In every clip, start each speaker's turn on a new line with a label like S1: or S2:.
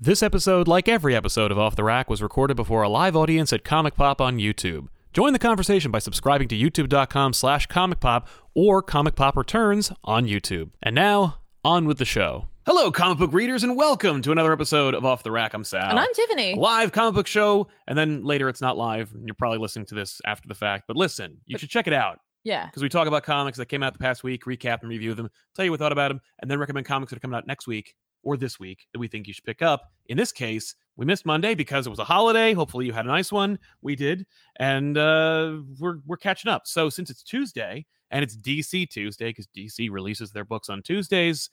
S1: This episode, like every episode of Off the Rack, was recorded before a live audience at Comic Pop on YouTube. Join the conversation by subscribing to youtube.com slash comic pop or comic pop returns on YouTube. And now, on with the show. Hello, comic book readers, and welcome to another episode of Off the Rack. I'm Sal.
S2: And I'm Tiffany.
S1: live comic book show, and then later it's not live. and You're probably listening to this after the fact, but listen, you should check it out
S2: Yeah.
S1: because we talk about comics that came out the past week, recap and review them, tell you what we thought about them, and then recommend comics that are coming out next week or this week that we think you should pick up. In this case, we missed Monday because it was a holiday. Hopefully, you had a nice one. We did, and uh, we're we're catching up. So since it's Tuesday and it's DC Tuesday because DC releases their books on Tuesdays.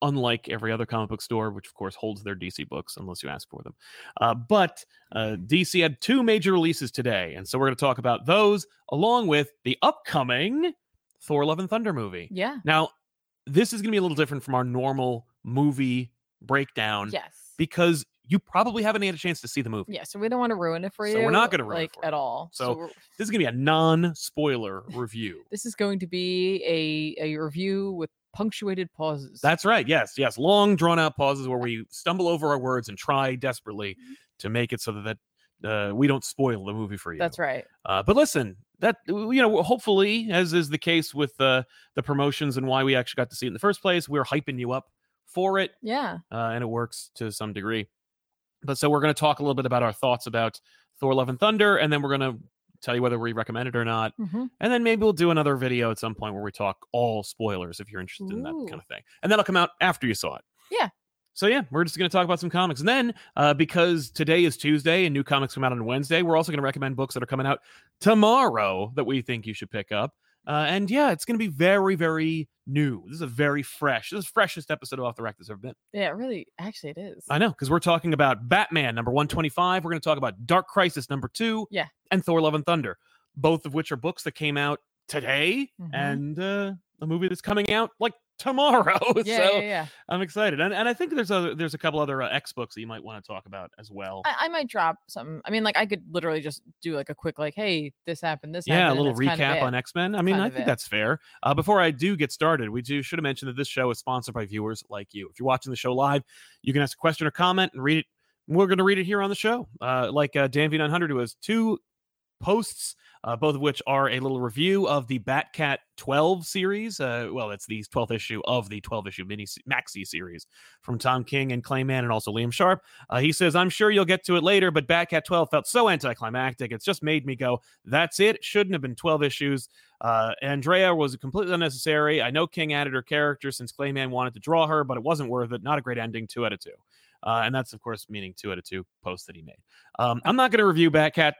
S1: Unlike every other comic book store, which of course holds their DC books unless you ask for them. Uh, but uh, DC had two major releases today. And so we're going to talk about those along with the upcoming Thor Love and Thunder movie.
S2: Yeah.
S1: Now, this is going to be a little different from our normal movie breakdown
S2: Yes.
S1: because you probably haven't had a chance to see the movie.
S2: yeah. So we don't want to ruin it for you.
S1: So we're not gonna ruin it
S2: like
S1: for you.
S2: at all.
S1: So-
S2: we're-
S1: This is going to be a non spoiler review.
S2: this is going to be a a review with punctuated pauses.
S1: That's right. Yes, yes. Long drawn out pauses where we stumble over our words and try desperately
S2: Mm-hmm.
S1: to make it so that uh, we don't spoil the movie for you.
S2: that's right.
S1: Uh, but listen, that w- you know, hopefully, as is the case with uh, the promotions and why we actually got to see it in the first place, we're hyping you up for it,
S2: Yeah.
S1: uh, and it works to some degree. But so we're going to talk a little bit about our thoughts about Thor: Love and Thunder, and then we're going to tell you whether we recommend it or not,
S2: Mhm.
S1: and then maybe we'll do another video at some point where we talk all spoilers if you're interested in that
S2: Ooh.
S1: kind of thing, and that'll come out after you saw it.
S2: Yeah.
S1: So yeah, we're just going to talk about some comics, and then uh, because today is Tuesday and new comics come out on Wednesday, we're also going to recommend books that are coming out tomorrow that we think you should pick up. Uh, and yeah, it's going to be very, very new. This is a very fresh, this is the freshest episode of Off the Rack that's ever been.
S2: Yeah. Really. Actually, it is.
S1: I know, because we're talking about Batman number 125. We're going to talk about Dark Crisis number two.
S2: Yeah.
S1: And Thor Love and Thunder, both of which are books that came out today
S2: Mhm.
S1: and uh, a movie that's coming out like tomorrow.
S2: yeah,
S1: so
S2: yeah. Yeah.
S1: I'm excited. And, and I think there's other, there's a couple other uh, X books that you might want to talk about as well.
S2: I, I might drop some. I mean, like I could literally just do like a quick like, hey, this happened. This
S1: yeah, a
S2: happened. and
S1: little
S2: that's kind of
S1: recap
S2: it.
S1: on X Men. I mean,
S2: kind
S1: I
S2: of
S1: think
S2: it.
S1: that's fair. Uh, before I do get started, we do should have mentioned that this show is sponsored by viewers like you. If you're watching the show live, you can ask a question or comment and read it. We're going to read it here on the show. Uh, like uh, Dan V900, who has two posts, uh, both of which are a little review of the Batcat 12 series. Uh, well, it's the 12th issue of the 12 issue mini se- maxi series from Tom King and Clayman and also Liam Sharp. Uh, he says, I'm sure you'll get to it later, but Batcat 12 felt so anticlimactic. It's just made me go, that's it. Shouldn't have been 12 issues. Uh, Andrea was completely unnecessary. I know King added her character since Clayman wanted to draw her, but it wasn't worth it. Not a great ending, two out of two. Uh, and that's, of course, meaning two out of two posts that he made. Um, I'm not going to review Batcat.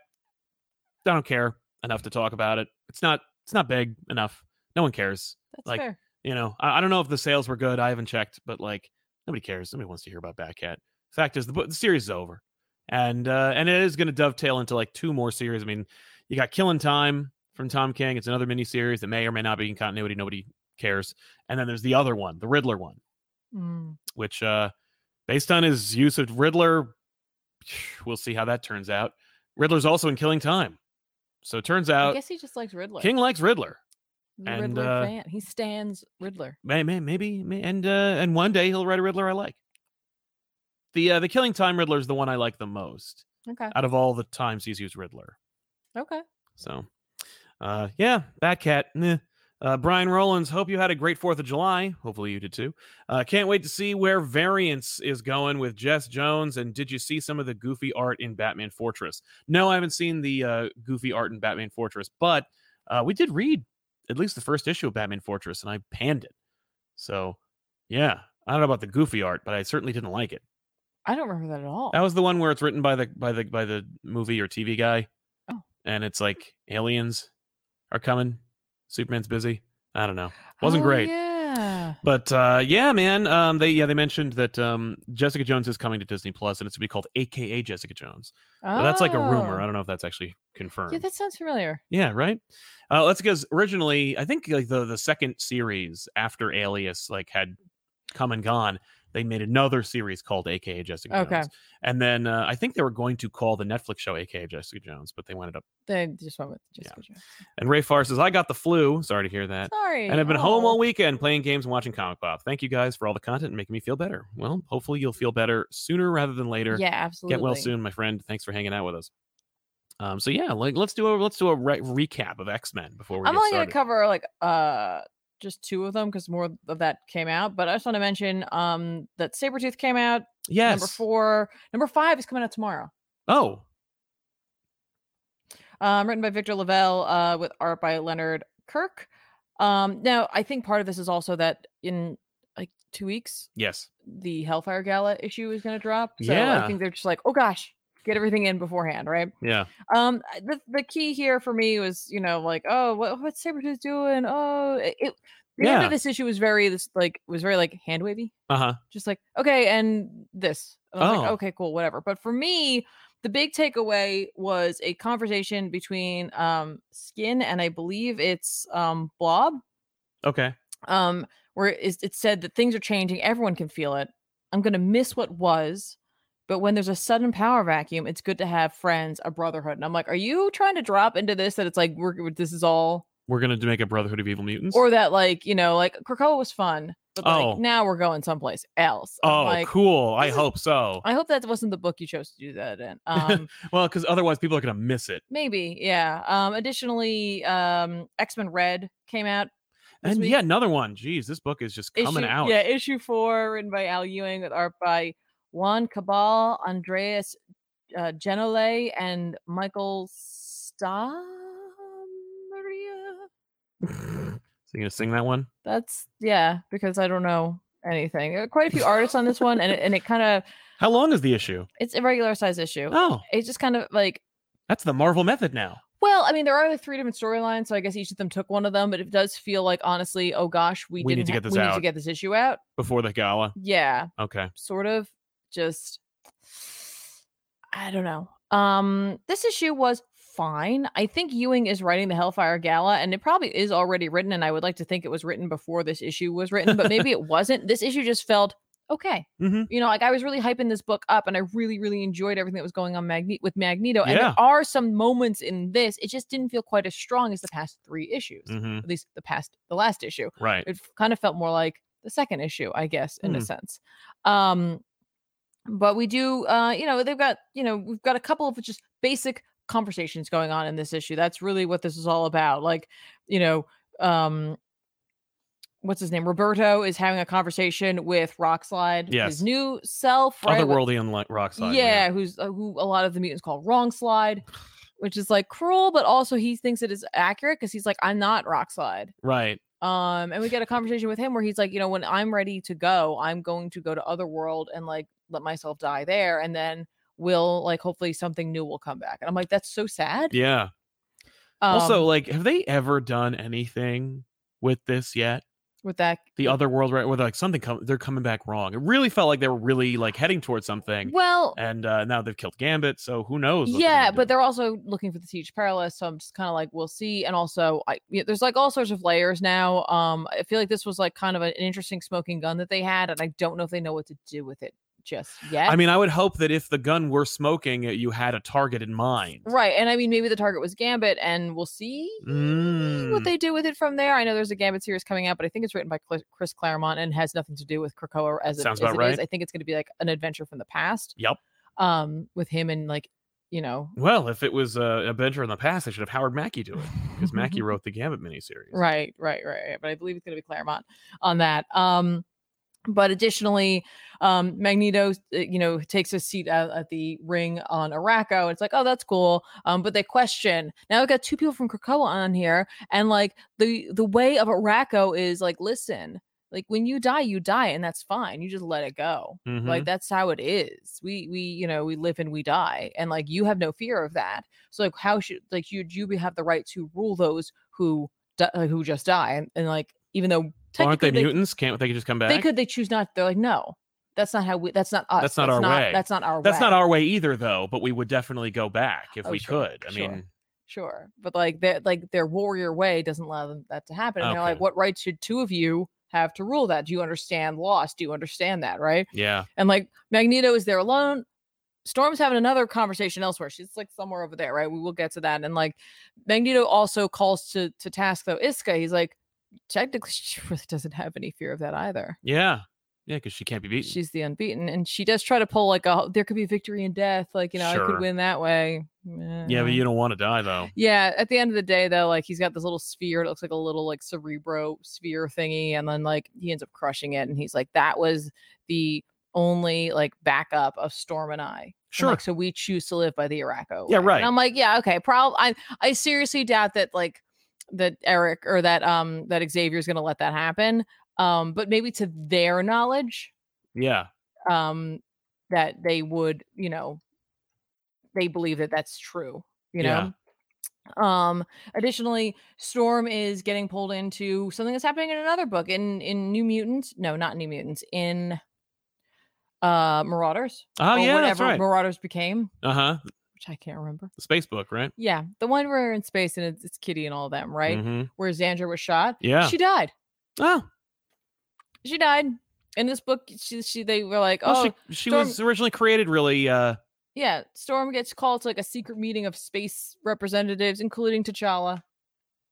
S1: I don't care enough to talk about it. It's not. It's not big enough. No one cares.
S2: That's
S1: like,
S2: fair.
S1: You know. I, I don't know if the sales were good. I haven't checked, but like nobody cares. Nobody wants to hear about Batcat. Fact is, the book, the series is over, and uh, and it is going to dovetail into like two more series. I mean, you got Killing Time from Tom King. It's another mini series that may or may not be in continuity. Nobody cares. And then there's the other one, the Riddler one
S2: Mm.
S1: which uh based on his use of Riddler, we'll see how that turns out. Riddler's also in Killing Time. So it turns
S2: I
S1: out
S2: guess he just likes Riddler.
S1: King likes Riddler.
S2: He's a
S1: and,
S2: Riddler
S1: uh,
S2: fan. He stands Riddler.
S1: May, may, maybe may, and uh and one day he'll write a Riddler I like. The uh, the Killing Time Riddler is the one I like the most
S2: Okay.
S1: out of all the times he's used Riddler.
S2: Okay.
S1: So uh yeah, Batcat. meh. Uh, Brian Rollins, hope you had a great 4th of July. Hopefully you did too. Uh, can't wait to see where Variance is going with Jess Jones. And did you see some of the goofy art in Batman Fortress? No, I haven't seen the uh, goofy art in Batman Fortress, but uh, we did read at least the first issue of Batman Fortress and I panned it. So yeah, I don't know about the goofy art, but I certainly didn't like it.
S2: I don't remember that at all.
S1: That was the one where it's written by the by the by the movie or TV guy.
S2: Oh.
S1: And it's like aliens are coming. Superman's busy. I don't know. Wasn't
S2: Oh,
S1: great.
S2: Yeah.
S1: But uh, yeah, man. Um, they yeah they mentioned that um, Jessica Jones is coming to Disney Plus, and it's to be called AKA Jessica Jones. Now, That's like a rumor.
S2: Oh.
S1: I don't know if that's actually confirmed.
S2: Yeah, that sounds familiar.
S1: Yeah, right. Uh, that's because originally, I think like the the second series after Alias like had come and gone. they made another series called AKA Jessica Jones.
S2: Okay.
S1: And then uh, I think they were going to call the Netflix show AKA Jessica Jones, but they ended up.
S2: They just went with
S1: Yeah.
S2: Jessica Jones.
S1: And Ray Farr says, I got the flu. Sorry to hear that.
S2: Sorry.
S1: And I've been home
S2: oh.
S1: all weekend playing games and watching Comic Pop. Thank you guys for all the content and making me feel better. Well, hopefully you'll feel better sooner rather than later.
S2: Yeah, absolutely.
S1: Get well soon, my friend. Thanks for hanging out with us. Um, so yeah, like let's do a let's do a re- recap of X Men before we
S2: I'm
S1: get
S2: only
S1: started.
S2: gonna cover like uh just two of them because more of that came out. But I just want to mention um that Sabretooth came out.
S1: yes.
S2: Number four. Number five is coming out tomorrow.
S1: Oh,
S2: Um, written by Victor Lavelle, uh, with art by Leonard Kirk. Um, now I think part of this is also that in like two weeks
S1: yes.
S2: the Hellfire Gala issue is gonna drop. So
S1: Yeah.
S2: I think they're just like, oh gosh, get everything in beforehand, right?
S1: Yeah.
S2: um I- the, the key here for me was you know like oh what, what's sabretooth doing oh it, it the end
S1: Yeah.
S2: of this issue was very this like was very like hand wavy
S1: Uh-huh.
S2: just like okay and this And I was like,
S1: Oh.
S2: okay cool whatever but for me the big takeaway was a conversation between um skin and i believe it's um blob
S1: Okay.
S2: um, where it's, it's said that things are changing, everyone can feel it. I'm going to miss what was, but when there's a sudden power vacuum, it's good to have friends, a brotherhood. And I'm like, are you trying to drop into this that it's like we're we're- this is all,
S1: We're gonna do- make a Brotherhood of Evil Mutants.
S2: or that like you know like Krakoa was fun, but like
S1: Oh.
S2: now we're going someplace else. I'm
S1: oh,
S2: like,
S1: cool. I
S2: this is-
S1: hope so.
S2: I hope that wasn't the book you chose to do that in. Um,
S1: well, because otherwise people are gonna miss it.
S2: maybe, yeah. Um, additionally, um, X Men Red came out This
S1: And
S2: week-
S1: yeah, another one. Jeez, this book is just coming
S2: issue,
S1: out.
S2: Yeah, issue four, written by Al Ewing, with art by Juan Cabal, Andreas uh, Genole, and Michael Stamaria.
S1: so you gonna sing that one?
S2: That's yeah, because I don't know anything. There are quite a few artists on this one, and it, and it kind of
S1: How long is the issue?
S2: it's a regular size issue.
S1: Oh,
S2: It's just kind of like.
S1: that's the Marvel method now.
S2: Well, I mean, there are like three different storylines, so I guess each of them took one of them. But it does feel like, honestly, oh gosh, we,
S1: We need
S2: didn't
S1: to
S2: ha-
S1: get this
S2: we need
S1: out.
S2: to get this issue out.
S1: Before the gala.
S2: Yeah,
S1: Okay.
S2: sort of just I don't know. Um this issue was fine. I think Ewing is writing the Hellfire Gala and it probably is already written and I would like to think it was written before this issue was written, but maybe it wasn't. This issue just felt okay.
S1: Mhm.
S2: You know, like I was really hyping this book up and I really really enjoyed everything that was going on Magne- with Magneto and
S1: Yeah.
S2: there are some moments in this it just didn't feel quite as strong as the past 3 issues.
S1: hmm
S2: At least the past the last issue
S1: Right.
S2: it f- kind of felt more like the second issue i guess in a
S1: Hmm.
S2: sense um but we do uh you know they've got you know we've got a couple of just basic conversations going on in this issue that's really what this is all about like you know um what's his name roberto is having a conversation with rockslide
S1: Yes.
S2: his new self right? with-
S1: Otherworldly and like rock slide.
S2: yeah, who's uh, who a lot of the mutants call wrong slide which is like cruel but also he thinks it is accurate because he's like i'm not rock slide
S1: Right.
S2: um, and we get a conversation with him where he's like, you know, when I'm ready to go, I'm going to go to Otherworld and like let myself die there, and then we'll like hopefully something new will come back. And I'm like, that's so sad.
S1: Yeah.
S2: Um,
S1: also, like, have they ever done anything with this yet?
S2: with that,
S1: The other world, right? Where they're like something com- they're coming back wrong. It really felt like they were really like heading towards something.
S2: well,
S1: And uh, now they've killed Gambit, so who knows? what they're
S2: yeah,
S1: gonna
S2: but
S1: do.
S2: they're also looking for the siege perilous, so I'm just kind of like, we'll see. And also, I yeah, there's like all sorts of layers now. Um, I feel like this was like kind of an interesting smoking gun that they had, and I don't know if they know what to do with it just yet.
S1: I mean, I would hope that if the gun were smoking, uh, you had a target in mind.
S2: Right. And I mean, maybe the target was Gambit, and we'll see
S1: Mm.
S2: what they do with it from there. I know there's a Gambit series coming out, but I think it's written by Cl- Chris Claremont and has nothing to do with Krakoa as, it-
S1: Sounds
S2: as
S1: about
S2: it is.
S1: right.
S2: I think it's going to be like an adventure from the past.
S1: Yep.
S2: Um, with him and like, you know,
S1: Well, if it was uh, a adventure in the past, they should have Howard Mackey do it because Mackey wrote the Gambit miniseries.
S2: Right, right, right, right. But I believe it's going to be Claremont on that. Um, but additionally, um, Magneto, uh, you know, takes a seat at, at the ring on Araco. It's like, oh, that's cool. Um, but they question now. We've got two people from Krakoa on here, and like the the way of Araco is like, listen, like when you die, you die, and that's fine. You just let it go.
S1: Mhm.
S2: Like that's how it is. We we you know we live and we die, and like you have no fear of that. So like how should like you you have the right to rule those who di- uh, who just die and, and like even though
S1: Well, aren't
S2: technically
S1: they,
S2: they,
S1: mutants? Can't they just come back?
S2: they could they choose not. They're like no, that's not how we. That's not us.
S1: That's not our way.
S2: That's not our.
S1: That's
S2: way.
S1: not our way either, though. But we would definitely go back if
S2: Oh,
S1: we
S2: sure,
S1: could. I
S2: sure.
S1: mean,
S2: Sure, but like their like their warrior way doesn't allow them that to happen. And they're
S1: Okay.
S2: like, what right should two of you have to rule that? Do you understand loss? Do you understand that? Right.
S1: Yeah.
S2: And like Magneto is there alone. Storm's having another conversation elsewhere. She's like somewhere over there, right? We will get to that. And like Magneto also calls to to task though Iska. He's like, technically, she really doesn't have any fear of that either.
S1: Yeah. Yeah, because she can't be beaten.
S2: She's the unbeaten, and she does try to pull like a there could be victory in death. Like you know, I
S1: Sure.
S2: could win that way.
S1: yeah, but
S2: Eh.
S1: you don't want to die though.
S2: Yeah, at the end of the day, though, like he's got this little sphere. It looks like a little like cerebro sphere thingy, and then like he ends up crushing it, and he's like, "That was the only like backup of Storm and I." And,
S1: Sure.
S2: like, so we choose to live by the Araco.
S1: Yeah,
S2: way."
S1: right.
S2: And I'm like, yeah, okay. Probably. I I seriously doubt that like that Eric or that um that Xavier's gonna let that happen. Um, but maybe to their knowledge,
S1: yeah.
S2: um, that they would, you know, they believe that that's true. You know.
S1: Yeah.
S2: Um, additionally, Storm is getting pulled into something that's happening in another book in in New Mutants. No, not New Mutants. In uh Marauders.
S1: Oh
S2: or
S1: yeah, that's
S2: whatever
S1: right.
S2: Marauders became,
S1: Uh huh.
S2: which I can't remember.
S1: The space book, right?
S2: Yeah, the one where they're in space and it's, it's Kitty and all of them, right?
S1: hmm
S2: Where Xandra was shot.
S1: Yeah.
S2: She died.
S1: oh,
S2: She died. In this book, she, she they were like,
S1: well,
S2: oh
S1: she, she
S2: Storm-
S1: was originally created really. uh
S2: yeah, Storm gets called to like a secret meeting of space representatives, including T'Challa.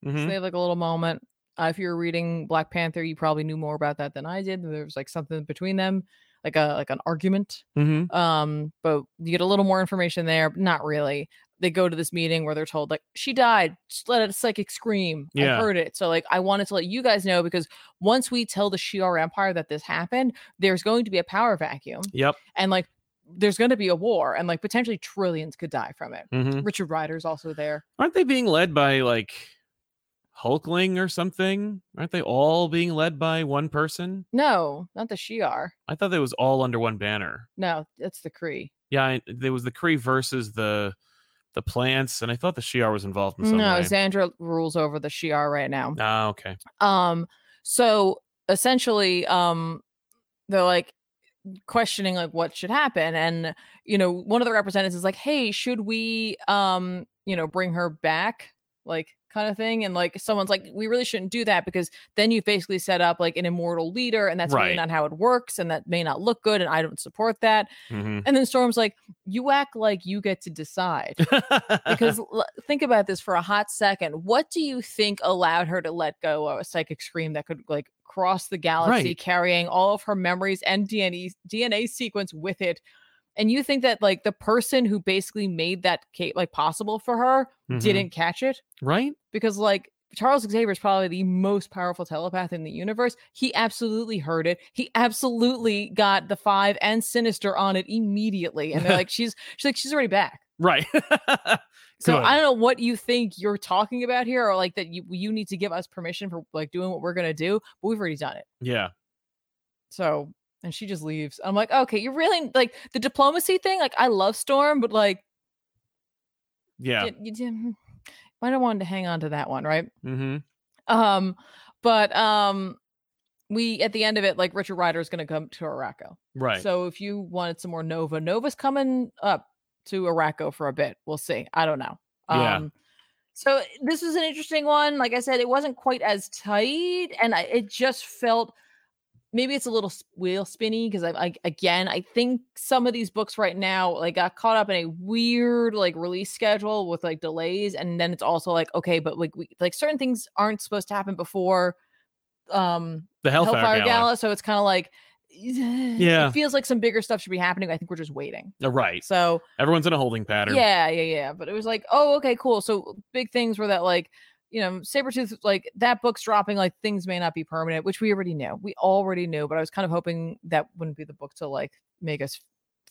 S2: So
S1: mhm.
S2: they have like a little moment. Uh, if you were reading Black Panther, you probably knew more about that than I did. There was like something between them, like a like an argument.
S1: Mhm.
S2: Um, but you get a little more information there. but Not really. They go to this meeting where they're told like she died. Just let out a psychic scream.
S1: Yeah.
S2: I heard it. So like I wanted to let you guys know because once we tell the Shi'ar Empire that this happened, there's going to be a power vacuum
S1: Yep.
S2: and like there's going to be a war and like potentially trillions could die from it.
S1: hmm
S2: Richard Ryder's also there.
S1: Aren't they being led by like Hulkling or something? Aren't they all being led by one person?
S2: No, not the Shi'ar.
S1: I thought they was all under one banner.
S2: No, that's the Kree.
S1: Yeah, I, there was the Kree versus the the plants, and I thought the Shi'ar was involved in some
S2: No,
S1: way.
S2: Xandra rules over the Shi'ar right now.
S1: ah, okay.
S2: Um, so essentially, um, they're like questioning like what should happen, and you know, one of the representatives is like, "Hey, should we, um, you know, bring her back?" Like kind of thing, and like someone's like, "We really shouldn't do that because then you basically set up like an immortal leader, and that's
S1: Right.
S2: really not how it works, and that may not look good, and I don't support that."
S1: hmm
S2: And then Storm's like, "You act like you get to decide." because l- think about this for a hot second. What do you think allowed her to let go of a psychic scream that could like cross the galaxy,
S1: Right.
S2: carrying all of her memories and E, DNA DNA sequence with it? And you think that like the person who basically made that ca- like possible for her
S1: Mhm.
S2: didn't catch it
S1: right?
S2: because like. Charles Xavier is probably the most powerful telepath in the universe. He absolutely heard it. He absolutely got the five and Sinister on it immediately. And they're like, she's she's like, she's already back.
S1: Right.
S2: So
S1: Good.
S2: I don't know what you think you're talking about here, or like that you you need to give us permission for like doing what we're gonna do, but we've already done it.
S1: yeah.
S2: So and she just leaves. I'm like, okay, you're really like the diplomacy thing. Like I love Storm, but like
S1: Yeah.
S2: you, you, didn't- might have wanted to hang on to that one, right?
S1: hmm
S2: Um, but um, we at the end of it, like Richard Ryder is gonna come to Araco.
S1: Right.
S2: So if you wanted some more Nova, Nova's coming up to Araco for a bit. We'll see. I don't know. Um,
S1: Yeah.
S2: so this was an interesting one. Like I said, it wasn't quite as tight, and I, it just felt maybe it's a little s- wheel spinny because I, I again I think some of these books right now like got caught up in a weird like release schedule with like delays, and then it's also like okay, but like we like certain things aren't supposed to happen before um
S1: the Hellfire,
S2: Hellfire,
S1: Gala.
S2: Gala. So it's kind of like, yeah,
S1: Yeah.
S2: it feels like some bigger stuff should be happening. I think we're just waiting.
S1: Uh, Right.
S2: So
S1: Everyone's in a holding pattern.
S2: yeah, yeah, yeah. But it was like, oh, okay, cool. So big things were that like, you know, Sabretooth, like that book's dropping, like things may not be permanent, which we already knew. We already knew, but I was kind of hoping that wouldn't be the book to like make us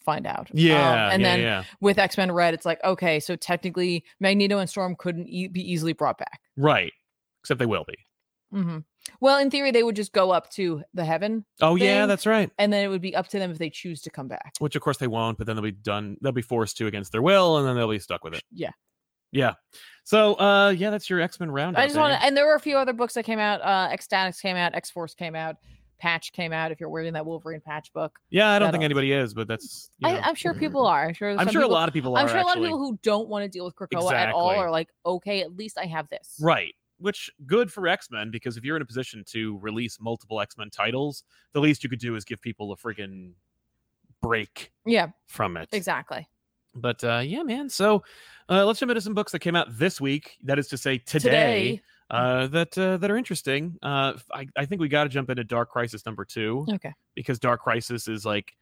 S2: find out. Um,
S1: Yeah.
S2: and
S1: yeah,
S2: then
S1: yeah.
S2: with X Men Red, it's like, okay, so technically Magneto and Storm couldn't e- be easily brought back.
S1: Right. Except they will be.
S2: hmm Well, in theory, they would just go up to the heaven
S1: Oh yeah,
S2: thing.
S1: that's right.
S2: and then it would be up to them if they choose to come back.
S1: Which of course they won't, but then they'll be done. They'll be forced to against their will, and then they'll be stuck with it.
S2: Yeah,
S1: Yeah. So uh yeah, that's your X Men round.
S2: I just want to. And there were a few other books that came out. Uh, Ecstatics came out. X Force came out. Patch came out. If you're wearing that Wolverine patch book,
S1: Yeah, I don't
S2: that
S1: think
S2: out.
S1: anybody is, but that's. you know.
S2: I, I'm sure people are. I'm sure.
S1: Mm-hmm. I'm
S2: some
S1: sure
S2: people-
S1: a lot of people are.
S2: I'm sure a lot of
S1: actually.
S2: people who don't want to deal with Krakoa at all
S1: Exactly.
S2: are like, okay, at least I have this.
S1: Right. which good for X Men because if you're in a position to release multiple X Men titles, the least you could do is give people a friggin' break
S2: Yeah,
S1: from it.
S2: exactly.
S1: But uh, yeah, man. So uh, let's jump into some books that came out this week. That is to say, today, uh, that uh, that are interesting. Uh, f- I, I think we got to jump into Dark Crisis number two
S2: Today. Okay.
S1: because Dark Crisis is like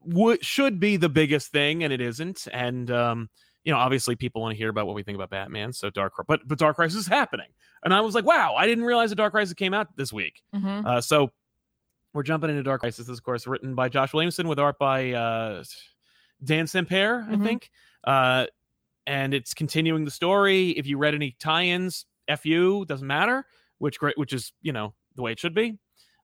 S1: wo- should be the biggest thing, and it isn't. And um, you know, obviously, people want to hear about what we think about Batman. So Dark, Cri- but but Dark Crisis is happening, and I was like, wow, I didn't realize that Dark Crisis came out this week.
S2: hmm
S1: Uh, so we're jumping into Dark Crisis, of course, written by Josh Williamson with art by uh, Dan Semper,
S2: Mhm.
S1: I think. Uh, and it's continuing the story. If you read any tie-ins, f you doesn't matter. Which great, which is you know the way it should be.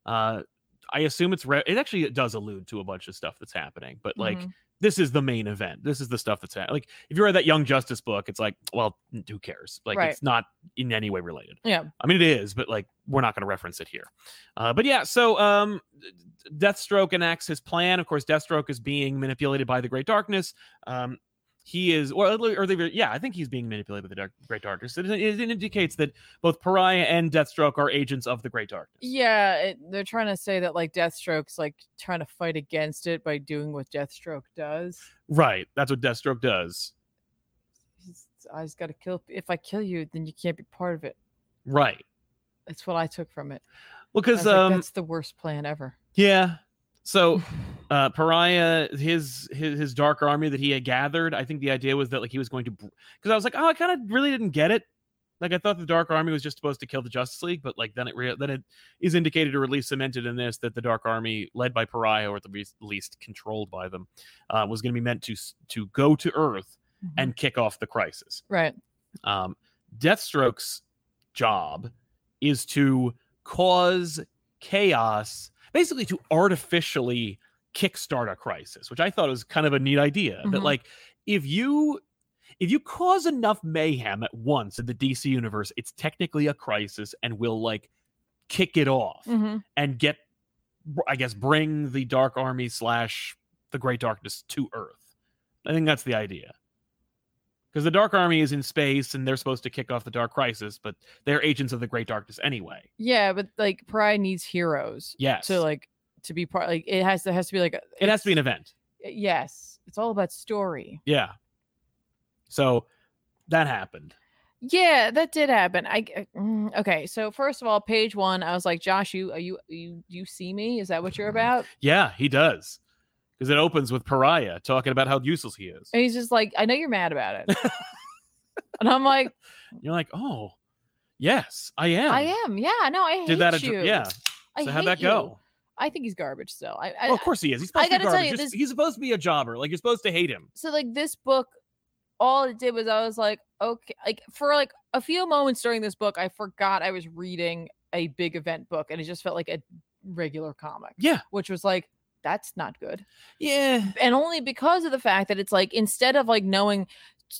S1: Uh, I assume it's re- it actually does allude to a bunch of stuff that's happening, but like
S2: Mhm.
S1: this is the main event. This is the stuff that's happening. Like if you read that Young Justice book, it's like, well, who cares? Like
S2: Right.
S1: it's not in any way related.
S2: Yeah.
S1: I mean, it is, but like we're not going to reference it here. Uh, but yeah, so um, Deathstroke enacts his plan. Of course, Deathstroke is being manipulated by the Great Darkness. Um, he is, or, or they, yeah, I think he's being manipulated by the dark, Great Darkness. It, it indicates that both Pariah and Deathstroke are agents of the Great Darkness.
S2: Yeah, it, they're trying to say that like Deathstroke's like trying to fight against it by doing what Deathstroke does.
S1: Right. That's what Deathstroke does.
S2: He's, I just got to kill. If I kill you, then you can't be part of it.
S1: Right.
S2: That's what I took from it.
S1: Well,
S2: I
S1: because
S2: was like,
S1: um,
S2: that's the worst plan ever.
S1: yeah. So uh pariah his his his dark army that he had gathered i think the idea was that like he was going to because i was like oh i kind of really didn't get it like i thought the dark army was just supposed to kill the justice league but like then it rea- then it is indicated or at least cemented in this that the dark army led by pariah or at the least, least controlled by them uh, was going to be meant to s- to go to earth
S2: Mhm.
S1: and kick off the crisis
S2: right,
S1: um, Deathstroke's job is to cause chaos, basically to artificially kickstart a crisis, which I thought was kind of a neat idea. That
S2: Mhm.
S1: like if you if you cause enough mayhem at once in the DC universe, it's technically a crisis and will like kick it off
S2: hmm
S1: and get I guess bring the Dark Army slash the Great Darkness to Earth. I think that's the idea. Because the Dark Army is in space and they're supposed to kick off the Dark Crisis, but they're agents of the Great Darkness anyway.
S2: yeah, but like Pariah needs heroes
S1: Yes.
S2: to like to be part. Like it has to has to be like a-
S1: it has to be an event.
S2: it's- yes. It's all about story.
S1: Yeah. So that happened.
S2: Yeah, that did happen. I g- mm, okay. So first of all, page one, I was like, Josh, you are you you you see me? Is that what you're about?
S1: Yeah, he does. Because it opens with Pariah talking about how useless he is.
S2: And he's just like, I know you're mad about it. and I'm like,
S1: You're like, oh, yes, I am.
S2: I am. Yeah, no, I hate
S1: Did that?
S2: you.
S1: addr- yeah.
S2: I
S1: so how'd
S2: hate
S1: that
S2: you.
S1: go?
S2: I think he's garbage still. I, I
S1: Well, of course he is. He's supposed to
S2: I
S1: be
S2: gotta tell
S1: garbage.
S2: you,
S1: Just-
S2: this-
S1: He's supposed to be a jobber. Like you're supposed to hate him.
S2: so like this book all it did was i was like okay like for like a few moments during this book i forgot i was reading a big event book and it just felt like a regular comic
S1: Yeah.
S2: which was like that's not good
S1: Yeah.
S2: and only because of the fact that it's like instead of like knowing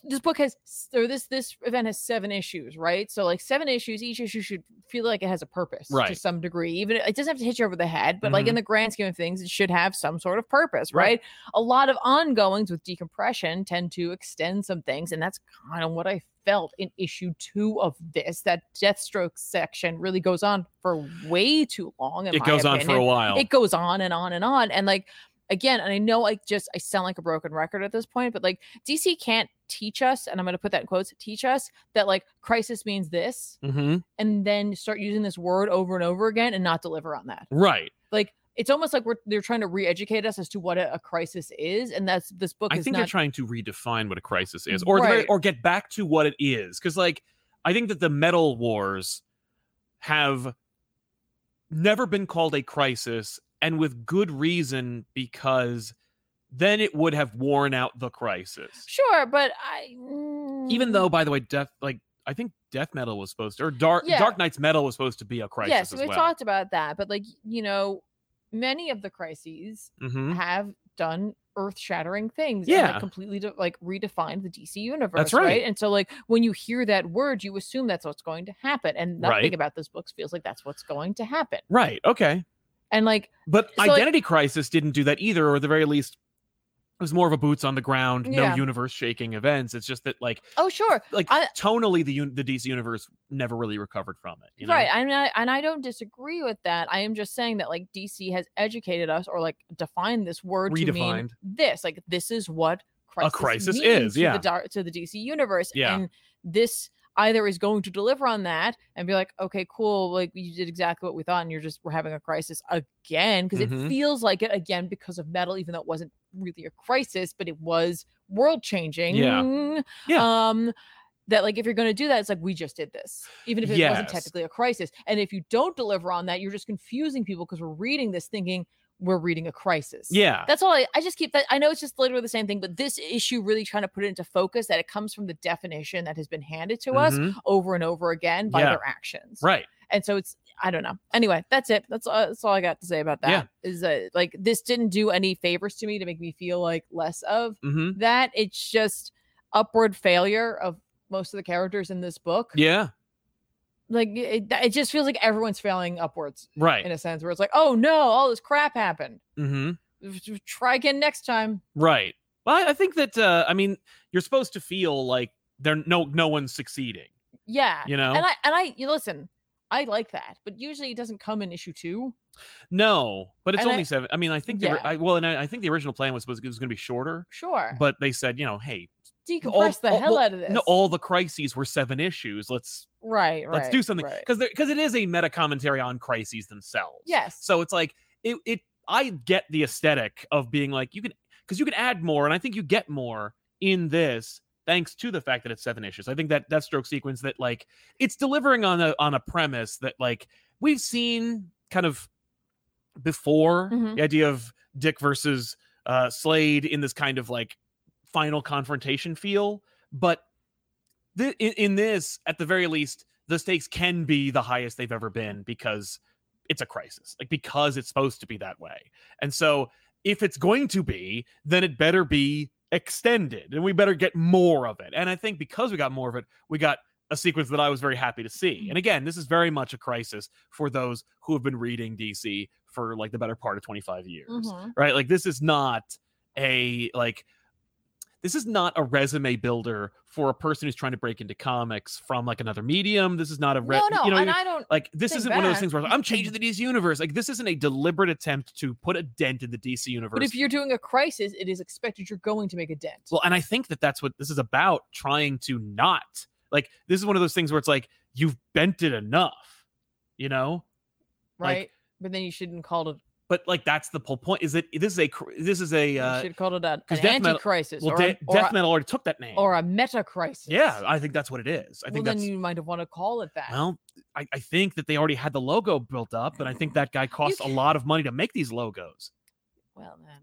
S2: this book has or this this event has seven issues right so like seven issues each issue should feel like it has a purpose to
S1: Right. Mm-hmm.
S2: some degree even it doesn't have to hit you over the head but like in the grand scheme of things it should have some sort of purpose
S1: Right.
S2: right, a lot of ongoings with decompression tend to extend some things and that's kind of what i felt in issue two of this that deathstroke section really goes on for way too long in
S1: It
S2: my
S1: goes on for
S2: opinion
S1: a while.
S2: it goes on and on and on and like again and i know i just i sound like a broken record at this point but like dc can't teach us and i'm going to put that in quotes teach us that like crisis means this
S1: mm-hmm.
S2: and then start using this word over and over again and not deliver on that
S1: Right.
S2: like it's almost like we're they're trying to re-educate us as to what a, a crisis is and that's this book
S1: I
S2: is
S1: think they're
S2: not
S1: trying to redefine what a crisis is, or at the very-
S2: Right.
S1: or get back to what it is. Because like, I think that the metal wars have never been called a crisis, and with good reason, because then it would have worn out the crisis.
S2: sure but i
S1: Even
S2: mm,
S1: though, by the way, death like I think death metal was supposed to, or dark
S2: Yeah.
S1: Dark Knight's metal was supposed to be a crisis
S2: yes
S1: as
S2: we've
S1: well.
S2: talked about that but like you know many of the crises
S1: mm-hmm.
S2: have done earth-shattering things and
S1: Yeah.
S2: like completely de- like redefined the DC universe
S1: right.
S2: and so like when you hear that word you assume that's what's going to happen and nothing
S1: Right.
S2: about this book feels like that's what's going to happen
S1: Right. Okay.
S2: and like
S1: But
S2: So, like-
S1: Identity Crisis didn't do that either, or at the very least, It was more of a boots on the ground, no
S2: Yeah.
S1: universe shaking events. It's just that like
S2: Oh, sure.
S1: like
S2: I-
S1: tonally the un- the DC universe never really recovered from it. You know?
S2: Right. I mean, I, and I don't disagree with that. I am just saying that like DC has educated us or like defined this word to mean
S1: Redefined.
S2: this. Like this is what crisis,
S1: crisis
S2: means
S1: is,
S2: to
S1: yeah.
S2: the dar- to the DC universe.
S1: Yeah.
S2: And this either is going to deliver on that and be like, okay, cool, like you did exactly what we thought, and you're just we're having a crisis again because
S1: Mhm.
S2: it feels like it again because of metal, even though it wasn't really a crisis, but it was world changing.
S1: Yeah.
S2: Um, that like if you're going to do that, it's like we just did this, even if it wasn't
S1: Yes.
S2: technically a crisis. And if you don't deliver on that, you're just confusing people because we're reading this thinking we're reading a crisis.
S1: Yeah.
S2: That's all I, I just keep that. I know it's just literally the same thing, but this issue really trying to put it into focus that it comes from the definition that has been handed to us
S1: Mhm.
S2: over and over again by
S1: Yeah.
S2: their actions.
S1: Right.
S2: And so it's, I don't know. Anyway, that's it. That's, uh, that's all I got to say about
S1: Yeah.
S2: that. Is that like this didn't do any favors to me to make me feel like less of
S1: hmm
S2: that. It's just upward failure of most of the characters in this book.
S1: Yeah.
S2: Like it, it just feels like everyone's failing upwards in
S1: Right.
S2: a sense where it's like, oh no, all this crap happened.
S1: hmm
S2: Try again next time.
S1: Right. Well, I- I think that uh, I mean you're supposed to feel like there no no one's succeeding.
S2: Yeah.
S1: You know.
S2: And I and I you listen, I like that, but usually it doesn't come in issue two.
S1: no, but it's
S2: and I-
S1: only seven. I mean, I think the, ri-
S2: Yeah.
S1: I, well, and I, I think the original plan was supposed it was going to be shorter,
S2: Sure,
S1: but they said you know hey
S2: decompress
S1: all-
S2: the
S1: all-
S2: hell
S1: well,
S2: out of this.
S1: no all the crises were seven issues. Let's
S2: right, right.
S1: let's do something
S2: right.
S1: because because it is a meta commentary on crises themselves.
S2: Yes.
S1: So it's like it it I get the aesthetic of being like you can because you can add more and I think you get more in this thanks to the fact that it's seven issues. I think that Deathstroke sequence that like it's delivering on a on a premise that like we've seen kind of before
S2: Mhm.
S1: the idea of Dick versus uh, Slade in this kind of like final confrontation feel, but th- in, in this, at the very least, the stakes can be the highest they've ever been because it's a crisis, like because it's supposed to be that way. And so, if it's going to be, then it better be extended, and we better get more of it. And I think because we got more of it, we got a sequence that I was very happy to see. And again, this is very much a crisis for those who have been reading DC for like the better part of 25 years
S2: Mhm.
S1: right? Like this is not a like this is not a resume builder for a person who's trying to break into comics from like another medium. This is not a re-
S2: no, no,
S1: you know
S2: and I don't.
S1: like this
S2: think
S1: isn't one of those
S2: back-
S1: things where I'm changing the DC universe. Like this isn't a deliberate attempt to put a dent in the DC universe.
S2: But if you're doing a crisis, it is expected you're going to make a dent.
S1: Well, and I think that that's what this is about trying to not like this is one of those things where it's like you've bent it enough, you know? like-
S2: right. but then you shouldn't call it.
S1: But like that's the whole point is that this is a cr- this is a
S2: you
S1: uh,
S2: should call it a,
S1: 'cause
S2: an
S1: death metal-
S2: anti-crisis
S1: well
S2: or,
S1: de-
S2: an- or,
S1: death
S2: a,
S1: metal already took that name.
S2: or a meta-crisis.
S1: Yeah, I think that's what it is. I
S2: well,
S1: think
S2: then
S1: that's
S2: you might have want to call it that.
S1: well. I, I think that they already had the logo built up, and I think that guy costs a
S2: can-
S1: lot of money to make these logos.
S2: well then,
S1: I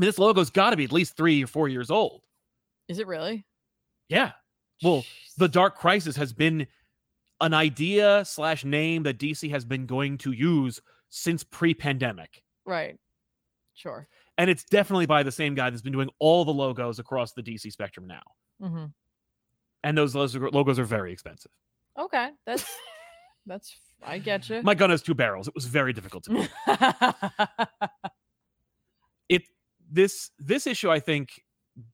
S1: mean, this logo's got to be at least three or four years old.
S2: is it really?
S1: Yeah, Well,
S2: Jeez.
S1: the Dark Crisis has been an idea slash name that DC has been going to use since pre-pandemic,
S2: right. Sure.
S1: and it's definitely by the same guy that's been doing all the logos across the DC spectrum now.
S2: hmm
S1: And those logos are- logos are very expensive.
S2: Okay, that's that's I get you.
S1: My gun has two barrels. It was very difficult to make. it this this issue i think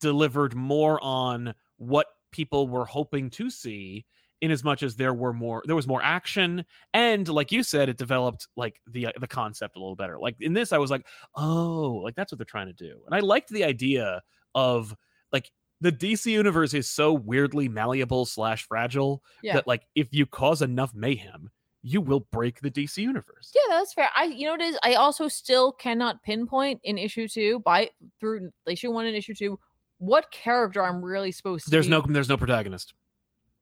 S1: delivered more on what people were hoping to see in as much as there were more there was more action and like you said it developed like the uh, the concept a little better like in this i was like oh like that's what they're trying to do and i liked the idea of like the dc universe is so weirdly malleable slash fragile
S2: Yeah.
S1: that like if you cause enough mayhem you will break the dc universe
S2: yeah, that's fair. I you know what it is. I also still cannot pinpoint in issue two by through issue one and issue two what character I'm really supposed to.
S1: There's no
S2: be-
S1: there's no protagonist.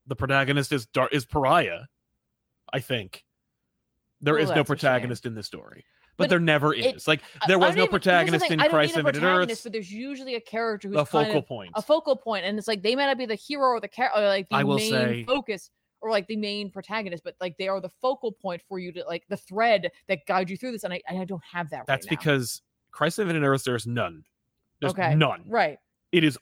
S1: The protagonist is Dar- is Pariah, I think. There
S2: Well,
S1: is no
S2: that's a shame.
S1: protagonist in this story. But,
S2: But
S1: there never is.
S2: it-
S1: like
S2: I-
S1: there
S2: I
S1: was
S2: don't
S1: no
S2: even- here's the
S1: protagonist
S2: thing,
S1: in
S2: I don't
S1: Christ
S2: need a
S1: Infinite
S2: protagonist,
S1: Earth.
S2: But there's usually a character who's
S1: The
S2: kind
S1: focal
S2: of
S1: point.
S2: a focal point, and it's like they might not be the hero or the character, or like the
S1: I will
S2: main
S1: say-
S2: focus or like the main protagonist, but like they are the focal point for you to like the thread that guides you through this. And I, I don't have that.
S1: That's
S2: right now.
S1: because Christ Infinite Earth there's none. There's
S2: Okay.
S1: none.
S2: right.
S1: It is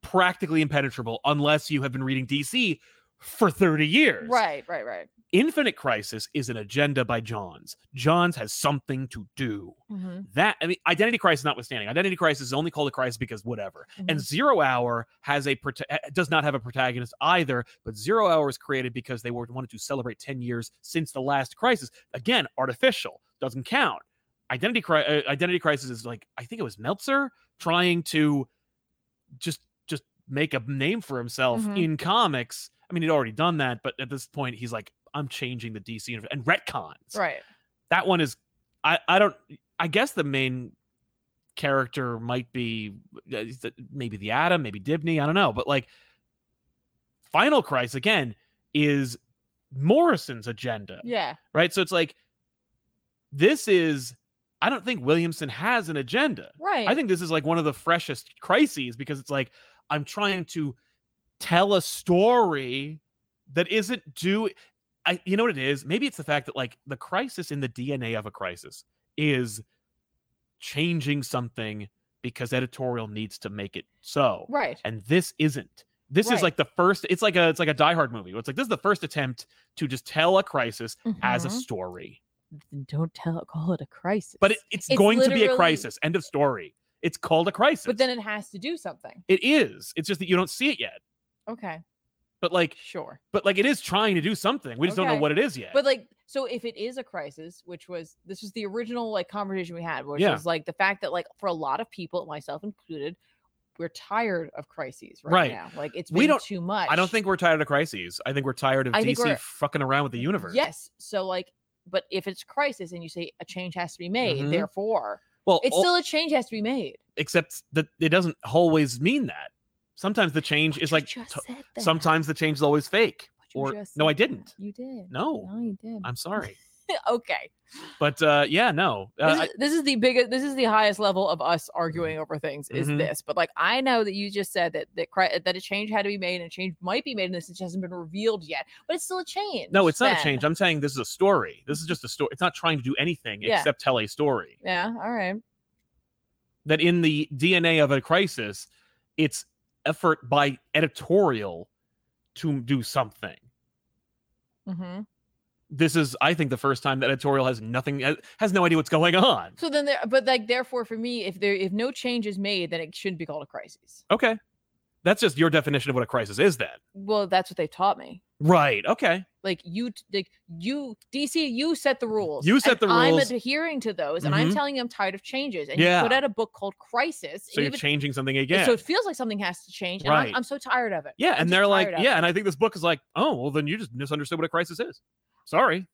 S1: practically impenetrable unless you have been reading DC for 30 years.
S2: Right, right, right.
S1: Infinite Crisis is an agenda by Johns. Johns has something to do.
S2: Mhm,
S1: That I mean, Identity Crisis notwithstanding, Identity Crisis is only called a crisis because whatever. And
S2: mhm.
S1: Zero Hour has a prota- eh, does not have a protagonist either, but Zero Hour was created because they were, wanted to celebrate 10 years since the last crisis. Again, artificial doesn't count. Identity cri- uh, Identity Crisis is like I think it was Meltzer trying to just just make a name for himself
S2: Mhm.
S1: in comics. I mean, he'd already done that, but at this point, he's like, I'm changing the DC universe and retcons.
S2: right.
S1: That one is, I I don't. I guess the main character might be uh, is the- maybe the Atom, maybe Dibny. I don't know, but like Final Crisis again is Morrison's agenda,
S2: Yeah.
S1: right? So it's like this is. I don't think Williamson has an agenda.
S2: Right.
S1: I think this is like one of the freshest crises because it's like I'm trying to tell a story that isn't due. I, you know what it is? Maybe it's the fact that like the crisis in the DNA of a crisis is changing something because editorial needs to make it so.
S2: Right.
S1: And this isn't. This is
S2: Right.
S1: like the first. It's like a it's like a Die Hard movie. where It's like this is the first attempt to just tell a crisis as a
S2: Mhm.
S1: story.
S2: don't tell call it a crisis.
S1: But it, it's,
S2: It's
S1: going to be a
S2: literally-
S1: crisis. End of story. It's called a crisis.
S2: but then it has to do something.
S1: It is. It's just that you don't see it yet.
S2: Okay.
S1: But like,
S2: Sure.
S1: but like, it is trying to do something. We just don't
S2: Okay.
S1: know what it is yet.
S2: But like, so if it is a crisis, which was this was the original like conversation we had, which
S1: Yeah.
S2: was like the fact that like for a lot of people, myself included, we're tired of crises right,
S1: Right.
S2: now. Like it's been
S1: We don't-
S2: too much.
S1: I don't think we're tired of crises. I think we're tired of
S2: I think we're-
S1: DC fucking around with the universe.
S2: Yes. So like, but if it's crisis and you say a change has to be made,
S1: Mhm.
S2: therefore
S1: Well,
S2: it's
S1: all-
S2: still a change has to be made.
S1: except that it doesn't always mean that. Sometimes the change
S2: But
S1: is
S2: you
S1: like.
S2: just
S1: t-
S2: said that.
S1: sometimes the change is always fake.
S2: But you
S1: Or
S2: just
S1: no, I
S2: said that.
S1: didn't.
S2: You did.
S1: No,
S2: No, you did.
S1: I'm sorry.
S2: okay.
S1: But uh, yeah, no. Uh,
S2: this,
S1: I-
S2: is, this is the biggest this is the highest level of us arguing over things is
S1: Mhm.
S2: this but like i know that you just said that that, cri- that a change had to be made and a change might be made and this just hasn't been revealed yet but it's still a change
S1: no, it's not a
S2: then.
S1: change. I'm saying this is a story. This is just a story. It's not trying to do anything
S2: Yeah.
S1: except tell a story.
S2: yeah all right
S1: that in the DNA of a crisis, it's effort by editorial to do something.
S2: mm-hmm.
S1: This is, I think, the first time that editorial has nothing, has no idea what's going on.
S2: so then there but like therefore for me if there if no change is made then it shouldn't be called a crisis
S1: Okay. That's just your definition of what a crisis is, then.
S2: well that's what they taught me
S1: Right. Okay.
S2: like you t- like you dc you set the rules
S1: You set
S2: and
S1: the
S2: i'm
S1: rules.
S2: adhering to those and i'm
S1: Mhm.
S2: telling you i'm tired of changes and you put
S1: Yeah.
S2: out a book called crisis
S1: So
S2: and
S1: you're
S2: even
S1: changing something
S2: And
S1: again.
S2: So it feels like something has to change. And I'm,
S1: Right.
S2: I'm so tired of it.
S1: yeah.
S2: I'm
S1: And
S2: just
S1: they're like,
S2: tired of
S1: yeah.
S2: it.
S1: And I think this book is like, oh, well, then you just misunderstood what a crisis is. Sorry.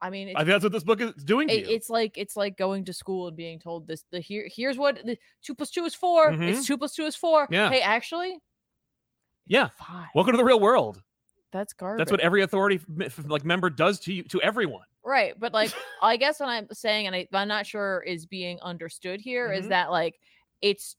S2: I mean,
S1: I
S2: it's,
S1: think that's what this book is doing to
S2: it-
S1: you.
S2: it's like it's like going to school and being told this. The here, here's what the two plus two is 4 It's two plus two is four.
S1: Mm-hmm. Yeah.
S2: Hey, actually, it's
S1: Yeah.
S2: five.
S1: Welcome to the real world.
S2: That's garbage.
S1: That's what every authority f- like member does to you, to everyone.
S2: right. But like, I guess what I'm saying, and I, I'm not sure is being understood here, is
S1: Mhm.
S2: that like it's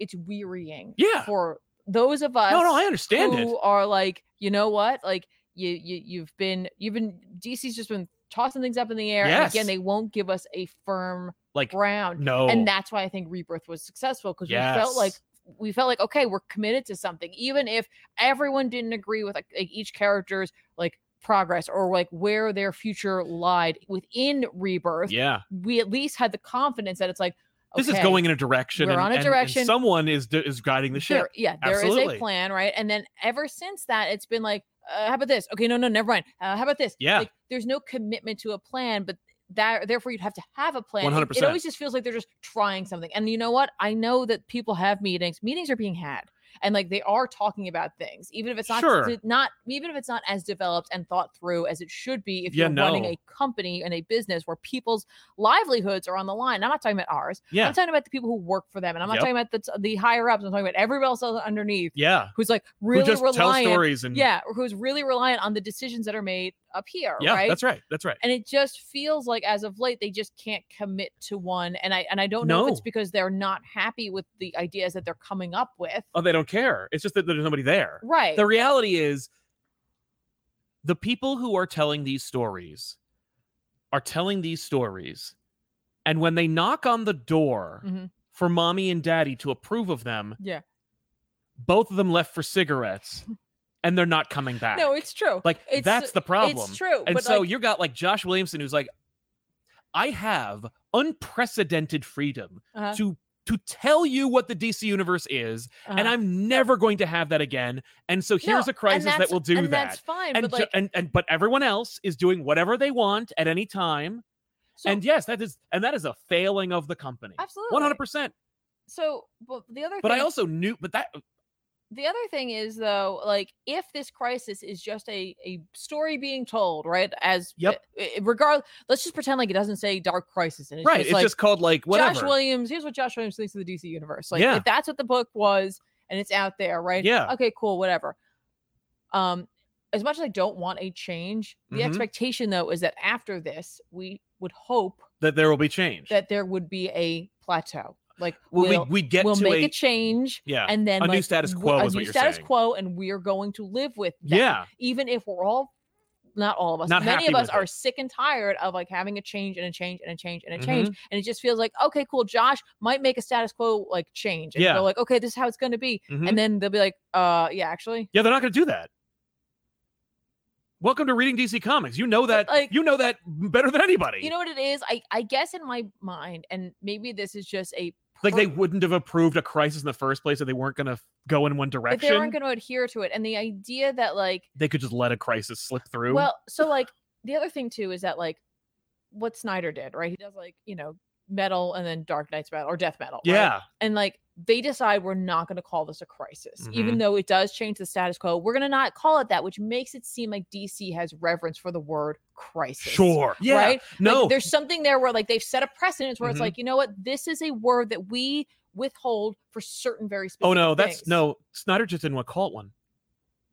S2: it's wearying.
S1: Yeah.
S2: For those of us.
S1: No, no, I understand it.
S2: who are like, you know what? Like you you you've been you've been DC's just been tossing things up in the air. And again,
S1: Yes.
S2: they won't give us a firm
S1: Like
S2: ground.
S1: no,
S2: And that's why I think Rebirth was successful because we felt like
S1: Yes.
S2: we felt like okay, we're committed to something, even if everyone didn't agree with like, like, each character's like progress or like where their future lied within Rebirth.
S1: yeah,
S2: We at least had the confidence that it's like
S1: this
S2: okay,
S1: is going in a direction.
S2: we're
S1: and,
S2: on a
S1: and- and
S2: direction.
S1: someone is d- is guiding the ship.
S2: There, yeah, there is
S1: Absolutely.
S2: a plan, right? And then ever since that, it's been like, uh, how about this? Okay, no, no, never mind. Uh, how about this?
S1: Yeah.
S2: like, there's no commitment to a plan, but that therefore you'd have to have a plan. It- It
S1: 100%.
S2: always just feels like they're just trying something. And you know what? I know that people have meetings. Meetings are being had, and like they are talking about things, even if it's not
S1: Sure.
S2: d- not even if it's not as developed and thought through as it should be. If
S1: Yeah,
S2: you're running
S1: no.
S2: a company and a business where people's livelihoods are on the line, I'm not talking about ours.
S1: Yeah,
S2: I'm talking about the people who work for them, and I'm not
S1: Yep.
S2: talking about the, t- the higher ups. I'm talking about everybody else underneath
S1: yeah.
S2: who's like
S1: Who
S2: really
S1: just
S2: reliant.
S1: tell stories and
S2: Yeah, or who's really reliant on the decisions that are made up here,
S1: yeah.
S2: right?
S1: That's right. That's right.
S2: and it just feels like as of late they just can't commit to one, and I and I don't know if it's
S1: No.
S2: because they're not happy with the ideas that they're coming up with,
S1: Oh, they don't care. It's just that there's nobody there.
S2: right?
S1: The reality is, the people who are telling these stories are telling these stories, and when they knock on the door
S2: Mhm.
S1: for mommy and daddy to approve of them,
S2: Yeah.
S1: both of them left for cigarettes and they're not coming back.
S2: No, it's true.
S1: like
S2: it's-
S1: that's the problem.
S2: It's true.
S1: And
S2: but
S1: so
S2: like,
S1: you got like Josh Williamson, who's like, I have unprecedented freedom
S2: uh-huh,
S1: to to tell you what the DC universe is, and
S2: uh-huh.
S1: I'm never going to have that again. And so here's
S2: No,
S1: a crisis that
S2: and that's-
S1: will do
S2: and
S1: that.
S2: That's fine.
S1: and,
S2: but
S1: ju-
S2: like,
S1: and and but everyone else is doing whatever they want at any time.
S2: so-
S1: and yes, that is and that is a failing of the company.
S2: absolutely,
S1: One hundred percent.
S2: So, but the other
S1: But
S2: thing,
S1: I also knew. But that
S2: the other thing is though, like if this crisis is just a a story being told, right? As eh,
S1: Yep.
S2: regardless, let's just pretend like it doesn't say dark crisis, and it's
S1: right?
S2: Just
S1: it's
S2: like,
S1: just called like whatever.
S2: Josh Williams. Here's what Josh Williams thinks of the DC universe. Like
S1: Yeah.
S2: if that's what the book was, and it's out there, right?
S1: Yeah.
S2: Okay, cool, whatever. Um, as much as I don't want a change, the
S1: Mhm.
S2: expectation though is that after this, we would hope
S1: that there will be change.
S2: that there would be a plateau. Like
S1: Well,
S2: we'll,
S1: we we get
S2: we'll
S1: to
S2: make a,
S1: a,
S2: change,
S1: yeah
S2: and then
S1: a new
S2: like,
S1: status
S2: w-
S1: quo
S2: a
S1: is what
S2: new
S1: you're
S2: status
S1: saying.
S2: quo, and we are going to live with that.
S1: yeah
S2: even if we're all not all of us
S1: Not
S2: many
S1: happy
S2: of us
S1: with
S2: are
S1: it.
S2: sick and tired of like having a change and a change and a change and a change
S1: Mm-hmm.
S2: and it just feels like okay cool josh might make a status quo like change and
S1: Yeah.
S2: they're like okay this is how it's going to be
S1: mhm.
S2: and then they'll be like uh yeah actually
S1: yeah they're not going to do that. Welcome to reading DC Comics. You know that
S2: like-
S1: you know that better than anybody.
S2: you know what it is i i guess in my mind and maybe this is just a
S1: like they
S2: per-
S1: wouldn't have approved a crisis in the first place if they weren't going to go in one
S2: if
S1: direction.
S2: they weren't going to adhere to it and the idea that like
S1: they could just let a crisis slip through.
S2: Well, so like the other thing too is that like what Snyder did, right? He does like, you know, metal and then Dark Knight's metal or death metal. right?
S1: yeah,
S2: And like they decide we're not going to call this a crisis,
S1: Mm-hmm.
S2: even though it does change the status quo. We're going to not call it that, which makes it seem like DC has reverence for the word crisis.
S1: sure. Yeah,
S2: Right? Like,
S1: no,
S2: there's something there where like they've set a precedence where
S1: Mhm.
S2: it's like, you know what? This is a word that we withhold for certain very specific
S1: Oh no, that's
S2: things.
S1: no. Snyder just didn't want to call it one.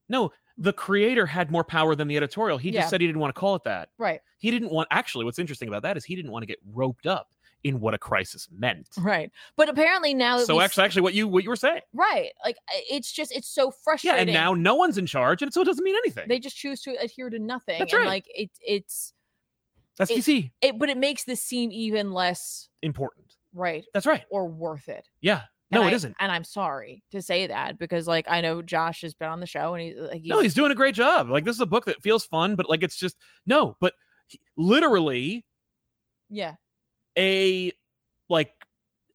S1: No, the creator had more power than the editorial. He
S2: Yeah.
S1: just said he didn't want to call it that.
S2: Right.
S1: He didn't want. Actually, what's interesting about that is he didn't want to get roped up in what a crisis meant.
S2: Right. But apparently now
S1: So
S2: we
S1: actually, actually, what you what you were saying,
S2: right like I- it's just it's so
S1: yeah.
S2: frustrating
S1: And now no one's in charge, and so it doesn't mean anything.
S2: they just choose to adhere to nothing
S1: That's
S2: and
S1: right.
S2: like it it's
S1: That's
S2: it-
S1: DC
S2: it but it makes this seem even less
S1: important.
S2: right
S1: That's right.
S2: or worth it
S1: Yeah. No,
S2: And I-
S1: it isn't.
S2: and i'm sorry to say that because like i know josh has been on the show and he's like he's,
S1: No, he's doing a great job. Like this is a book that feels fun, but like it's just no. But he- literally,
S2: yeah
S1: a like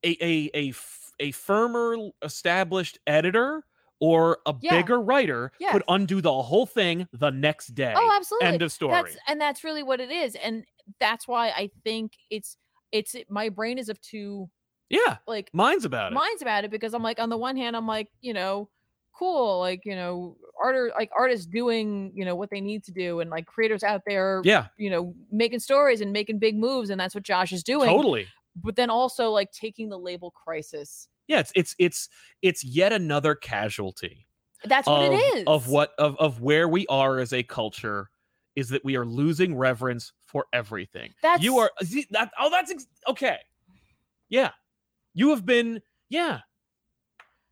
S1: a a a, f- a firmer l- established editor or a
S2: Yeah.
S1: bigger writer
S2: Yes.
S1: could undo the whole thing the next day.
S2: oh absolutely
S1: End of story.
S2: That's and that's really what it is and that's why i think it's it's my brain is of two
S1: yeah,
S2: like
S1: mine's about it.
S2: minds about it because I'm like, on the one hand, I'm like, you know, cool, like you know, art like artists doing you know what they need to do, and like creators out there,
S1: yeah,
S2: you know, making stories and making big moves, and that's what Josh is doing.
S1: totally.
S2: But then also like taking the label crisis.
S1: Yeah, it's it's it's it's yet another casualty
S2: That's
S1: of,
S2: what it is
S1: of what of of where we are as a culture is that we are losing reverence for everything.
S2: That's
S1: you are see, that, oh that's ex- okay yeah you have been yeah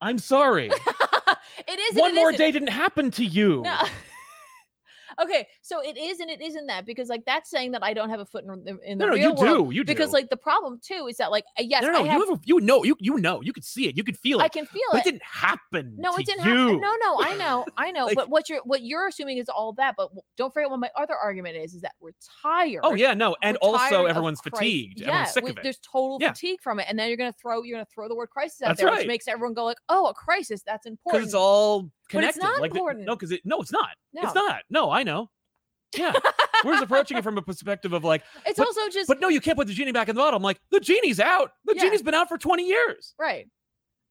S1: i'm sorry
S2: it is. and
S1: one
S2: it
S1: more
S2: isn't.
S1: day didn't happen to you
S2: No. okay, so it is and it isn't that because like that's saying that I don't have a foot in the, in the
S1: no no
S2: real
S1: you
S2: world.
S1: do you do
S2: Because like the problem too is that like uh, yes,
S1: no no
S2: I
S1: no,
S2: have,
S1: you have a, you know you you know you could see it you could feel it
S2: I can feel
S1: but
S2: it.
S1: it didn't happen
S2: No,
S1: to
S2: it didn't
S1: you.
S2: happen. No, no, I know, I know.
S1: Like-
S2: but what you're what you're assuming is all that. But w- don't forget what my other argument is: is that we're tired.
S1: oh yeah no and
S2: We're tired
S1: also
S2: of
S1: everyone's
S2: cri-
S1: fatigued
S2: Yeah,
S1: everyone's sick
S2: we-
S1: of it
S2: there's total
S1: Yeah.
S2: fatigue from it, and then you're gonna throw you're gonna throw the word crisis out
S1: That's
S2: there,
S1: right.
S2: which makes everyone go like, "Oh, a crisis. That's important."
S1: because it's all
S2: But it's
S1: connected
S2: not
S1: like the-
S2: important.
S1: no because it no it's not
S2: no,
S1: it's not no i know yeah we're just approaching it from a perspective of like
S2: It's
S1: but-
S2: also just
S1: but no you can't put the genie back in the bottle i'm like the genie's out the
S2: Yeah.
S1: genie's been out for 20 years
S2: right.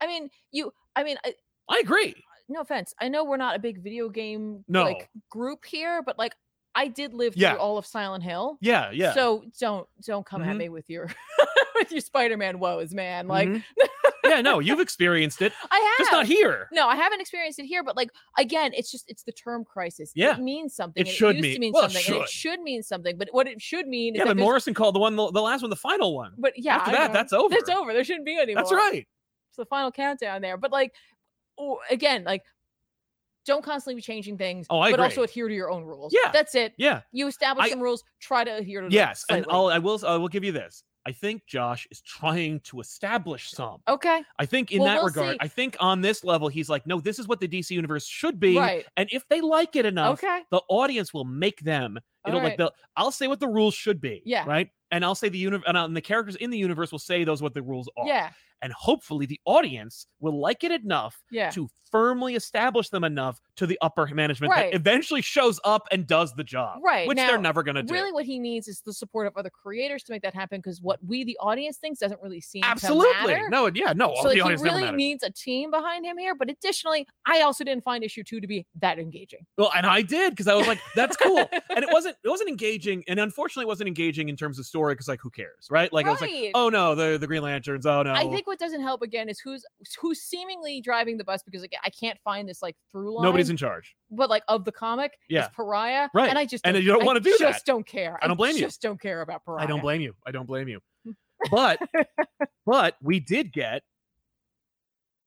S2: I mean, you. I mean, I,
S1: I agree.
S2: no offense. I know we're not a big video game
S1: No.
S2: like group here, but like I did live
S1: Yeah.
S2: through all of Silent Hill.
S1: Yeah,
S2: So don't don't come at
S1: Mhm.
S2: me with your with your Spider-Man woes, man. Like
S1: yeah, no, you've experienced it,
S2: I have
S1: Mm-hmm. just not here.
S2: no, I haven't experienced it here, but like again, it's just it's the term crisis.
S1: Yeah.
S2: it means something. and
S1: should
S2: it used
S1: mean-
S2: to mean
S1: well, it
S2: something, and it should mean something. But what it should mean is
S1: Yeah,
S2: that
S1: but
S2: there's-
S1: Morrison called the one, the, the last one, the final one.
S2: But yeah,
S1: After
S2: I
S1: that,
S2: know.
S1: that's over.
S2: That's over. There shouldn't be any
S1: That's
S2: more.
S1: right.
S2: It's the final countdown there. But like, or, again, like. Don't constantly be changing things,
S1: Oh, I
S2: but
S1: agree.
S2: also adhere to your own rules.
S1: Yeah.
S2: that's it.
S1: Yeah.
S2: You establish
S1: I-
S2: some rules, try to adhere to them
S1: Yes, and
S2: Mm-hmm. slightly.
S1: I'll, I will. I will give you this. I I think Josh is trying to establish some.
S2: Okay.
S1: I think in
S2: Well,
S1: that
S2: we'll
S1: regard,
S2: see.
S1: I think on this level, he's like, no, this is what the DC universe should be,
S2: Right.
S1: and if they like it enough,
S2: Okay.
S1: the audience will make them.
S2: All
S1: It'll
S2: right.
S1: like the. I'll say what the rules should be.
S2: Yeah.
S1: Right. And I'll say the universe, and, uh, and the characters in the universe will say those what the rules are.
S2: Yeah.
S1: And hopefully, the audience will like it enough
S2: Yeah.
S1: to firmly establish them enough to the upper management
S2: Right.
S1: that eventually shows up and does the job.
S2: Right.
S1: Which
S2: Now,
S1: they're never going to do.
S2: Really, what he needs is the support of other creators to make that happen because what we, the audience, thinks doesn't really seem to
S1: Absolutely.
S2: matter.
S1: No. Yeah. No.
S2: so
S1: the
S2: like,
S1: audience
S2: he
S1: never
S2: really
S1: matters.
S2: needs a team behind him here. But additionally, I also didn't find issue two to be that engaging.
S1: Well, and I did because I was like, "That's cool," and it wasn't. It wasn't engaging, and unfortunately, it wasn't engaging in terms of story because, like, who cares, right? Like, I was like,
S2: Right.
S1: "Oh no, the the Green Lanterns." Oh no,
S2: I think what doesn't help again is who's who's seemingly driving the bus because again I can't find this like through line.
S1: nobody's in charge.
S2: but like of the comic
S1: Yeah.
S2: is Pariah,
S1: Right.
S2: And I just
S1: And you don't
S2: I
S1: wanna do that.
S2: Just don't care.
S1: I don't blame
S2: just
S1: you.
S2: Just don't care about Pariah.
S1: I don't blame you. I don't blame you. But but we did get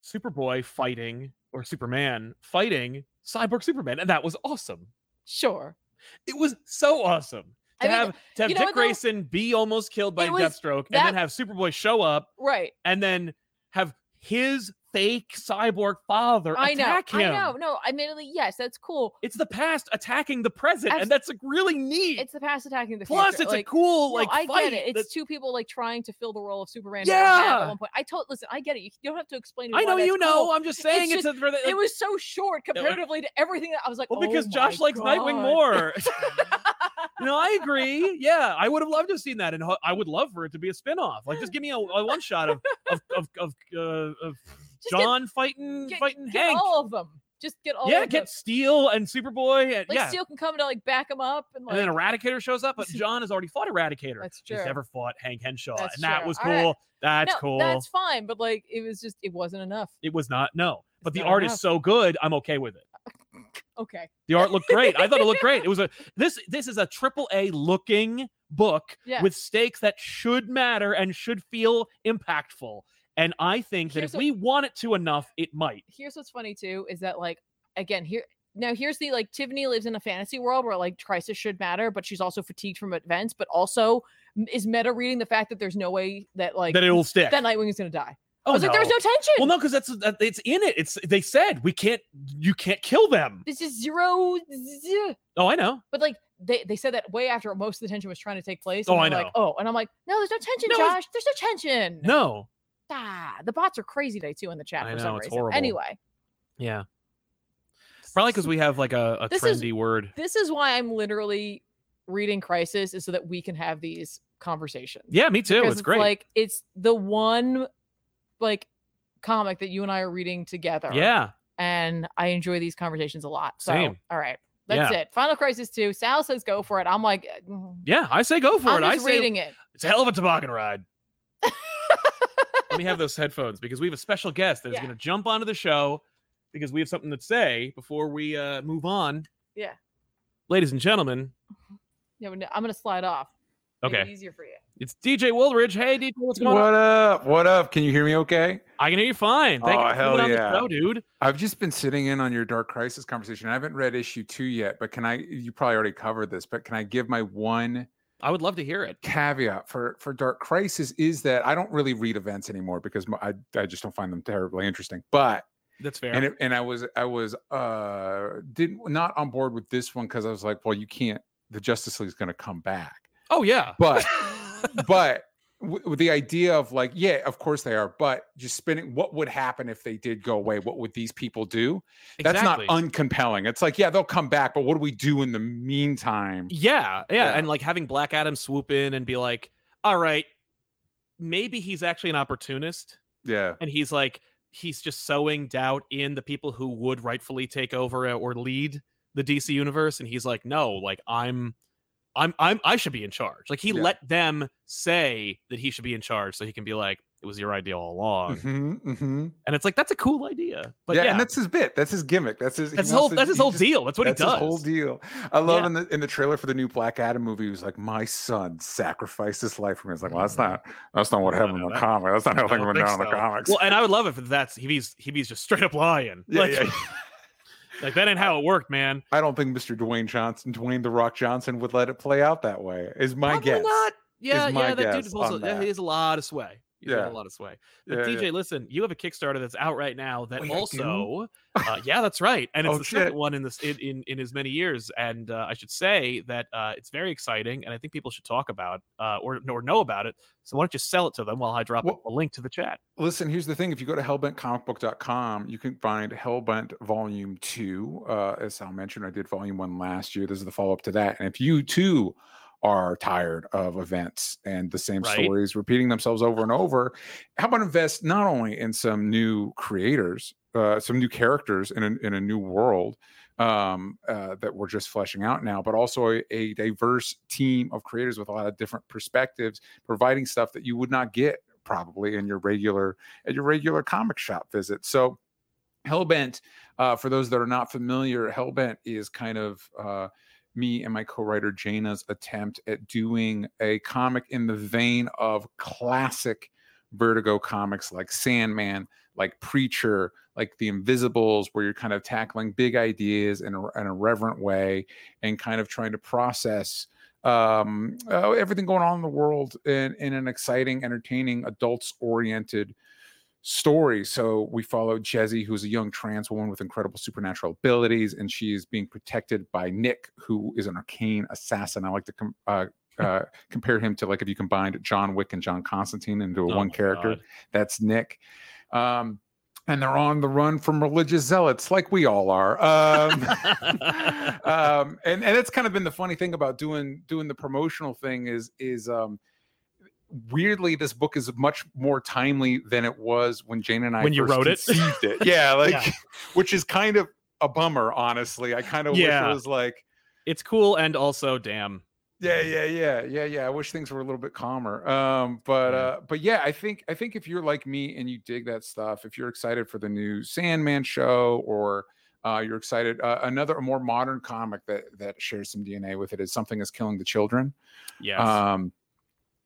S1: Superboy fighting or Superman fighting Cyborg Superman, and that was awesome.
S2: Sure.
S1: It was so awesome
S2: I
S1: to
S2: mean,
S1: have to have
S2: you know
S1: Dick
S2: what, though?
S1: Grayson be almost killed by
S2: It was-
S1: Deathstroke,
S2: that-
S1: and then have Superboy show up
S2: Right.
S1: and then have his fake cyborg father
S2: I know.
S1: attack him.
S2: I know. No, admittedly, yes, that's cool.
S1: It's the past attacking the present,
S2: Abs-
S1: and that's like, really neat.
S2: It's the past attacking the
S1: Plus,
S2: future.
S1: it's
S2: like,
S1: a cool
S2: no,
S1: like
S2: I
S1: fight.
S2: get it. It's
S1: that-
S2: two people like trying to fill the role of Superman. who don't have
S1: Yeah.
S2: At one point, I told. Listen, I get it. You don't have to explain. to me
S1: I
S2: why
S1: know
S2: that's
S1: you know.
S2: cool.
S1: I'm just saying it's, a, for the-
S2: it was so short comparatively to everything that I was like.
S1: well
S2: "Oh
S1: because
S2: my
S1: Josh likes Nightwing
S2: God."
S1: more. no, I agree. Yeah, I would have loved to have seen that, and ho- I would love for it to be a spin-off. Like, just give me a, a one shot of of of of, uh, of
S2: Just get-
S1: John fighting
S2: get,
S1: fighting
S2: get
S1: Hank.
S2: all of them. Just get all.
S1: yeah,
S2: of
S1: get
S2: them.
S1: Steel and Superboy. And,
S2: Like
S1: yeah,
S2: Steel can come to like back him up and like.
S1: and then Eradicator shows up, but John has already fought Eradicator.
S2: That's
S1: He's
S2: true.
S1: never fought Hank Henshaw,
S2: That's
S1: and that
S2: true.
S1: was
S2: All
S1: cool.
S2: right.
S1: That's
S2: no,
S1: cool.
S2: That's fine, but like it was just it wasn't enough.
S1: It was not no, but
S2: It's
S1: the
S2: not
S1: art
S2: enough.
S1: is so good. I'm okay with it.
S2: Okay.
S1: The art looked great. I thought it looked great. It was a this this is a triple A looking book
S2: Yeah.
S1: with stakes that should matter and should feel impactful. And I think that
S2: Here's
S1: if
S2: what-
S1: we want it to enough, it might.
S2: here's what's funny too is that like again here now here's the like Tiffany lives in a fantasy world where like crisis should matter, but she's also fatigued from events, but also m- is meta reading the fact that there's no way that like
S1: that it will stick.
S2: that Nightwing is gonna die.
S1: oh,
S2: I was like, there was no tension.
S1: well, no, because that's that, it's in it. It's they said we can't. You can't kill them.
S2: This is zero. z-
S1: Oh, I know.
S2: But like they, they said that way after most of the tension was trying to take place.
S1: Oh,
S2: and
S1: I
S2: they're Like, oh, and I'm like, no, there's no tension,
S1: No, it's-
S2: Josh. There's no tension.
S1: No.
S2: Ah, the bots are crazy today too in the chat
S1: I
S2: for some
S1: know, it's
S2: reason.
S1: horrible.
S2: Anyway,
S1: Yeah. Probably because we have like a, a
S2: This is-
S1: trendy word.
S2: this is why I'm literally reading Crisis is so that we can have these conversations.
S1: Yeah, me too.
S2: Because
S1: It's great.
S2: Like it's the one like comic that you and I are reading together.
S1: yeah.
S2: And I enjoy these conversations a lot. So
S1: Same.
S2: all right. That's it. Final Crisis 2. Sal says go for it. I'm like mm,
S1: Yeah. I say go for
S2: I'm
S1: it. I
S2: just
S1: say
S2: reading it.
S1: it's a hell of a toboggan ride. Let me have those headphones because we have a special guest that is
S2: Yeah.
S1: going to jump onto the show because we have something to say before we uh, move on.
S2: Yeah.
S1: Ladies and gentlemen,
S2: Yeah, but no, I'm gonna slide off. Make it
S1: okay,
S2: easier for you.
S1: it's DJ Woolridge. Hey, DJ, what's going on?
S3: What up? What up? Can you hear me okay?
S1: I can hear you fine. Thank
S3: Oh,
S1: you for
S3: hell
S1: coming on
S3: yeah.
S1: the show, dude.
S3: I've just been sitting in on your Dark Crisis conversation. I haven't read issue two yet, but can I? You probably already covered this, but can I give my one
S1: I would love to hear it.
S3: caveat for for Dark Crisis is that I don't really read events anymore because my, I I just don't find them terribly interesting. But
S1: That's fair.
S3: and it, and I was I was uh didn't not on board with this one because I was like, well, you can't. The Justice League's going to come back,
S1: oh yeah.
S3: but but w- with the idea of like, yeah, of course they are, but just spinning what would happen if they did go away? What would these people do? That's not
S1: Exactly.
S3: uncompelling. It's like, yeah, they'll come back, but what do we do in the meantime?
S1: Yeah, yeah,
S3: Yeah.
S1: and like having Black Adam swoop in and be like, "All right, maybe he's actually an opportunist,
S3: Yeah.
S1: and he's like, he's just sowing doubt in the people who would rightfully take over uh, or lead the DC universe." And he's like, "No, like I'm, I'm, I'm, I should be in charge." Like he
S3: Yeah.
S1: let them say that he should be in charge, so he can be like, "It was your idea all along,"
S3: Mhm, mhm.
S1: and it's like that's a cool idea, but
S3: yeah,
S1: yeah,
S3: and
S1: that's,
S3: that's his bit. That's his gimmick. That's his. he
S1: his whole,
S3: wants to-
S1: that's his
S3: he
S1: whole
S3: just-
S1: deal. That's what
S3: that's
S1: he does.
S3: his whole deal. I love
S1: Yeah.
S3: in the in the trailer for the new Black Adam movie. He was like, "My son sacrificed his life for me." It's like, well, that's not that's not what
S1: No,
S3: happened
S1: no,
S3: in
S1: Mm-hmm.
S3: the
S1: that-
S3: comic. That's not how
S1: I
S3: things
S1: don't
S3: went
S1: think
S3: down in the
S1: so.
S3: comics.
S1: Well, and I would love it if that's if he's if he's just straight up lying.
S3: yeah,
S1: like,
S3: yeah.
S1: like that ain't how it worked, man.
S3: I don't think Mr. Dwayne Johnson, Dwayne the Rock Johnson, would let it play out that way. Is my
S1: Probably
S3: guess.
S1: not. Yeah,
S3: my
S1: yeah, that
S3: guess
S1: dude pulls a,
S3: on
S1: yeah,
S3: that.
S1: he has a lot of sway. He's got
S3: Yeah.
S1: a lot of sway. But
S3: Yeah,
S1: DJ,
S3: yeah.
S1: listen, you have a Kickstarter that's out right now that
S3: Wait, Oh, I do?
S1: also, uh, yeah, that's right, and it's
S3: Oh,
S1: the second
S3: shit.
S1: one in this in, in in as many years. And uh, I should say that uh, it's very exciting, and I think people should talk about uh, or or know about it. So why don't you sell it to them while I drop
S3: Well-
S1: a link to the chat?
S3: Listen, here's the thing. If you go to hellbentcomicbook.com, you can find Hellbent Volume 2. Uh, as Al mentioned, I did Volume 1 last year. This is the follow up to that. And if you too are tired of events and the same
S1: Right.
S3: stories repeating themselves over and over, how about invest not only in some new creators, uh, some new characters in a, in a new world um, uh, that we're just fleshing out now, but also a, a diverse team of creators with a lot of different perspectives, providing stuff that you would not get probably in your regular at your regular comic shop visit. So Hellbent, uh, for those that are not familiar, Hellbent is kind of uh, me and my co-writer Jana's attempt at doing a comic in the vein of classic Vertigo comics like Sandman, like Preacher, like The Invisibles, where you're kind of tackling big ideas in a, in a reverent way and kind of trying to process um, uh, everything going on in the world in, in an exciting, entertaining, adults oriented story. So we follow Jezzy, who's a young trans woman with incredible supernatural abilities, and she is being protected by Nick, who is an arcane assassin. I like to com- uh, uh, compare him to like if you combined John Wick and John Constantine into
S1: Oh
S3: one
S1: my
S3: character.
S1: God.
S3: That's Nick. Um, and they're on the run from religious zealots, like we all are. Um, um, and and that's kind of been the funny thing about doing doing the promotional thing is is um, weirdly this book is much more timely than it was when Jane and I
S1: When you
S3: first
S1: wrote it.
S3: conceived it. Yeah, like
S1: Yeah.
S3: which is kind of a bummer, honestly. I kind of wish
S1: Yeah.
S3: it was like
S1: It's cool, and also, damn,
S3: yeah, yeah, yeah, yeah, yeah. I wish things were a little bit calmer. Um, but
S1: Yeah.
S3: uh, but yeah, I think I think if you're like me and you dig that stuff, if you're excited for the new Sandman show or uh, you're excited, uh, another a more modern comic that that shares some DNA with it is something is killing the children.
S1: yes,
S3: Um,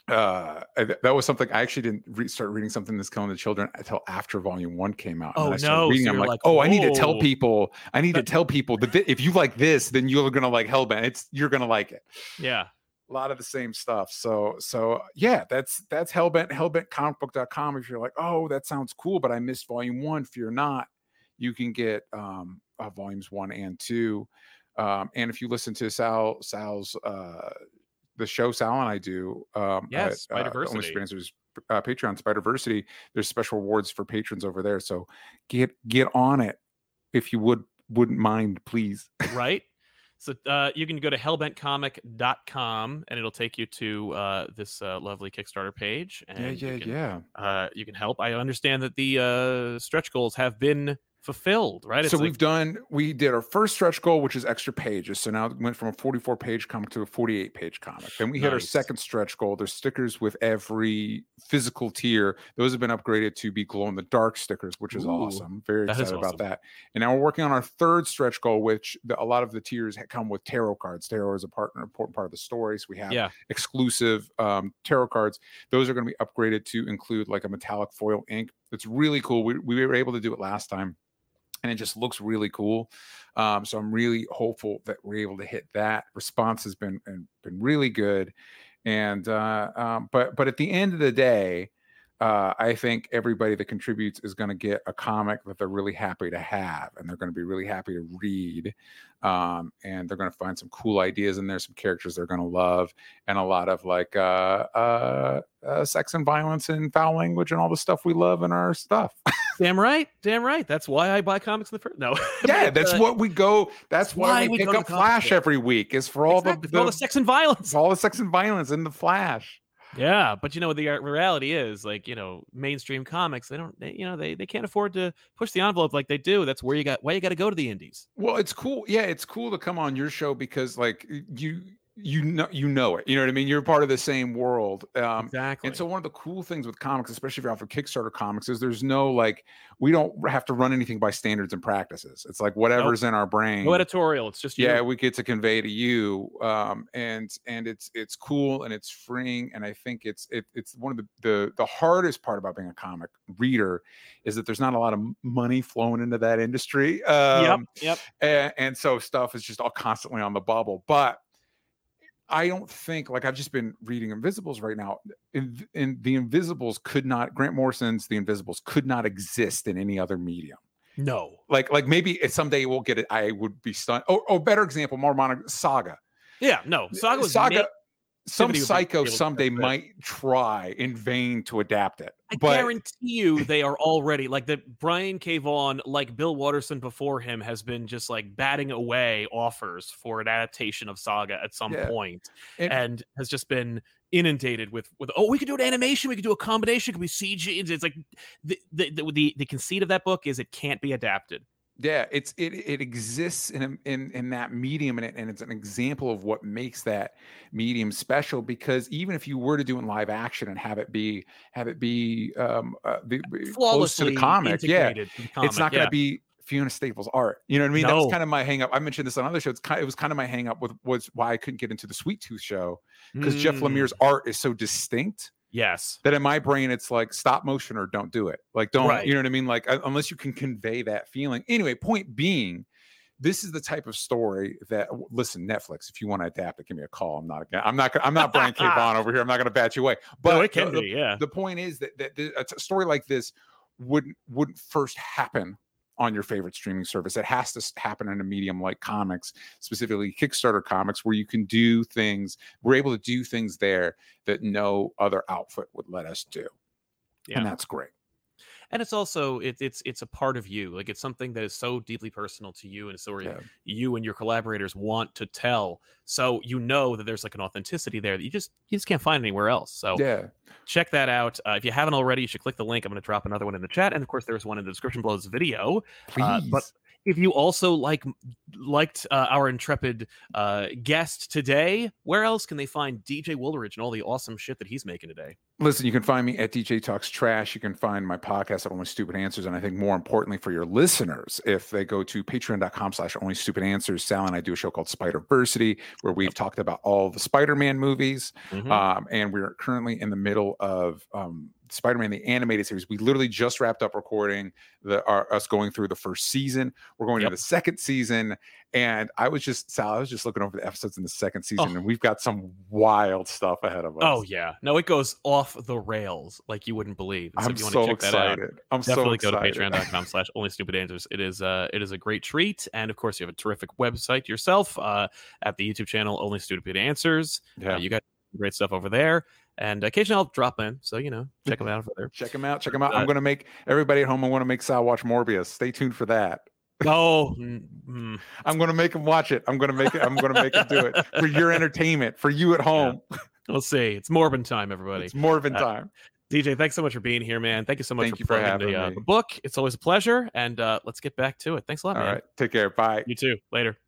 S3: uh, I- th- that was something I actually didn't re- start reading something that's killing the children until after Volume One came out.
S1: Oh,
S3: and then I started
S1: no, so
S3: Reading, I'm
S1: you're
S3: like,
S1: like,
S3: oh, I need to tell
S1: whoa.
S3: people, I need to
S1: That-
S3: tell people that thi- if you like this, then you're gonna like Hellbent. It's you're gonna like it
S1: yeah.
S3: a lot of the same stuff. So so yeah, that's that's hellbent hellbentcomicbook.com if you're like, "Oh, that sounds cool, but I missed volume 1." Fear not. You can get um uh, volumes 1 and 2. Um and if you listen to Sal Sal's uh the show Sal and I do um
S1: Yes,
S3: at, uh, The Only
S1: Spiderversity.
S3: Spearancers, uh, Patreon Spiderversity, there's special awards for patrons over there. So get get on it if you would wouldn't mind, please.
S1: right? So uh, you can go to hellbentcomic.com and it'll take you to uh, this uh, lovely Kickstarter page. And you can,
S3: yeah.
S1: Uh, you can help. I understand that the uh, stretch goals have been fulfilled, right?
S3: So
S1: like-
S3: we've done. We did our first stretch goal, which is extra pages. So now it went from a 44 page comic to a 48 page comic. Then we hit our
S1: Nice.
S3: second stretch goal. There's stickers with every physical tier. Those have been upgraded to be glow in the dark stickers, which is
S1: Ooh,
S3: awesome. Very
S1: that is
S3: excited
S1: awesome.
S3: about that. And now we're working on our third stretch goal, which the, a lot of the tiers ha- come with tarot cards. Tarot is a partner important part of the story. So we have
S1: Yeah.
S3: exclusive um, tarot cards. Those are going to be upgraded to include like a metallic foil ink. It's really cool. We, we were able to do it last time and it just looks really cool. Um, so I'm really hopeful that we're able to hit that. Response has been been been really good, and uh, um, but but at the end of the day, uh, I think everybody that contributes is going to get a comic that they're really happy to have, and they're going to be really happy to read, um, and they're going to find some cool ideas in there, some characters they're going to love, and a lot of like uh, uh, uh, sex and violence and foul language and all the stuff we love in our stuff.
S1: damn right, damn right. That's why I buy comics in the first. No,
S3: Yeah,
S1: But,
S3: that's
S1: uh,
S3: what we go. That's why, we,
S1: go
S3: pick
S1: to
S3: up
S1: comic
S3: Flash
S1: book.
S3: every week. Is for all
S1: exactly,
S3: the,
S1: for all the sex and violence.
S3: it's all the sex and violence in the Flash.
S1: Yeah, but you know the uh, reality is like you know mainstream comics they don't they, you know they they can't afford to push the envelope like they do. That's where you got why you got to go to the indies.
S3: Well, it's cool. Yeah, it's cool to come on your show because like y- you you know you know it. You know what I mean. You're part of the same world. Um,
S1: exactly.
S3: And so one of the cool things with comics, especially if you're off of Kickstarter comics, is there's no like we don't have to run anything by standards and practices. It's like whatever's in our brain.
S1: no editorial. It's just you.
S3: yeah we get to convey to you um and and it's it's cool and it's freeing and i think it's it, it's one of the, the the hardest part about being a comic reader is that there's not a lot of m- money flowing into that industry um
S1: yep. Yep.
S3: a- and, so stuff is just all constantly on the bubble but I don't think like I've just been reading Invisibles right now. In, in the Invisibles could not Grant Morrison's The Invisibles could not exist in any other medium.
S1: No.
S3: Like like maybe it, someday we'll get it. I would be stunned. Oh, oh better example, more mono Saga.
S1: Yeah, no. Saga was
S3: Saga.
S1: made-
S3: some
S1: Timothy would be
S3: psycho
S1: able to
S3: someday
S1: do that.
S3: might try in vain to adapt it.
S1: I
S3: but
S1: guarantee you they are already like that Brian K. Vaughan, like Bill Watterson before him, has been just like batting away offers for an adaptation of Saga at some
S3: Yeah.
S1: point
S3: And-
S1: and, has just been inundated with with oh we could do an animation we could do a combination it could be CG it's, it's like the the, the the the conceit of that book is it can't be adapted
S3: yeah, it's it it exists in a- in in that medium, and, it, and it's an example of what makes that medium special. Because even if you were to do it in live action and have it be have it be um uh, the, close to
S1: flawlessly
S3: the comic, yeah,
S1: integrated to the
S3: it's
S1: comic,
S3: not
S1: yeah.
S3: going to be Fiona Staples art. You know what I mean? That was
S1: No.
S3: kind of my hang up. I mentioned this on other shows. It's kind- It was kind of my hang up with was why I couldn't get into the Sweet Tooth show because Jeff
S1: Mm,
S3: Lemire's art is so distinct
S1: yes
S3: that in my brain it's like stop motion or don't do it like don't
S1: Right.
S3: you know what i mean like un- unless you can convey that feeling anyway point being this is the type of story that w- listen netflix if you want to adapt it give me a call i'm not i'm not gonna- i'm not brian k Vaughan over here i'm not going to bat you away but
S1: no, it can
S3: the, the-
S1: be yeah
S3: the point is that, that the, a t- story like this wouldn't wouldn't first happen on your favorite streaming service it has to s- happen in a medium like comics specifically kickstarter comics where you can do things we're able to do things there that no other outfit would let us do
S1: yeah.
S3: and that's great
S1: and it's also it, it's it's a part of you like it's something that is so deeply personal to you and a story
S3: Yeah.
S1: you and your collaborators want to tell so you know that there's like an authenticity there that you just you just can't find anywhere else so
S3: yeah
S1: check that out uh, if you haven't already you should click the link i'm going to drop another one in the chat and of course there's one in the description below this video Uh, but
S3: please.
S1: if you also like liked uh, our intrepid uh, guest today where else can they find dj woolridge and all the awesome shit that he's making today
S3: Listen, you can find me at DJ Talks Trash. You can find my podcast at Only Stupid Answers. And I think more importantly for your listeners, if they go to patreon.com slash only stupid answers, Sal and I do a show called Spider Versity, where we've talked about all the Spider-Man movies.
S1: Mhm.
S3: Um, and we're currently in the middle of um, Spider-Man the animated series. We literally just wrapped up recording the our, us going through the first season. We're going
S1: Yep.
S3: to the second season, and I was just Sal. I was just looking over the episodes in the second season,
S1: Oh.
S3: and we've got some wild stuff ahead of us.
S1: Oh yeah, no, it goes off the rails like you wouldn't believe. And so
S3: I'm
S1: if you
S3: so
S1: want to check that out,
S3: excited. I'm so
S1: definitely go
S3: excited.
S1: to patreon.com slash only stupid answers. It is uh it is a great treat. And of course you have a terrific website yourself uh at the YouTube channel Only Stupid Answers. Uh,
S3: Yeah.
S1: you got great stuff over there. And occasionally I'll drop in. So you know, check
S3: Mm-hmm.
S1: them out over there.
S3: Check them out. Check them out.
S1: Uh,
S3: I'm going to make everybody at home. I want to make Sal watch Morbius. Stay tuned for that.
S1: Oh mm, mm.
S3: I'm going to make him watch it. I'm going to make it. I'm going to make him do it for your entertainment, for you at home.
S1: we'll see. It's Morbin time, everybody.
S3: It's Morbin
S1: Uh,
S3: time.
S1: DJ, thanks so much for being here, man. Thank you so much
S3: Thank
S1: for
S3: you for
S1: plugging the,
S3: having
S1: uh,
S3: me.
S1: the book. It's always a pleasure. And uh let's get back to it. Thanks a
S3: All
S1: lot, man.
S3: right. Take care. Bye.
S1: You too. Later.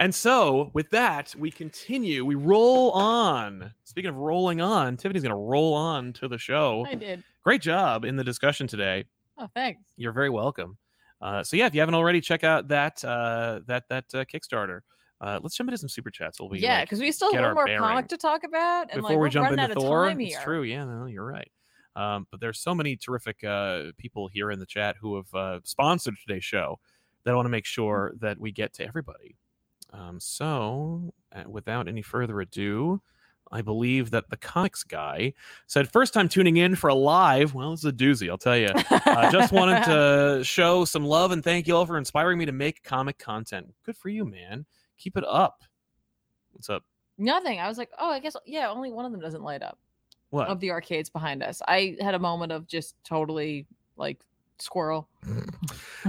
S1: And so, with that, we continue. We roll on. Speaking of rolling on, Tiffany's going to roll on to the show.
S2: I did.
S1: Great job in the discussion today.
S2: Oh, thanks.
S1: You're very welcome. Uh, so yeah, if you haven't already, check out that uh, that that uh, Kickstarter. Uh, let's jump into some super chats. uh, We'll be
S2: yeah,
S1: like,
S2: because we still
S1: get
S2: have
S1: our
S2: one more
S1: bearing.
S2: comic to talk about,
S1: before
S2: and like
S1: we
S2: we're
S1: jump
S2: running
S1: into
S2: out of
S1: Thor.
S2: time
S1: It's
S2: here.
S1: true. Yeah, no, you're right. Um, but there's so many terrific uh, people here in the chat who have uh, sponsored today's show that I want to make
S2: Mm-hmm.
S1: sure that we get to everybody. Um, so, uh, without any further ado, I believe that the comics guy said, first time tuning in for a live. Well, this is a doozy, I'll tell you. Uh, just wanted to show some love and thank you all for inspiring me to make comic content. Good for you, man. Keep it up. What's up?
S2: nothing. I was like, oh, I guess yeah. Only one of them doesn't light up
S1: What?
S2: of the arcades behind us. I had a moment of just totally like squirrel.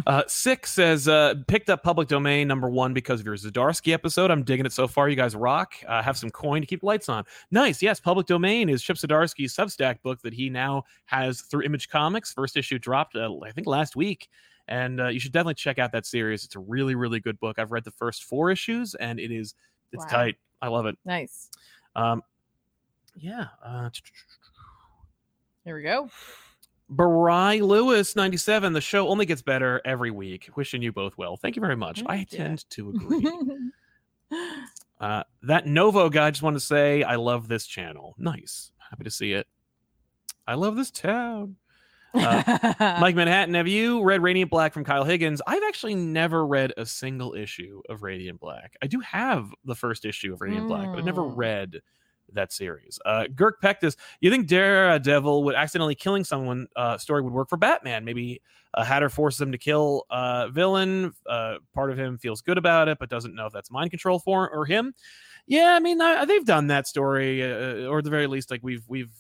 S1: Uh, six says, uh, picked up public domain number one because of your Zadarsky episode. I'm digging it so far. You guys rock. Uh, have some coin to keep the lights on. Nice. Yes, public domain is Chip Zdarsky's Substack book that he now has through Image Comics. First issue dropped, uh, I think, last week. And uh, you should definitely check out that series. It's a really, really good book. I've read the first four issues, and it is it's
S2: Wow.
S1: tight. I love it.
S2: Nice.
S1: Um, yeah. Uh,
S2: Here we go.
S1: Bry Lewis 97. The show only gets better every week. Wishing you both well. Thank you very much. I
S2: Thank you.
S1: tend to agree. uh, that Novo guy just want to say, I love this channel. Nice. Happy to see it. I love this town. Uh, Mike Manhattan, have you read Radiant Black from Kyle Higgins? I've actually never read a single issue of Radiant Black. I do have the first issue of Radiant Black, but I've never
S2: Mm.
S1: read that series. Uh, Girk Pectus, you think Daredevil would accidentally killing someone uh, story would work for Batman? Maybe uh, Hatter forces him to kill uh, villain. Uh, part of him feels good about it, but doesn't know if that's mind control for or him. Yeah, I mean I, they've done that story, uh, or at the very least, like we've we've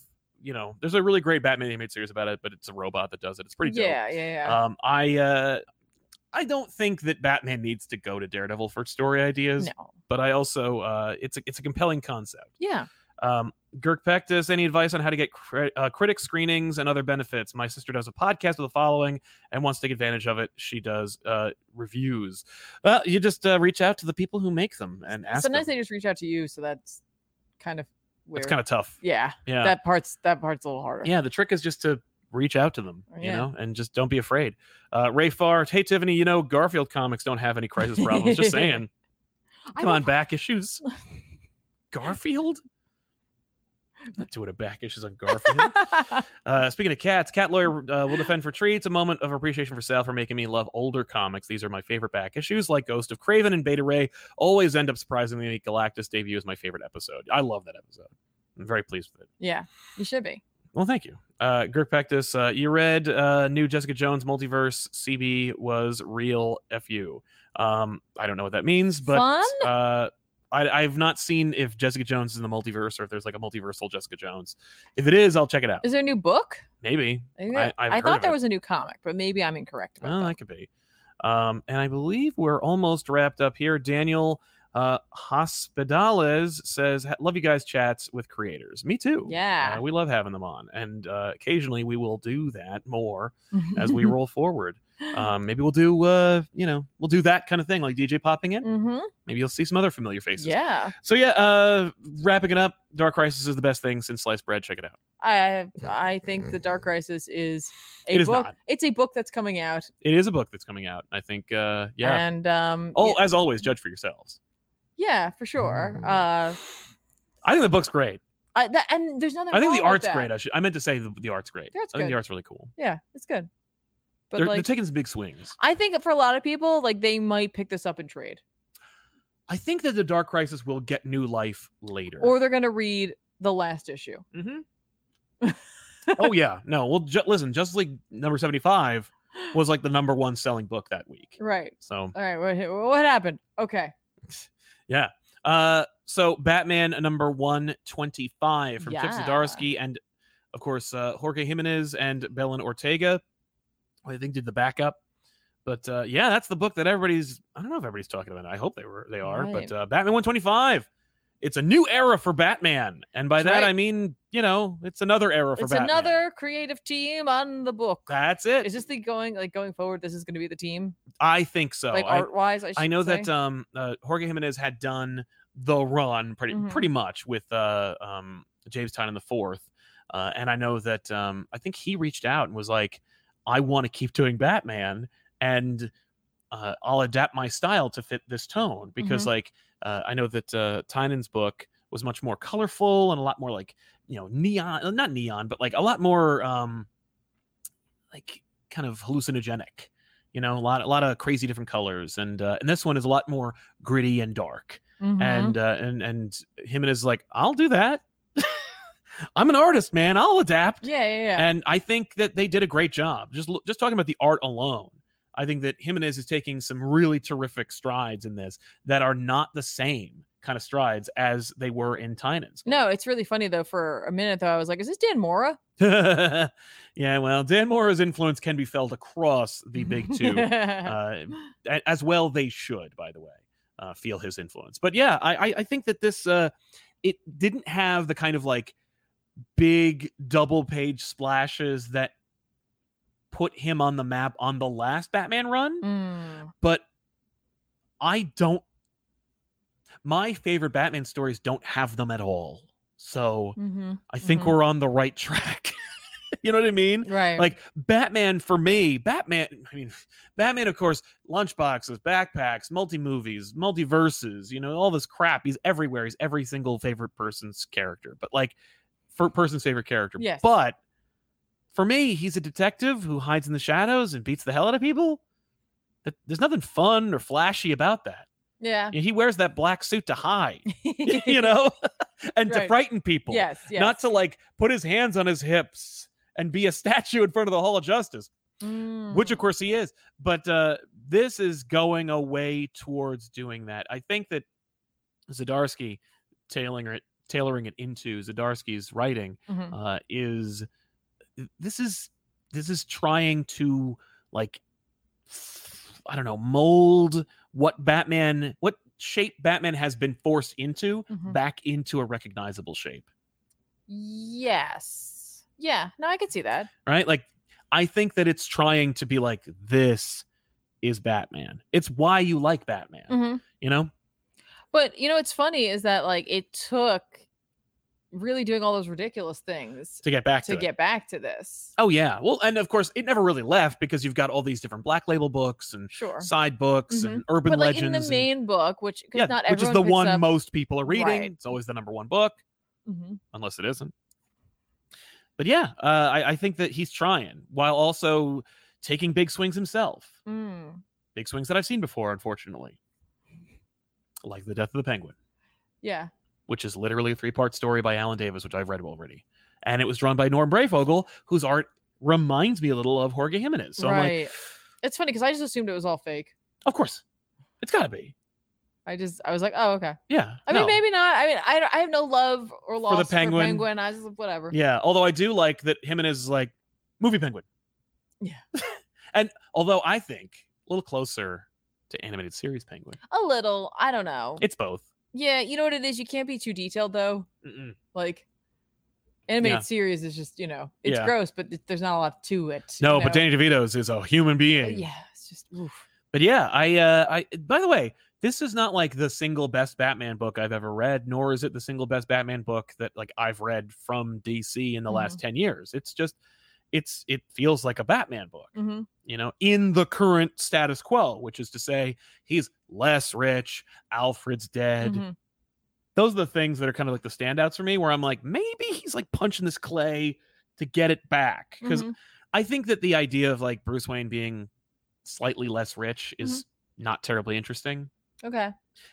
S1: you know, there's a really great Batman animated series about it, but it's a robot that does it. It's pretty dope.
S2: yeah, yeah, yeah.
S1: Um, I uh, I don't think that Batman needs to go to Daredevil for story ideas,
S2: no.
S1: but I also uh, it's a, it's a compelling concept.
S2: Yeah.
S1: Um, Girk Pectus, any advice on how to get cri- uh, critic screenings and other benefits? My sister does a podcast with a following and wants to take advantage of it. She does uh, reviews. Well, you just uh, reach out to the people who make them and ask.
S2: Sometimes
S1: them.
S2: they just reach out to you, so that's kind of weird.
S1: it's kind of tough.
S2: yeah,
S1: Yeah,
S2: That part's that part's a little harder.
S1: yeah the trick is just to reach out to them you
S2: Yeah.
S1: know and just don't be afraid uh ray farr hey tiffany you know garfield comics don't have any crisis problems just saying
S2: I
S1: come on
S2: don't-
S1: back issues garfield I'm not doing a back issues on garfield uh speaking of cats cat lawyer uh, will defend for treats a moment of appreciation for sal for making me love older comics these are my favorite back issues like ghost of craven and beta ray always end up surprisingly me. galactus debut is my favorite episode i love that episode i'm very pleased with it
S2: yeah, you should be.
S1: well, thank you. Uh, Girk Pectus, uh, you read uh, new Jessica Jones multiverse. CB was real. Fu. Um, I don't know what that means, but
S2: Fun?
S1: uh, I, I've not seen if Jessica Jones is in the multiverse or if there's like a multiversal Jessica Jones. If it is, I'll check it out.
S2: Is there a new book?
S1: Maybe.
S2: I, think
S1: I-
S2: that-
S1: I've
S2: I
S1: heard of
S2: thought there
S1: it.
S2: was a new comic, but maybe I'm incorrect about
S1: Well,
S2: that.
S1: that could be. Um, and I believe we're almost wrapped up here. Daniel uh, Hospidales says, "Love you guys, chats with creators. Me too.
S2: Yeah.
S1: Uh, we love having them on, and uh, occasionally we will do that more."
S2: Mm-hmm.
S1: as we roll forward. Um, maybe we'll do, uh, you know, we'll do that kind of thing, like DJ popping in.
S2: hmm
S1: Maybe you'll see some other familiar faces.
S2: Yeah,
S1: So yeah, uh, wrapping it up. Dark Crisis is the best thing since sliced bread. Check it out.
S2: I I think the Dark Crisis is a
S1: It is
S2: book.
S1: not.
S2: It's a book that's coming out,
S1: It is a book that's coming out. I think. Uh, yeah.
S2: and um,
S1: oh, Mm-hmm.
S2: y-
S1: as always, judge for yourselves.
S2: yeah, for sure. Uh,
S1: I think the book's great.
S2: I, that, and there's nothing.
S1: I think
S2: wrong
S1: the
S2: with
S1: art's
S2: that.
S1: great. I should. I meant to say the, the art's great.
S2: The art's
S1: I think the
S2: good.
S1: art's really cool.
S2: Yeah, it's good. But
S1: They're, they're
S2: like,
S1: taking some big swings.
S2: I think for a lot of people, like they might pick this up and trade,
S1: I think that the Dark Crisis will get new life later.
S2: or they're gonna read the last issue.
S1: Mhm. oh yeah, no. Well, ju- listen, Justice League number seventy-five was like the number one selling book that week.
S2: Right.
S1: So
S2: All right. What, what happened? Okay.
S1: uh so Batman number 125 from Chip
S2: Yeah.
S1: Zdarsky and of course uh Jorge Jimenez and Belen Ortega. who I think did the backup. But uh yeah, that's the book that everybody's I don't know if everybody's talking about. it. I hope they were they are,
S2: Right.
S1: but uh Batman 125. It's a new era for Batman. And by
S2: That's
S1: that
S2: right.
S1: I mean, you know, it's another era for
S2: it's
S1: Batman.
S2: another creative team on the book.
S1: That's it.
S2: Is this the going like going forward? This is going to be the team,
S1: I think so.
S2: like
S1: I-
S2: art wise. I,
S1: I
S2: should
S1: know
S2: say.
S1: that um uh, Jorge Jimenez had done the run pretty
S2: Mhm.
S1: pretty much with uh um Jamestown in the fourth. Uh, and I know that um I think he reached out and was like, I want to keep doing Batman and uh, I'll adapt my style to fit this tone because
S2: Mhm.
S1: like uh, I know that uh Tynan's book was much more colorful and a lot more like you know neon uh, not neon but like a lot more um like kind of hallucinogenic you know a lot a lot of crazy different colors and uh, and this one is a lot more gritty and dark
S2: Mhm.
S1: and uh, and and him and is like i'll do that i'm an artist man i'll adapt
S2: yeah, yeah, yeah.
S1: and i think that they did a great job just lo- just talking about the art alone i think that jimenez is taking some really terrific strides in this that are not the same kind of strides as they were in Tynan's.
S2: no, it's really funny though. For a minute though, I was like, "Is this Dan Mora?"
S1: yeah well dan mora's influence can be felt across the big two
S2: Oh.
S1: uh, a- as well they should by the way uh, feel his influence but yeah I, I i think that this uh it didn't have the kind of like big double page splashes that put him on the map on the last batman run
S2: Mm.
S1: but i don't my favorite batman stories don't have them at all so
S2: Mhm.
S1: i think
S2: Mhm.
S1: we're on the right track you know what i mean
S2: Right.
S1: like Batman for me, Batman. I mean, Batman, of course, lunchboxes, backpacks, multi movies, multiverses. You know, all this crap. He's everywhere. He's every single favorite person's character. But like, for person's favorite character.
S2: Yes.
S1: But for me, he's a detective who hides in the shadows and beats the hell out of people. Th- There's nothing fun or flashy about that.
S2: Yeah.
S1: He wears that black suit to hide, you know, and to
S2: Right.
S1: frighten people,
S2: Yes. Yes.
S1: not to like put his hands on his hips and be a statue in front of the Hall of Justice which of
S2: Mm.
S1: course he is. But uh, this is going away towards doing that. I think that Zadarsky tailoring it, tailoring it into Zadarsky's writing
S2: Mhm.
S1: uh, is this is this is trying to like I don't know mold what Batman what shape Batman has been forced into
S2: Mhm.
S1: back into a recognizable shape.
S2: Yes. Yeah. No, I could see that.
S1: right? Like, I think that it's trying to be like, this is Batman. It's why you like Batman,
S2: hmm
S1: you know?
S2: But you know, what's funny is that like it took really doing all those ridiculous things
S1: To get back to,
S2: to
S1: it.
S2: get back to this.
S1: Oh, yeah. Well, and of course, it never really left because you've got all these different black label books and
S2: Sure. Mm-hmm.
S1: side books and urban
S2: but like
S1: legends.
S2: in the
S1: and-
S2: main book, which 'cause
S1: yeah,
S2: not
S1: which is
S2: everyone
S1: the
S2: picks
S1: one
S2: up-
S1: most people are reading.
S2: Right.
S1: It's always the number one book,
S2: Mhm.
S1: unless it isn't. But yeah, uh, I, I think that he's trying while also taking big swings himself.
S2: Mm.
S1: Big swings that I've seen before, unfortunately, like the death of the penguin.
S2: Yeah.
S1: which is literally a three part story by Alan Davis, which I've read already. And it was drawn by Norm Brayfogle, whose art reminds me a little of Jorge Jimenez. So I'm like,
S2: Right. It's funny because I just assumed it was all fake.
S1: of course, it's got to be.
S2: I just I was like, oh okay.
S1: Yeah.
S2: I mean,
S1: no.
S2: maybe not. I mean, I, don't- I have no love or loss for the penguin.
S1: penguin.
S2: I just whatever.
S1: Yeah. Although I do like that Jimenez is like movie penguin.
S2: Yeah.
S1: and although I think a little closer to animated series penguin,
S2: A little. I don't know.
S1: it's both.
S2: yeah, you know what it is. You can't be too detailed though.
S1: Mm-mm.
S2: Like animated
S1: Yeah.
S2: series is just you know it's
S1: Yeah.
S2: gross, but th- there's not a lot to it. you
S1: No, but
S2: know?
S1: Danny DeVito's is a human
S2: Uh,
S1: being.
S2: yeah, it's just oof.
S1: But yeah, I uh I by the way, this is not like the single best Batman book I've ever read, nor is it the single best Batman book that like I've read from DC in the last 10 years. It's just it's it feels like a Batman book,
S2: Mhm.
S1: you know, in the current status quo, which is to say he's less rich, Alfred's dead.
S2: Mhm.
S1: Those are the things that are kind of like the standouts for me where I'm like maybe he's like punching this clay to get it back because
S2: Mhm.
S1: I think that the idea of like Bruce Wayne being slightly less rich is not terribly interesting.
S2: okay,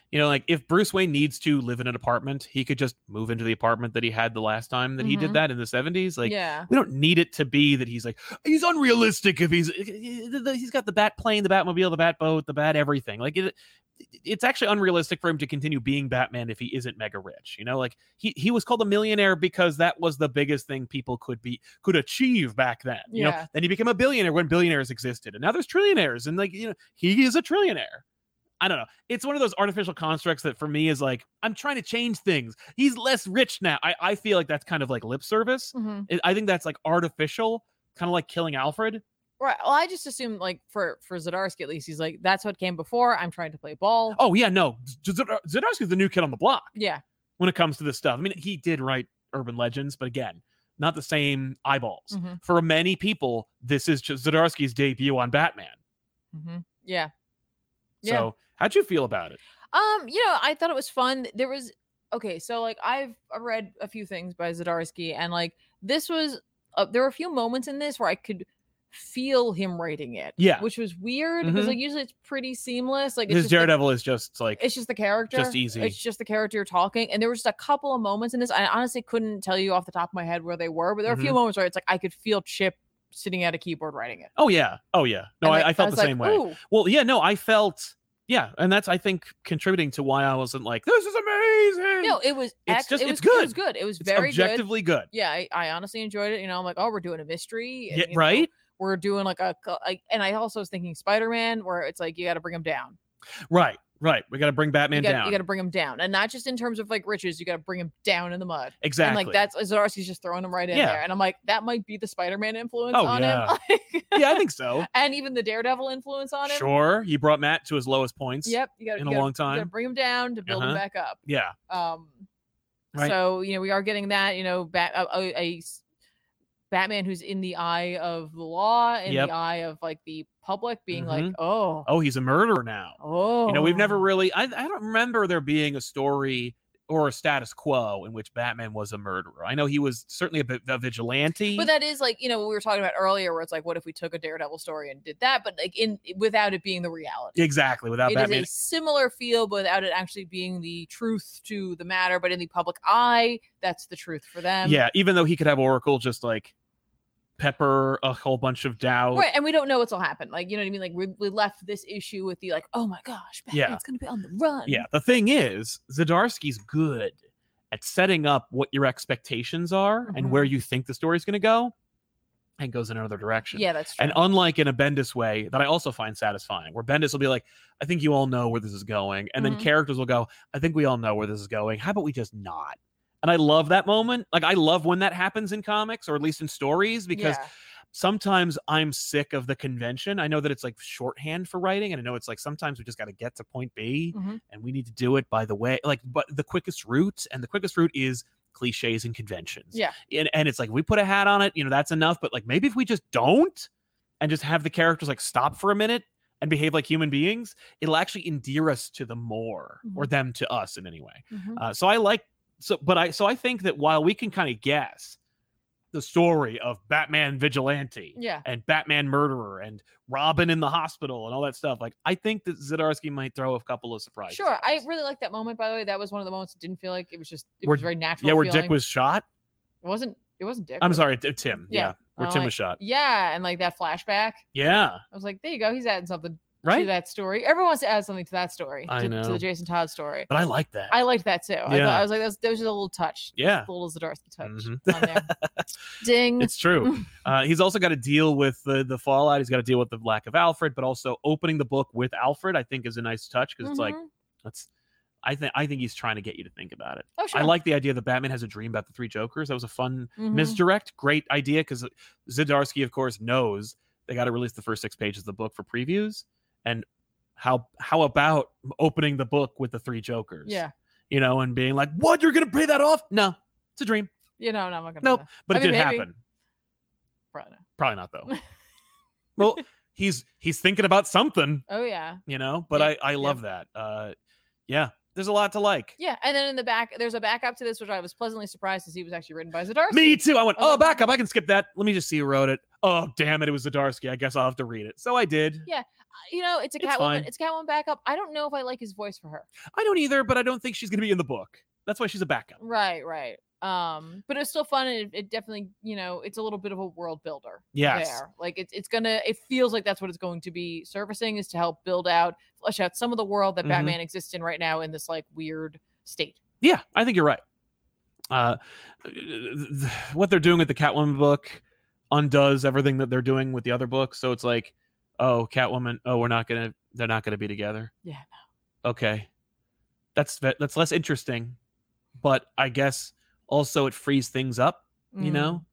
S1: You know, like if Bruce Wayne needs to live in an apartment, he could just move into the apartment that he had the last time that he
S2: Mhm.
S1: did that in the 70s. Like,
S2: yeah,
S1: we don't need it to be that he's like, he's unrealistic if he's, he's got the bat plane, the Batmobile, the bat boat, the bat everything. Like, it, it's actually unrealistic for him to continue being Batman if he isn't mega rich. You know, like he, he was called a millionaire because that was the biggest thing people could be could achieve back then. You know,
S2: Yeah.
S1: then he became a billionaire when billionaires existed, and now there's trillionaires, and like you know, he is a trillionaire. I don't know. It's one of those artificial constructs that for me is like, I'm trying to change things. He's less rich now. I, I feel like that's kind of like lip service.
S2: Mhm.
S1: It- I think that's like artificial, kind of like killing Alfred.
S2: right. Well, I just assumed like for for Zadarsky at least, he's like that's what came before. I'm trying to play ball.
S1: Oh yeah, no, Z- Z- Zdarsky's the new kid on the block
S2: Yeah,
S1: when it comes to this stuff. I mean, he did write Urban Legends, but again, not the same eyeballs.
S2: Mhm.
S1: For many people, this is just Zdarsky's debut on Batman.
S2: Mhm. yeah, yeah.
S1: So, how'd you feel about it?
S2: Um, you know, I thought it was fun. There was okay, so like I've I've read a few things by Zadarsky, and like this was uh, there were a few moments in this where I could feel him writing it.
S1: Yeah.
S2: which was weird because
S1: Mhm.
S2: like usually it's pretty seamless. Like it's
S1: His
S2: just the-
S1: Daredevil is just like
S2: it's just the character.
S1: easy.
S2: It's just the character talking. And there were just a couple of moments in this. I honestly couldn't tell you off the top of my head where they were, but there were a few
S1: Mhm.
S2: moments where it's like I could feel Chip sitting at a keyboard writing it.
S1: Oh yeah. Oh yeah. No,
S2: And,
S1: I,
S2: like,
S1: I felt
S2: was
S1: the
S2: like,
S1: same way.
S2: "Ooh,
S1: Well, yeah, no, I felt yeah, and that's I think contributing to why I wasn't like, this is amazing.
S2: No, it was
S1: It's
S2: ex-
S1: just-
S2: it was
S1: it's
S2: It was
S1: good.
S2: good. It was
S1: it's
S2: very good.
S1: objectively good.
S2: yeah, I, I honestly enjoyed it. You know, I'm like, oh, we're doing a mystery, and,
S1: Yeah,
S2: you know,
S1: right?
S2: We're doing like a, co- like, and I also was thinking Spider Man, where it's like you got to bring him down,
S1: Right. Right. We gotta bring
S2: you
S1: Batman
S2: gotta,
S1: down.
S2: you got to bring him down, and not just in terms of like riches, you got to bring him down in the mud.
S1: exactly.
S2: And like that's Zdarsky's just throwing him right in
S1: Yeah.
S2: there, and I'm like, that might be the Spider Man influence
S1: Oh,
S2: on
S1: yeah.
S2: him, like,
S1: yeah, I think so.
S2: and even the Daredevil influence on him.
S1: Sure. You brought Matt to his lowest points.
S2: Yep, you got to
S1: In a long
S2: You gotta
S1: time.
S2: bring him down to build him
S1: Uh-huh.
S2: back up.
S1: Yeah.
S2: Um,
S1: Right.
S2: so you know we are getting that you know bat a, a- a s- Batman who's in the eye of the law in
S1: Yep.
S2: the eye of like the public being like
S1: Mhm.
S2: oh
S1: Oh, he's a murderer now.
S2: oh
S1: You know, we've never really I, I don't remember there being a story or a status quo in which Batman was a murderer. I know he was certainly a, bit- a vigilante.
S2: But that is like you know we were talking about earlier, where it's like, what if we took a Daredevil story and did that, but like in without it being the reality.
S1: exactly. Without
S2: It is
S1: Batman,
S2: a similar feel, but without it actually being the truth to the matter. But in the public eye, that's the truth for them.
S1: yeah. Even though he could have Oracle just like pepper a whole bunch of doubt.
S2: Right, and we don't know what's all happened. Like, you know what I mean? Like, we, we left this issue with the like, oh my gosh,
S1: Yeah.
S2: Batman's gonna be on the run.
S1: Yeah. The thing is, Zadarsky's good at setting up what your expectations are and
S2: Mhm.
S1: where you think the story's going to go, and goes in another direction.
S2: yeah, that's true.
S1: And unlike in a Bendis way, that I also find satisfying, where Bendis will be like, I think you all know where this is going. And
S2: Mhm.
S1: then characters will go, I think we all know where this is going. How about we just not? And I love that moment. Like, I love when that happens in comics or at least in stories because
S2: Yeah.
S1: sometimes I'm sick of the convention. I know that it's like shorthand for writing. And I know it's like sometimes we just got to get to point B
S2: Mhm.
S1: and we need to do it by the way, like, but the quickest route. And the quickest route is cliches and conventions
S2: yeah,
S1: and, and it's like we put a hat on it you know that's enough but like maybe if we just don't and just have the characters like stop for a minute and behave like human beings it'll actually endear us to them more or
S2: Mhm.
S1: them to us in any way
S2: Mhm.
S1: uh, so i like so but i so i think that while we can kind of guess the story of batman vigilante
S2: yeah.
S1: and batman murderer and robin in the hospital and all that stuff like i think that zadarsky might throw a couple of surprises
S2: Sure,
S1: at
S2: I
S1: us.
S2: really like that moment. By the way, that was one of the moments. It didn't feel like it was just. It
S1: Where-
S2: was very natural.
S1: yeah where
S2: feeling.
S1: dick was shot
S2: It wasn't. It wasn't Dick.
S1: i'm
S2: was it?
S1: sorry t- tim yeah,
S2: Yeah,
S1: where
S2: I'm
S1: tim
S2: like-
S1: was shot
S2: Yeah, and like that flashback,
S1: yeah
S2: I was like, there you go. He's adding something to
S1: right
S2: that story. Everyone wants to add something to that story.
S1: I
S2: to, to
S1: know.
S2: the Jason Todd story.
S1: but i like that
S2: I liked that too. I, thought,
S1: Yeah.
S2: I was like, that was, that was just a little touch,
S1: yeah
S2: a little Zdarsky touch
S1: Mhm.
S2: on there. Ding.
S1: It's true. Uh, he's also got to deal with the the fallout. He's got to deal with the lack of Alfred, but also opening the book with Alfred. I think is a nice touch because it's like
S2: Mhm.
S1: let's. I think I think he's trying to get you to think about it.
S2: oh sure.
S1: I like the idea that Batman has a dream about the three Jokers. That was a fun
S2: Mhm.
S1: misdirect. Great idea because Zdarsky, of course, knows they got to release the first six pages of the book for previews. And how how about opening the book with the three Jokers?
S2: Yeah.
S1: you know, and being like, "What? You're gonna pay that off? No, it's a dream."
S2: You know, no, I'm not gonna. do
S1: Nope.
S2: that.
S1: But
S2: I
S1: it
S2: mean,
S1: did
S2: maybe.
S1: happen.
S2: Probably not.
S1: Probably not though. well, he's he's thinking about something,
S2: Oh yeah,
S1: you know. But
S2: Yeah,
S1: I I love that. Uh, yeah, there's a lot to like.
S2: yeah. And then in the back, there's a backup to this, which I was pleasantly surprised to see was actually written by Zdarsky.
S1: Me too. I went,
S2: Oh,
S1: oh, back up. I can skip that. Let me just see who wrote it. Oh, damn it, it was Zadarsky. I guess I'll have to read it. So I did.
S2: You know, it's a
S1: It's
S2: Catwoman.
S1: fine.
S2: It's, Catwoman backup. I don't know if I like his voice for her.
S1: I don't either, but I don't think she's gonna be in the book. That's why she's a backup.
S2: Right, right. Um, but it's still fun, and it, it definitely, you know, it's a little bit of a world builder.
S1: Yes.
S2: there. Like it's it's gonna it feels like that's what it's going to be servicing is to help build out, flesh out some of the world that
S1: Mhm.
S2: Batman exists in right now in this like weird state.
S1: Yeah, I think you're right. Uh, th- what they're doing with the Catwoman book undoes everything that they're doing with the other books. So it's like, oh, Catwoman, oh, we're not gonna, they're not gonna be together.
S2: Yeah,
S1: Okay, that's ve- that's less interesting, but I guess also it frees things up. You
S2: Mm.
S1: know,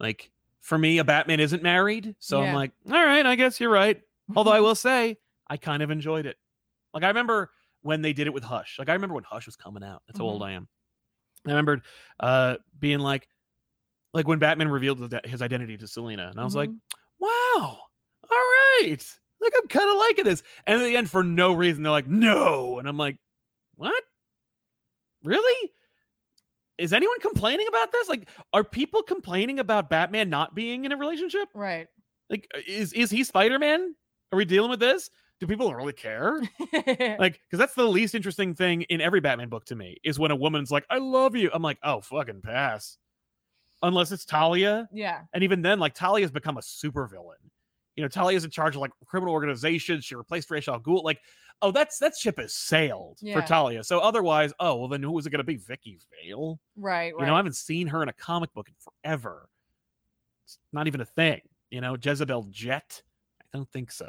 S1: like for me, a Batman isn't married, so
S2: Yeah.
S1: I'm like, all right, I guess you're right. Although I will say, I kind of enjoyed it. Like I remember when they did it with Hush. Like I remember when Hush was coming out. That's how old
S2: Mm-hmm.
S1: I am. I remembered uh being like, like when Batman revealed his- his identity to Selena, and I was like,
S2: Mhm.
S1: wow, all right, like I'm kind of liking this. And at the end, for no reason, they're like, no, and I'm like, what? Really? Is anyone complaining about this? Like, are people complaining about Batman not being in a relationship?
S2: right.
S1: Like, uh, is is he Spider Man? Are we dealing with this? Do people really care? Like, because that's the least interesting thing in every Batman book to me is when a woman's like, "I love you." I'm like, "Oh, fucking pass." Unless it's Talia,
S2: yeah.
S1: and even then, like Talia's become a supervillain. You know, Talia's in charge of like criminal organizations. She replaced Ra's al Ghul. Like, oh, that's that ship has sailed
S2: Yeah.
S1: for Talia. So otherwise, oh well, then who was it going to be? Vicky Vale?
S2: Right, right.
S1: You know, I haven't seen her in a comic book in forever. It's not even a thing. You know, Jezebel Jet. I don't think so.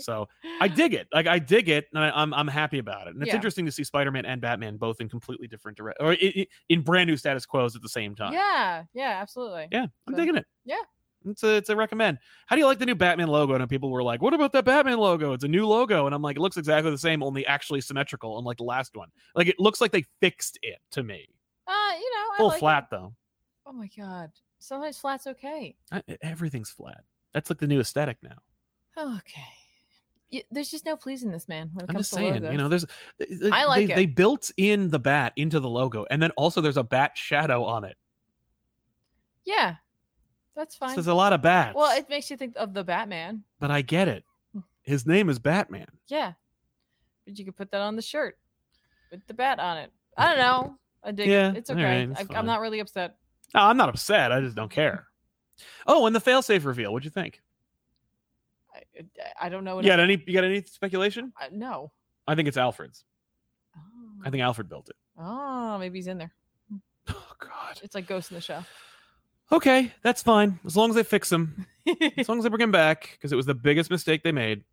S1: so I dig it. Like I dig it, and I, I'm I'm happy about it. And it's
S2: Yeah.
S1: interesting to see Spider-Man and Batman both in completely different direct or i- i- in brand new status quos at the same time.
S2: Yeah, yeah, absolutely.
S1: Yeah, I'm
S2: So,
S1: digging it.
S2: yeah.
S1: It's a, it's a recommend. How do you like the new Batman logo? And people were like, "What about that Batman logo? It's a new logo." And I'm like, "It looks exactly the same, only actually symmetrical, unlike the last one. Like it looks like they fixed it to me.
S2: Uh, you know, I
S1: Full
S2: like it.
S1: flat though.
S2: Oh my god. Sometimes flat's
S1: e,
S2: okay.
S1: I, everything's flat. That's like the new aesthetic now.
S2: Okay. y- there's just no pleasing this man when it
S1: I'm
S2: comes
S1: just
S2: to
S1: saying,
S2: logos.
S1: you know, there's. th-
S2: I
S1: they-
S2: like
S1: they,
S2: it.
S1: built in the bat into the logo, and then also there's a bat shadow on it.
S2: yeah, that's
S1: So
S2: fine.
S1: there's a lot of bats.
S2: well, it Mm. makes you think of the Batman.
S1: but I get it. His name is Batman.
S2: Yeah, but you could put that on the shirt with the bat on it. I don't know. I dig
S1: Yeah,
S2: it. It's
S1: all
S2: okay.
S1: right, it's
S2: I,
S1: fine.
S2: I'm not really upset.
S1: No, I'm not upset. I just don't care. Oh, and the failsafe reveal. What'd you think?
S2: I, I- I don't know.
S1: You
S2: What
S1: got any? You got any speculation?
S2: I, no.
S1: I think it's Alfred's.
S2: Oh.
S1: I think Alfred built it.
S2: Oh, maybe he's in there.
S1: Oh God.
S2: It's like Ghost in the Shell.
S1: Okay, that's fine. As long as they fix him, as long as they bring him back, because it was the biggest mistake they made.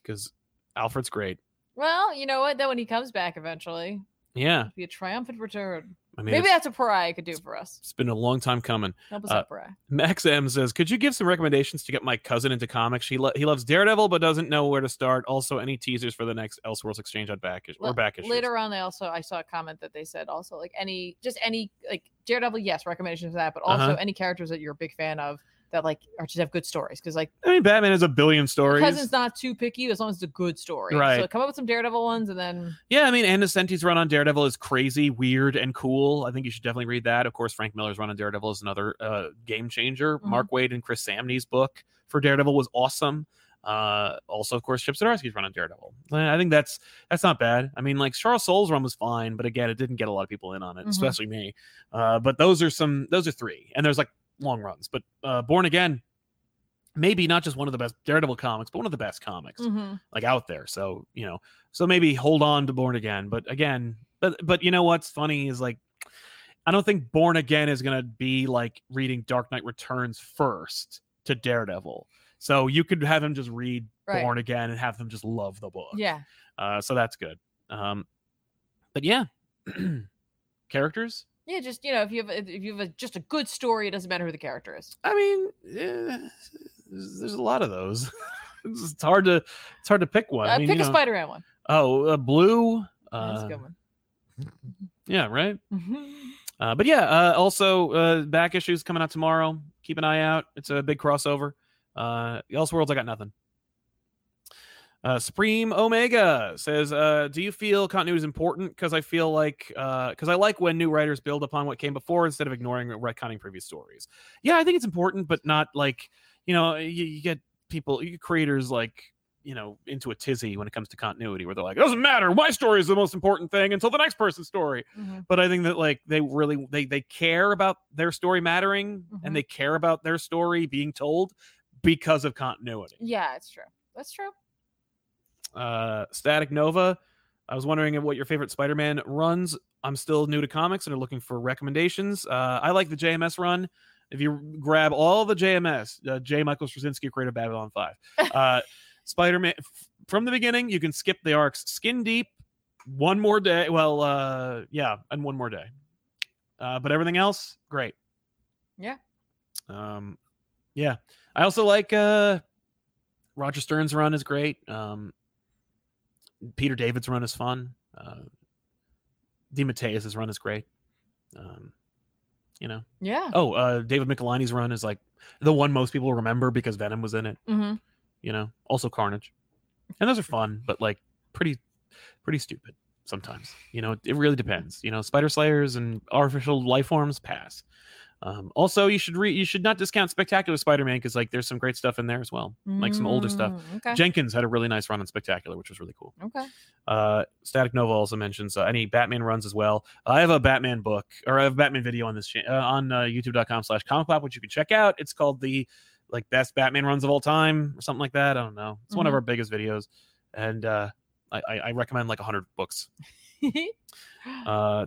S1: Because Alfred's great.
S2: well, you know what? Then when he comes back eventually,
S1: Yeah,
S2: it'll be a triumphant return.
S1: I mean,
S2: Maybe
S1: it's-
S2: that's a pariah could do for us.
S1: it's been a long time coming.
S2: Help us
S1: Uh,
S2: out, pariah.
S1: Max M says, "Could you give some recommendations to get my cousin into comics? He lo- he loves Daredevil, but doesn't know where to start. Also, any teasers for the next Elseworlds exchange on back is- or
S2: Well,
S1: back issues?
S2: Later on, they also I saw a comment that they said also like any just any like Daredevil, yes, recommendations for that, but also
S1: Uh-huh.
S2: any characters that you're a big fan of that like are just have good stories because like
S1: I mean, Batman has a billion stories.
S2: cousin's not too picky as long as it's a good story. So
S1: Right.
S2: come up with some Daredevil ones and then
S1: Yeah, I mean, Anna Senti's run on Daredevil is crazy, weird, and cool. I think you should definitely read that. Of course, Frank Miller's run on Daredevil is another uh, game changer.
S2: Mhm.
S1: Mark Wade and Chris Samney's book for Daredevil was awesome. Uh, also, of course, Chip Zdarsky's run on Daredevil. I I think that's that's not bad. I mean, like Charles Soule's run was fine, but again, it didn't get a lot of people in on it,
S2: Mhm.
S1: especially me. Uh, but those are some those are three, and there's like long runs. But uh, Born Again, maybe not just one of the best Daredevil comics, but one of the best comics
S2: Mhm.
S1: like out there. So you know, so maybe hold on to Born Again. But again, but but you know what's funny is like, I don't think Born Again is gonna be like reading Dark Knight Returns first to Daredevil. So you could have him just read
S2: right.
S1: Born Again and have them just love the book.
S2: Yeah.
S1: Uh, so that's good. Um, but yeah, characters.
S2: Yeah, just you know, if you have a- if you have a, just a good story, it doesn't matter who the character is.
S1: I mean, eh, there's, there's a lot of those. it's it's hard to it's hard to pick one.
S2: Uh,
S1: I mean,
S2: pick
S1: you
S2: a
S1: know-
S2: Spider-Man one.
S1: Oh, uh, blue.
S2: Yeah, That's a
S1: Uh,
S2: good one.
S1: yeah, right.
S2: Mhm.
S1: Uh, but yeah, uh, also uh, back issues coming out tomorrow. Keep an eye out. It's a big crossover. Uh, Elseworlds, I got nothing. Uh, Supreme Omega says, uh, "Do you feel continuity is important? Because I feel like because I like when new writers build upon what came before instead of ignoring or retconning previous stories. Yeah, I think it's important, but not like you know you, you get people, you get creators like." You know, into a tizzy when it comes to continuity, where they're like, it doesn't matter. My story is the most important thing until the next person's story
S2: Mhm.
S1: but I think that like they really they they care about their story mattering
S2: Mhm.
S1: and they care about their story being told because of continuity.
S2: Yeah, it's true. That's true.
S1: Uh, Static Nova, I was wondering what your favorite Spider-Man runs. I'm still new to comics and are looking for recommendations. Uh, I like the JMS run. If you grab all the JMS, uh, J. Michael Straczynski, creator of Babylon Five, uh, Spider-Man f- from the beginning, you can skip the arcs Skin Deep, One More Day. Well, uh, yeah, and One More Day. Uh, but everything else, great.
S2: Yeah.
S1: Um, yeah. I also like uh, Roger Stern's run is great. Um, Peter David's run is fun. Uh, DeMatteis's run is great. Um, you know.
S2: Yeah.
S1: Oh, uh, David Michelini's run is like the one most people remember because Venom was in it
S2: hmm
S1: you know also carnage and those are fun but like pretty pretty stupid sometimes you know it really depends you know spider slayers and artificial life forms pass um, also you should read you should not discount spectacular spider-man because like there's some great stuff in there as well like some older stuff
S2: Mm, Okay.
S1: jenkins had a really nice run on spectacular which was really cool
S2: okay.
S1: uh, Static Nova also mentions uh, any Batman runs as well. I have a Batman book or I have a Batman video on this cha- uh, on uh, YouTube.com slash Comic Pop, which you can check out. It's called the like best Batman runs of all time or something like that. I don't know. It's one of
S2: Mhm.
S1: our biggest videos, and uh, I, I, I recommend like hundred books. Uh, uh,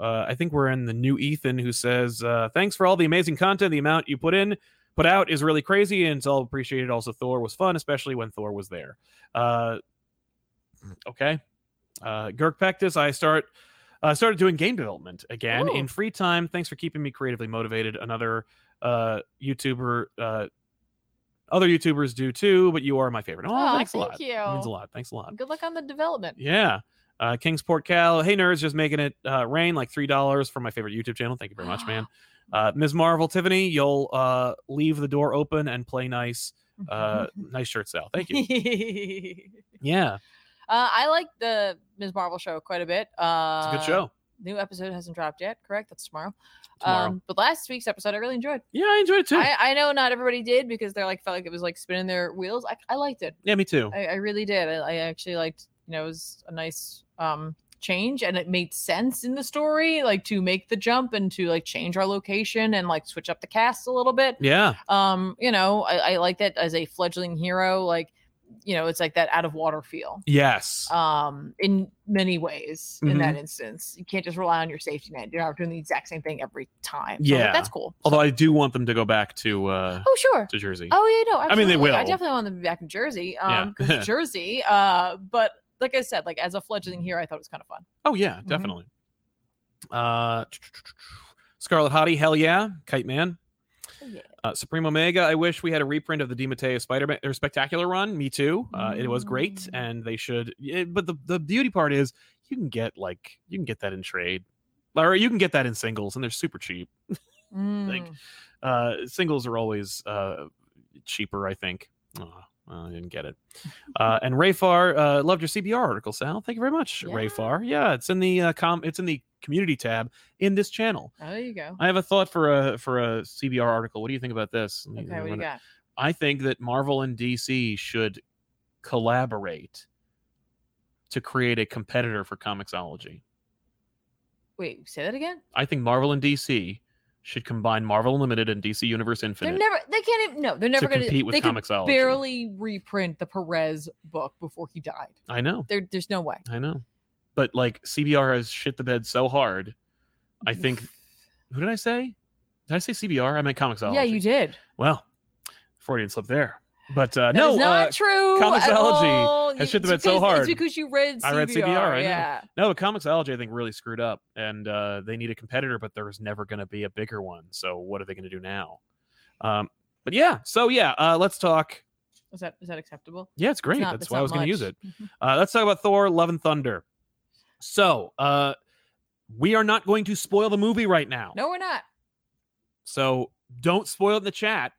S1: I think we're in the new Ethan who says, uh, "Thanks for all the amazing content. The amount you put in, put out is really crazy, and it's all appreciated. Also, Thor was fun, especially when Thor was there." Uh, okay, uh, Girk Pectus, I start. I started doing game development again in
S2: Ooh.
S1: free time. Thanks for keeping me creatively motivated. Another uh, YouTuber, uh, other YouTubers do too, but you are my favorite. Oh,
S2: Aw,
S1: thanks a
S2: thank
S1: lot.
S2: you.
S1: Means a lot. Thanks a lot.
S2: Good luck on the development.
S1: Yeah. Uh, Kingsport Cal. Hey, nerds, just making it uh, rain like $3 for my favorite YouTube channel. Thank you very much, man. Uh, Ms. Marvel, Tiffany, you'll uh, leave the door open and play nice. Uh, nice shirt, Sal. Thank you. Yeah,
S2: uh, I like the Ms. Marvel show quite a bit. Uh,
S1: it's a good show.
S2: New episode hasn't dropped yet, correct? That's tomorrow.
S1: Tomorrow.
S2: Um, but last week's episode I really enjoyed.
S1: yeah, I enjoyed it too.
S2: I, I know not everybody did because they're like felt like it was like spinning their wheels. I, I liked it.
S1: yeah, me too.
S2: I, I really did. I, I actually liked, you know, it was a nice um change and it made sense in the story, like to make the jump and to like change our location and like switch up the cast a little bit.
S1: yeah,
S2: Um, you know, I, I like that as a fledgling hero, like, you know, it's like that out of water feel.
S1: yes,
S2: Um, in many ways, in
S1: Mm-hmm.
S2: that instance, you can't just rely on your safety net. You're not doing the exact same thing every time. So I'm like,
S1: Yeah.
S2: that's cool.
S1: Although I do want them to go back to uh,
S2: oh, sure.
S1: to Jersey.
S2: Oh yeah, no.
S1: I mean, they
S2: absolutely. I
S1: will.
S2: definitely want them to be back in Jersey.
S1: Yeah.
S2: Um, 'cause Jersey. Uh, but like I said, like as a fledgling here, I thought it was kind of fun.
S1: Oh yeah,
S2: Mhm.
S1: definitely. Uh, Scarlet Hottie, hell yeah, Kite Man,
S2: Hell yeah.
S1: uh, Supreme Omega. I wish we had a reprint of the DiMatteo Spider-Man or Spectacular run. Me too. Uh, It was great,
S2: Mm.
S1: and they should. yeah, but the the beauty part is you can get like you can get that in trade, or you can get that in singles, and they're super cheap.
S2: Mm.
S1: Uh, singles are always uh, cheaper, I think. Oh, I didn't get it. Uh, and Rayfar uh, loved your CBR article, Sal. Thank you very much,
S2: Yeah.
S1: Rayfar. Yeah, it's in the uh, com. It's in the community tab in this channel.
S2: Oh, there you go.
S1: I have a thought for a for a CBR article. What do you think about this? Let me-
S2: Okay,
S1: I'm
S2: what do you
S1: gonna-
S2: got?
S1: I think that Marvel and DC should collaborate to create a competitor for Comixology.
S2: Wait, say that again.
S1: I think Marvel and DC should combine Marvel Unlimited and DC Universe Infinite
S2: They're never. They can't. Even, no, they're never
S1: to
S2: going
S1: compete with
S2: They could
S1: Comixology.
S2: barely reprint the Perez book before he died.
S1: I know,
S2: There, there's no way.
S1: I know. But like CBR has shit the bed so hard. I think who did I say? Did I say CBR? I meant Comixology.
S2: yeah, you did.
S1: Well, Freudian slip there. But uh,
S2: That
S1: no,
S2: is not
S1: uh,
S2: true. at
S1: Comixology
S2: all.
S1: has
S2: You-
S1: shit the bed
S2: it's
S1: so
S2: because-
S1: hard.
S2: It's because you read. CBR,
S1: I read CBR, I know.
S2: yeah.
S1: No, but Comixology, I think, really screwed up, and uh, they need a competitor, but there's never going to be a bigger one. So what are they going to do now? Um, but yeah, so yeah, uh, let's talk.
S2: Is that is that acceptable?
S1: Yeah, it's great.
S2: not-
S1: That's
S2: it's
S1: why I
S2: not
S1: was going to use
S2: much. Mm-hmm.
S1: it. Uh, let's talk about Thor: Love and Thunder. So uh, we are not going to spoil the movie right now.
S2: No, we're not.
S1: So don't spoil it in the chat.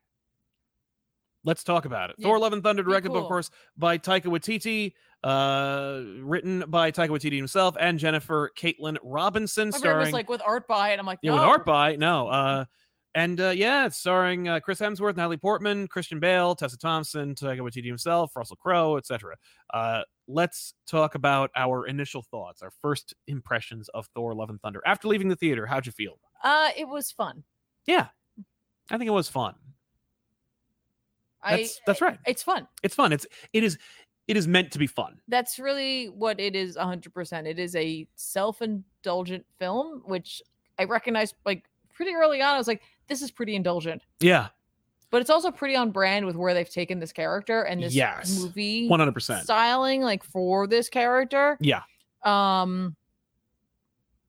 S1: Let's talk about it.
S2: Yeah,
S1: Thor: Love and Thunder,
S2: be
S1: directed, of
S2: cool.
S1: course, by Taika Waititi, uh, written by Taika Waititi himself and Jennifer Caitlin Robinson,
S2: My brain was
S1: starring
S2: like with art by, and I'm like, "Oh,
S1: yeah,
S2: no.
S1: with art by no, uh, and uh, yeah, it's starring uh, Chris Hemsworth, Natalie Portman, Christian Bale, Tessa Thompson, Taika Waititi himself, Russell Crowe, etc. Uh, let's talk about our initial thoughts, our first impressions of Thor: Love and Thunder after leaving the theater. How'd you feel?
S2: Uh, it was fun.
S1: I think it was fun.
S2: I-
S1: That's that's right.
S2: It's fun.
S1: It's fun. It's it is it is meant to be fun.
S2: That's really what it is 100%. It is a self-indulgent film, which I recognized like pretty early on. I was like, this is pretty indulgent.
S1: Yeah,
S2: But it's also pretty on brand with where they've taken this character and this
S1: Yes.
S2: movie
S1: one hundred percent.
S2: styling like for this character.
S1: Yeah,
S2: um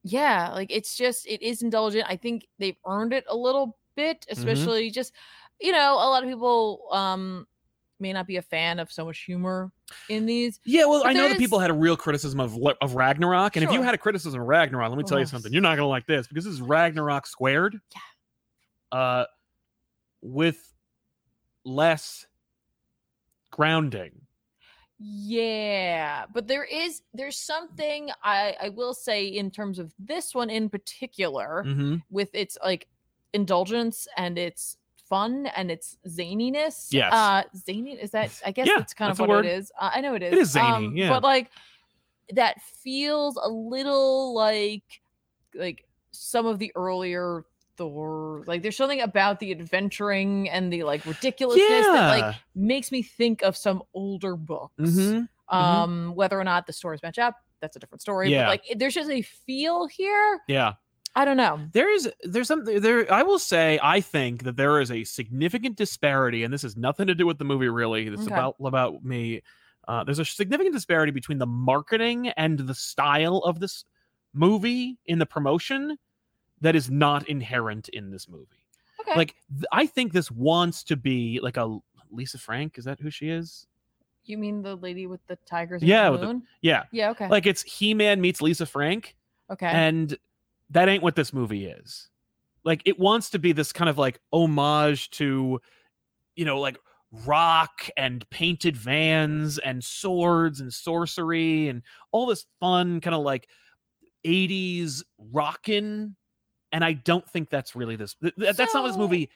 S2: yeah like it's just it is indulgent i think they've earned it a little bit
S1: Mm-hmm.
S2: especially just you know a lot of people um may not be a fan of so much humor in these
S1: yeah. Well,
S2: But
S1: I know
S2: there
S1: that people
S2: is-
S1: had a real criticism of Le- of Ragnarok, and if you
S2: Sure.
S1: had a criticism of Ragnarok, let me tell you
S2: Ugh.
S1: something. You're not gonna like this because this is Ragnarok squared. Yeah. Uh, with less grounding.
S2: yeah but there is there's something i i will say in terms of this one in particular
S1: Mm-hmm.
S2: with its like indulgence and its fun and its zaniness.
S1: Yes.
S2: Uh zany is that I guess
S1: Yeah,
S2: that's kind
S1: that's
S2: of
S1: the
S2: what
S1: word.
S2: it is. Uh, I know it is.
S1: is zany, yeah.
S2: But like that feels a little like like some of the earlier Thor. Like there's something about the adventuring and the like ridiculousness that like makes me think of some older books
S1: Mhm.
S2: um whether or not the stories match up that's a different story
S1: Yeah.
S2: but like it- there's just a feel here
S1: Yeah.
S2: i don't know
S1: there is there's something there i will say i think that there is a significant disparity and this has nothing to do with the movie really it's
S2: Okay.
S1: about about me uh, there's a significant disparity between the marketing and the style of this movie in the promotion that is not inherent in this movie
S2: okay
S1: like th- i think this wants to be like a lisa frank is that who she is
S2: You mean the lady with the tigers?
S1: Yeah,
S2: Yeah,
S1: with the- yeah
S2: yeah. Okay.
S1: like it's he-man meets lisa frank
S2: okay.
S1: and that ain't what this movie is like it wants to be this kind of like homage to you know like rock and painted vans and swords and sorcery and all this fun kind of like 80s rockin'. And I don't think that's really this. th- th- that's not this
S2: So-
S1: movie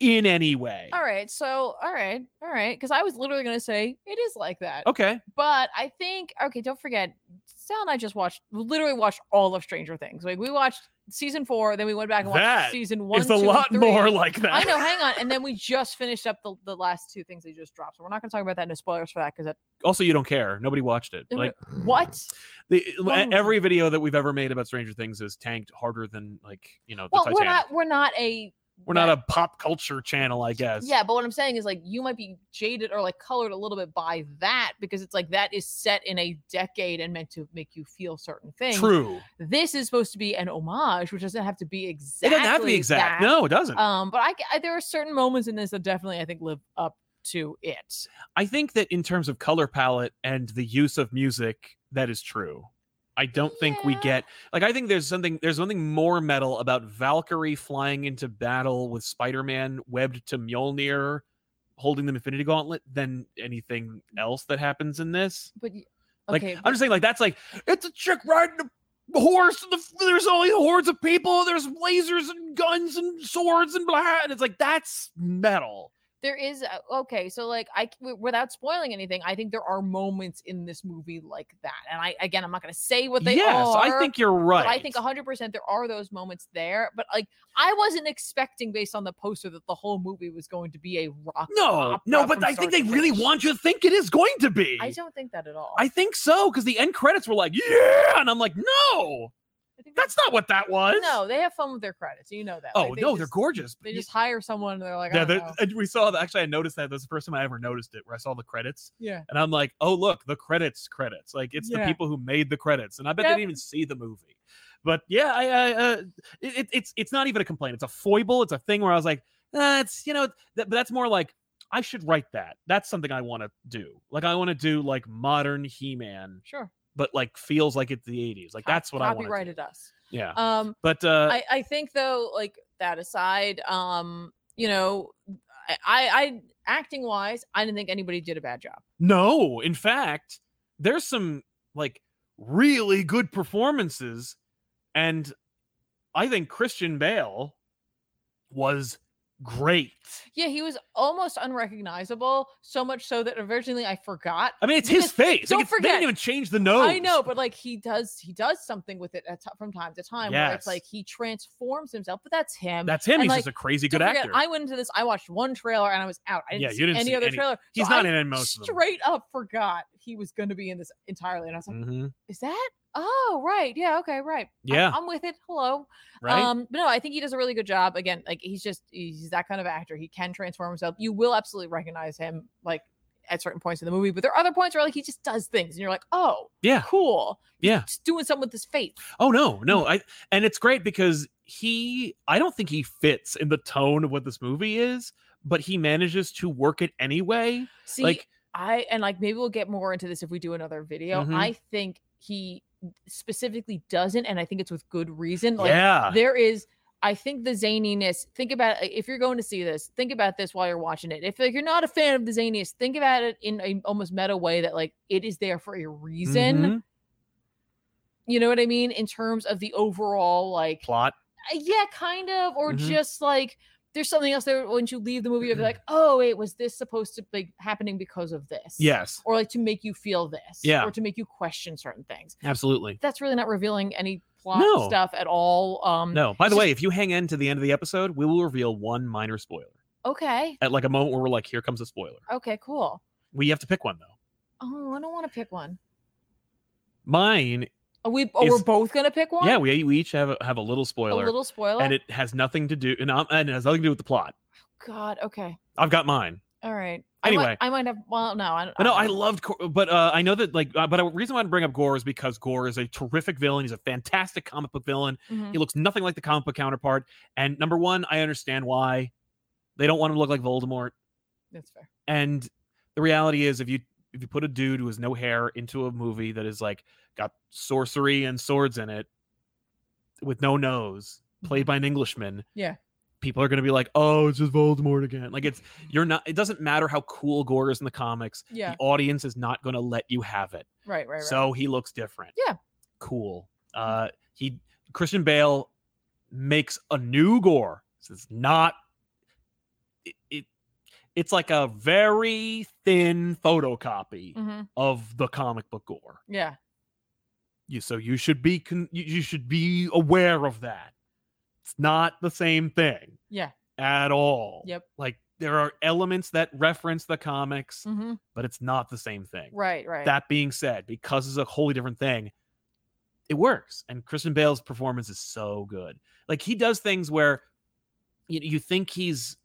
S1: in any way.
S2: All right. So, all right. All right. Because I was literally going to say it is like that.
S1: Okay.
S2: But I think, okay, don't forget, Sal and I just watched, literally watched all of Stranger Things. Like we watched season four, then we went back and watched
S1: That
S2: season one.
S1: it's a
S2: two, and
S1: lot
S2: three.
S1: more like that.
S2: I know. Hang on. And then we just finished up the, the last two things they just dropped. So we're not going to talk about that. No spoilers for that because that.
S1: Also, you don't care. Nobody watched it. Like
S2: Nobody- What?
S1: the, e,
S2: Oh.
S1: every video that we've ever made about Stranger Things is tanked harder than like you know the
S2: Well,
S1: Titanic.
S2: we're not. We're not a.
S1: we're not a pop culture channel, I guess.
S2: Yeah, but what I'm saying is like you might be jaded or like colored a little bit by that because it's like that is set in a decade and meant to make you feel certain things.
S1: True.
S2: This is supposed to be an homage, which doesn't have to be exactly.
S1: it doesn't have to be exact.
S2: that.
S1: No, it doesn't.
S2: Um, but I, I there are certain moments in this that definitely I think live up to it.
S1: I think that in terms of color palette and the use of music, that is true. I don't think we
S2: Yeah.
S1: get like I think there's something there's something more metal about Valkyrie flying into battle with Spider-Man webbed to Mjolnir holding the Infinity Gauntlet than anything
S2: Mm.
S1: else that happens in this.
S2: But y-
S1: Like
S2: okay,
S1: I'm just saying, like that's like it's a chick riding a horse. And the, there's only hordes of people. There's lasers and guns and swords and blah. And it's like that's metal.
S2: there is a- okay so like i c- w- without spoiling anything i think there are moments in this movie like that and i again i'm not going to say what they
S1: yes,
S2: are
S1: I think you're right.
S2: but i think 100% there are those moments there but like i wasn't expecting based on the poster that the whole movie was going to be a rock
S1: no,
S2: opera
S1: no, but
S2: from
S1: I
S2: start
S1: think they
S2: to
S1: really
S2: finish.
S1: want you to think it is going to be.
S2: i don't think that at all
S1: I think so because the end credits were like, yeah, and I'm like, no,
S2: I think they-
S1: that's not what that was.
S2: no they have fun with their credits you know that
S1: Oh
S2: Like,
S1: no, they're
S2: just-
S1: gorgeous. but
S2: they
S1: you-
S2: just hire someone and they're like
S1: yeah,
S2: I don't
S1: they're-
S2: know.
S1: and we saw that. Actually, I noticed that. That's the first time I ever noticed it. Where I saw the credits,
S2: yeah
S1: And I'm like, oh look, the credits, credits. Like it's the
S2: Yeah.
S1: people who made the credits, and I bet
S2: Yep.
S1: they didn't even see the movie. But yeah, I, I uh, it, it- it's it's not even a complaint. It's a foible. It's a thing where I was like, that's you know, th- but that's more like I should write that. That's something I want to do. Like I want to do like modern He-Man,
S2: sure
S1: but like feels like it's the 80s. Like
S2: Co-
S1: that's what I want.
S2: copyrighted us
S1: Yeah.
S2: um
S1: But uh,
S2: I, I think though, like that aside, um, you know, I, I, I acting wise, I didn't think anybody did a bad job.
S1: No, in fact, there's some like really good performances, and I think Christian Bale was great.
S2: Yeah, he was almost unrecognizable, so much so that originally I forgot.
S1: I mean, it's his
S2: Because
S1: face.
S2: don't
S1: like, it's- they
S2: forget-
S1: didn't even change the nose.
S2: I know, but like he does, he does something with it at t- from time to time. Where
S1: Yes.
S2: it's like he transforms himself, but that's him.
S1: That's him.
S2: and,
S1: He's
S2: like,
S1: just a crazy
S2: Don't
S1: good
S2: forget,
S1: actor.
S2: I went into this. I watched one trailer and I was out. I didn't
S1: Yeah,
S2: see
S1: you didn't
S2: any
S1: see
S2: other
S1: any-
S2: trailer. So
S1: He's not
S2: I
S1: in most of them.
S2: straight up forgot he was going to be in this entirely, and I was like,
S1: Mhm,
S2: "Is that? Oh, right. Yeah. Okay. Right. I'm-
S1: Yeah,
S2: I'm with it. Hello.
S1: right.
S2: Um, but no, I think he does a really good job. Again, like he's just he's that kind of actor. He can transform himself. You will absolutely recognize him like at certain points in the movie, but there are other points where like he just does things and you're like, oh,
S1: Yeah.
S2: cool.
S1: Yeah.
S2: Just doing something with his face.
S1: Oh no, no. I and it's great because he I don't think he fits in the tone of what this movie is, but he manages to work it anyway.
S2: See,
S1: like
S2: I and like maybe we'll get more into this if we do another video.
S1: Mhm.
S2: I think he specifically doesn't, and I think it's with good reason. Like
S1: yeah.
S2: there is i think the zaniness think about if you're going to see this think about this while you're watching it if like, you're not a fan of the zaniness think about it in a almost meta way that like it is there for a reason
S1: Mhm.
S2: you know what i mean in terms of the overall like uh,
S1: plot.
S2: yeah kind of or
S1: Mhm.
S2: just like there's something else there once you leave the movie you'll be like
S1: Mm-hmm.
S2: oh wait was this supposed to be happening because of this
S1: Yes,
S2: or like to make you feel this
S1: Yeah.
S2: or to make you question certain things
S1: absolutely.
S2: that's really not revealing any plot
S1: No.
S2: stuff at all um
S1: No. By the
S2: just-
S1: way, if you hang in to the end of the episode, we will reveal one minor spoiler
S2: okay
S1: at like a moment where we're like, "Here comes a spoiler."
S2: okay cool
S1: We have to pick one though.
S2: Oh, I don't want to pick one.
S1: Mine,
S2: Are we? Oh,
S1: Is-
S2: we're both gonna pick one.
S1: yeah, we, we each have a, have a little
S2: a
S1: spoiler,
S2: little spoiler.
S1: and it has nothing to do, and, um, and it has nothing to do with the plot.
S2: God. Okay.
S1: I've got mine.
S2: All right. I
S1: Anyway.
S2: might, I might have. Well, no. I don't.
S1: But no, I
S2: don't know.
S1: loved, Gor- but uh, I know that like, uh, but the reason why I bring up Gore is because Gore is a terrific villain. He's a fantastic comic book villain.
S2: Mhm.
S1: He looks nothing like the comic book counterpart. And number one, I understand why they don't want him to look like Voldemort.
S2: That's fair.
S1: And the reality is, if you if you put a dude who has no hair into a movie that is like got sorcery and swords in it, with no nose, played by an Englishman,
S2: Mm-hmm. Yeah.
S1: people are going to be like, "Oh, it's just Voldemort again." Like it's you're not. It doesn't matter how cool Gore is in the comics.
S2: Yeah.
S1: The audience is not going to let you have it.
S2: Right, right, right.
S1: So he looks different.
S2: Yeah. Mm-hmm.
S1: Cool. Uh, he Christian Bale makes a new Gore. So it's not. It, it it's like a very thin photocopy
S2: hmm
S1: of the comic book Gore.
S2: Yeah.
S1: You so you should be con- you you should be aware of that. It's not the same thing
S2: Yeah.
S1: at all.
S2: Yep.
S1: Like there are elements that reference the comics,
S2: hmm
S1: but it's not the same thing.
S2: Right, right.
S1: That being said, because it's a wholly different thing, it works. And Kristen Bale's performance is so good. Like he does things where you, you think he's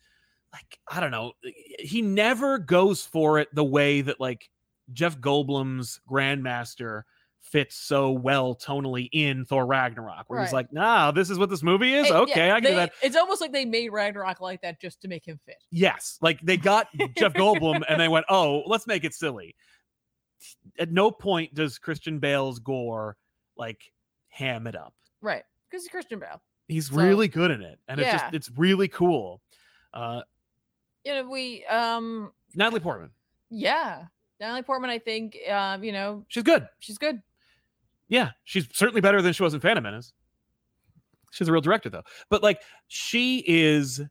S1: like, I don't know, eh, he never goes for it the way that like Jeff Goldblum's Grandmaster fits so well tonally in Thor Ragnarok, where he's
S2: Right.
S1: like, nah, this is what this movie is.
S2: Hey, yeah,
S1: okay, I can
S2: they-
S1: do that.
S2: It's almost like they made Ragnarok like that just to make him fit.
S1: Yes. Like they got Jeff Goldblum and they went, oh, let's make it silly. At no point does Christian Bale's gore like ham it up.
S2: Right. Because he's Christian Bale.
S1: He's
S2: So-
S1: really good in it. And it's just,
S2: Yeah.
S1: it's really cool. Uh,
S2: You know, we um
S1: Natalie Portman,
S2: yeah. Natalie Portman, I think, um, you know,
S1: she's good.
S2: she's good.
S1: Yeah. She's certainly better than she was in Phantom Menace. She's a real director though. But like she is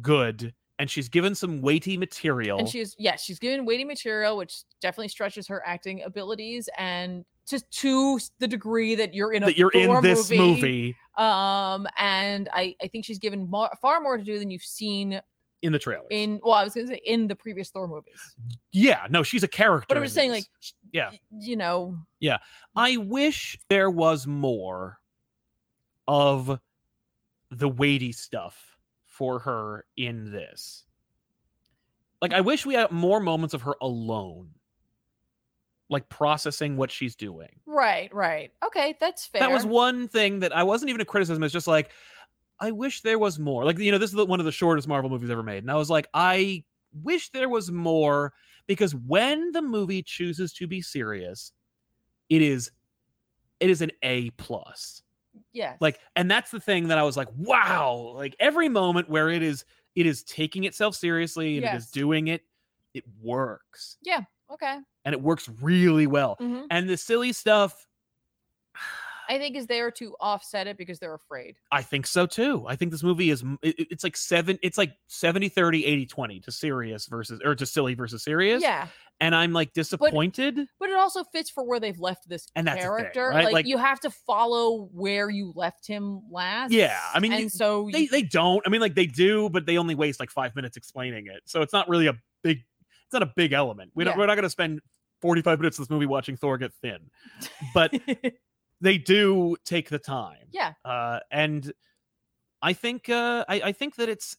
S1: good and she's given some weighty material.
S2: And she's yeah, she's given weighty material, which definitely stretches her acting abilities and just to s- the degree that you're in a
S1: that you're in
S2: Thor
S1: this movie
S2: Um, and I, I think she's given more, far more to do than you've seen
S1: in the trailer.
S2: in well, I was gonna say in the previous Thor movies.
S1: yeah, no, she's a character.
S2: But I'm
S1: in
S2: just saying,
S1: this.
S2: like sh-
S1: Yeah.
S2: y- you know,
S1: I wish there was more of the weighty stuff for her in this. Like, I wish we had more moments of her alone, like processing what she's doing.
S2: right, right. Okay, that's fair.
S1: That was one thing that I wasn't even a criticism. It's just like, I wish there was more. Like, you know, this is the, one of the shortest Marvel movies ever made. And I was like, I wish there was more because when the movie chooses to be serious, it is it is an A plus
S2: yes.
S1: like and that's the thing that i was like wow like every moment where it is it is taking itself seriously and it
S2: Yes.
S1: is doing it it works
S2: okay.
S1: and it works really well
S2: mhm.
S1: and the silly stuff
S2: I think is there to offset it because they're afraid.
S1: i think so too i think this movie is m- it- it- it's like seven it's like 70 30 80 20 to serious versus or to silly versus serious
S2: Yeah,
S1: and i'm like disappointed
S2: but it also fits for where they've left this
S1: And that's the thing,
S2: character.
S1: right?
S2: Like,
S1: Like-
S2: you have to follow where you left him last.
S1: I mean, you-
S2: and so
S1: they,
S2: you-
S1: they don't i mean like they do but they only waste like five minutes explaining it so it's not really a big it's not a big element we don't,
S2: Yeah.
S1: we're not going to spend 45 minutes of this movie watching thor get thin but they do take the time
S2: yeah,
S1: uh and i think uh I, I think that it's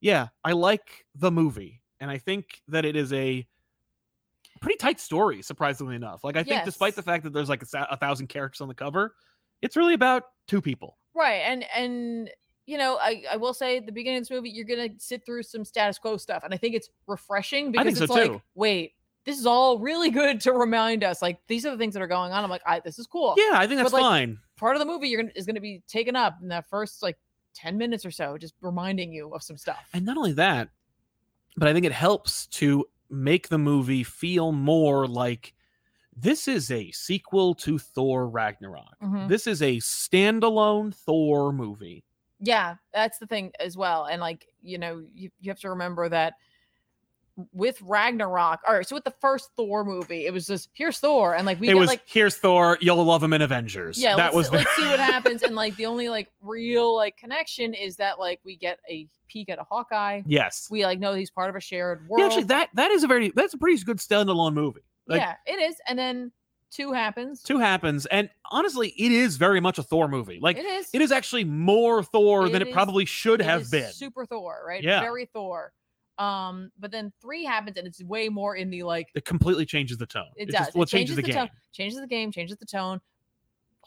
S1: yeah i like the movie and i think that it is a pretty tight story surprisingly enough like i think despite
S2: Yes.
S1: the fact that there's like a, sa- a thousand characters on the cover it's really about two people
S2: right. And and you know, I I will say at the beginning of this movie, you're gonna sit through some status quo stuff, and I think it's refreshing
S1: I
S2: because
S1: think
S2: it's
S1: so,
S2: like,
S1: too.
S2: wait, this is all really good to remind us. Like these are the things that are going on. I'm like, I, this is cool.
S1: yeah i think that's
S2: like,
S1: fine
S2: part of the movie you're gonna is gonna be taken up in that first like 10 minutes or so just reminding you of some stuff
S1: And not only that, but I think it helps to make the movie feel more like this is a sequel to Thor Ragnarok.
S2: Mhm.
S1: This is a standalone Thor movie.
S2: yeah that's the thing as well and like you know you, you have to remember that with ragnarok all right so with the first thor movie it was just here's thor and like we
S1: it
S2: get
S1: was
S2: like
S1: here's Thor, you'll love him in Avengers.
S2: yeah
S1: that
S2: let's,
S1: was the-
S2: let's see what happens and like the only like real like connection is that like we get a peek at a hawkeye
S1: yes.
S2: we like know he's part of a shared world
S1: Yeah, actually, that that is a very that's a pretty good standalone movie. Like
S2: yeah it is and then two happens
S1: two happens, and honestly, it is very much a Thor movie. Like
S2: it is
S1: it is actually more Thor than
S2: It
S1: it,
S2: is-
S1: probably should
S2: it
S1: have
S2: is
S1: been.
S2: super thor right
S1: Yeah.
S2: very thor um but then three happens and it's way more in the like
S1: it completely changes the tone.
S2: it,
S1: It
S2: does
S1: just- well, it changes, the game.
S2: tone changes the game changes the tone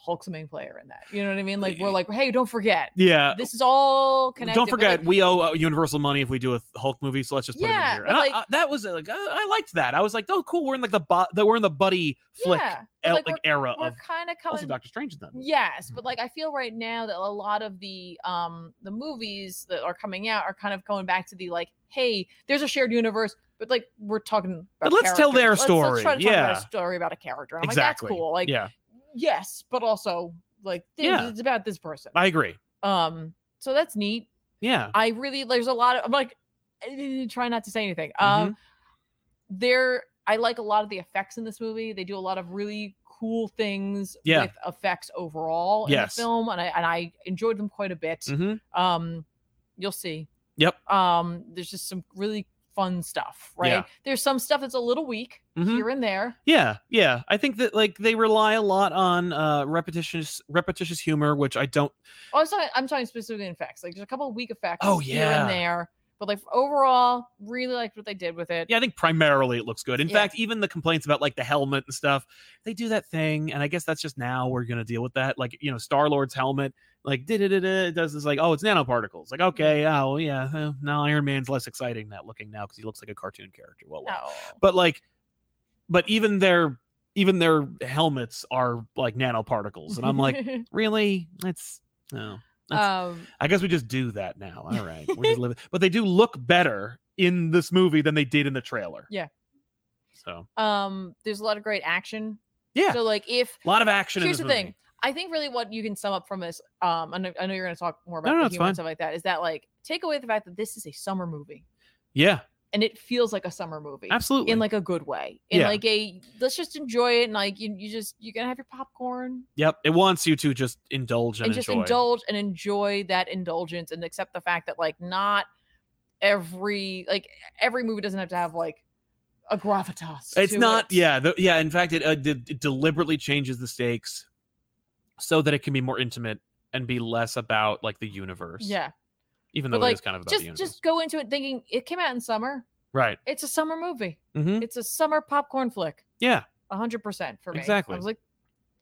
S2: Hulk's the main player in that. You know what I mean? Like we're like, hey, don't forget,
S1: Yeah.
S2: this is all connected.
S1: Uh, Don't
S2: We're
S1: forget,
S2: like-
S1: we owe uh, Universal money if we do a Hulk movie, so let's just put it in
S2: Yeah,
S1: here. And I-
S2: like-
S1: I- that was uh, like I, I liked that. I was like, oh, cool. We're in like the bo- the, we're in the buddy flick
S2: yeah,
S1: el-
S2: like,
S1: like,
S2: we're-
S1: era
S2: we're
S1: of
S2: kind of
S1: also
S2: coming
S1: Doctor Strange in that. movie.
S2: Yes, but like I feel right now that a lot of the um the movies that are coming out are kind of going back to the like, hey, there's a shared universe, but like we're talking. About
S1: But let's tell their
S2: characters. Let's- let's
S1: story.
S2: try to talk about
S1: Yeah.
S2: a story about a character. I'm
S1: exactly.
S2: like, that's cool. Like,
S1: yeah,
S2: yes, but also like, this,
S1: Yeah.
S2: it's about this person.
S1: I agree.
S2: um, so that's neat.
S1: Yeah,
S2: I really there's a lot of I'm like eh, try not to say anything.
S1: Mm-hmm.
S2: Um there I like a lot of the effects in this movie. They do a lot of really cool things
S1: Yeah.
S2: with effects overall in
S1: Yes.
S2: the film and I and I enjoyed them quite a bit.
S1: hmm
S2: Um you'll see.
S1: Yep.
S2: Um there's just some really fun stuff, right?
S1: Yeah.
S2: There's some stuff that's a little weak
S1: Mhm.
S2: here and there.
S1: yeah, yeah. I think that like they rely a lot on uh repetitious repetitious humor, which I don't.
S2: Oh, I'm talking, I'm talking specifically in effects. Like there's a couple of weak effects
S1: Oh,
S2: here
S1: yeah.
S2: and there. But like overall, really liked what they did with it.
S1: Yeah, I think primarily it looks good. In
S2: Yeah.
S1: fact, even the complaints about like the helmet and stuff, they do that thing, and I guess that's just now we're gonna deal with that. Like you know, Star Lord's helmet, like da da da da, does this like oh it's nanoparticles. Like okay, oh yeah, eh, now Iron Man's less exciting that looking now because he looks like a cartoon character. Well, well.
S2: No.
S1: but like, but even their even their helmets are like nanoparticles, and I'm like. really that's no that's-
S2: um
S1: i guess we just do that now all right we just live it. but they do look better in this movie than they did in the trailer
S2: Yeah.
S1: so
S2: um there's a lot of great action
S1: Yeah.
S2: so like if
S1: a lot of action
S2: here's the
S1: in this
S2: thing
S1: movie.
S2: i think really what you can sum up from this um i know, I know you're going to talk more about
S1: No, no,
S2: the
S1: it's
S2: humor
S1: fine.
S2: and stuff like that is that like take away the fact that this is a summer movie
S1: yeah
S2: and it feels like a summer movie
S1: absolutely
S2: in like a good way in
S1: Yeah.
S2: like a let's just enjoy it and like you, you just you're gonna have your popcorn
S1: yep it wants you to just indulge and,
S2: and just
S1: enjoy.
S2: indulge and enjoy that indulgence and accept the fact that like not every like every movie doesn't have to have like a gravitas
S1: it's
S2: to
S1: not
S2: it.
S1: yeah the, yeah in fact it, uh, d- it deliberately changes the stakes so that it can be more intimate and be less about like the universe
S2: yeah
S1: even though it
S2: But, like,
S1: is kind of about the
S2: just
S1: universe
S2: just go into it thinking it came out in summer.
S1: right
S2: It's a summer movie.
S1: mm-hmm.
S2: It's a summer popcorn flick.
S1: yeah
S2: hundred percent for me.
S1: Exactly.
S2: I was like,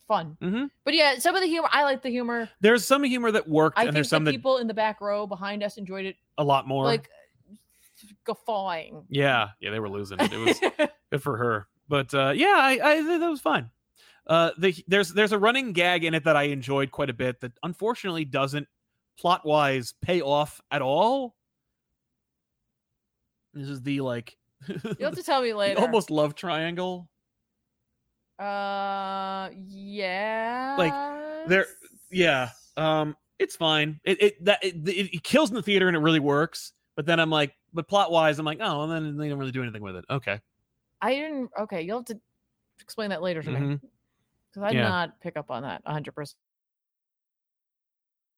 S2: fun.
S1: mm-hmm.
S2: But yeah, some of the humor. I like the humor.
S1: there's some humor that worked
S2: I
S1: and
S2: think
S1: there's some
S2: the
S1: that
S2: people in the back row behind us enjoyed it,
S1: a lot more
S2: like guffawing.
S1: Yeah, yeah, they were losing. It was good for her, but uh, yeah, I, I th- that was fun. Uh, the, there's there's a running gag in it that I enjoyed quite a bit that unfortunately doesn't plot wise pay off at all. This is the like
S2: You'll have to tell me
S1: the
S2: later.
S1: almost love triangle.
S2: Uh, yeah.
S1: yeah, Um, it's fine. It it that it, it, it kills in the theater and it really works. But then I'm like, but plot wise, I'm like, oh, and then they don't really do anything with it. Okay,
S2: I didn't. Okay, you'll have to explain that later to me.
S1: Mhm.
S2: because I did
S1: Yeah.
S2: not pick up on that 100. percent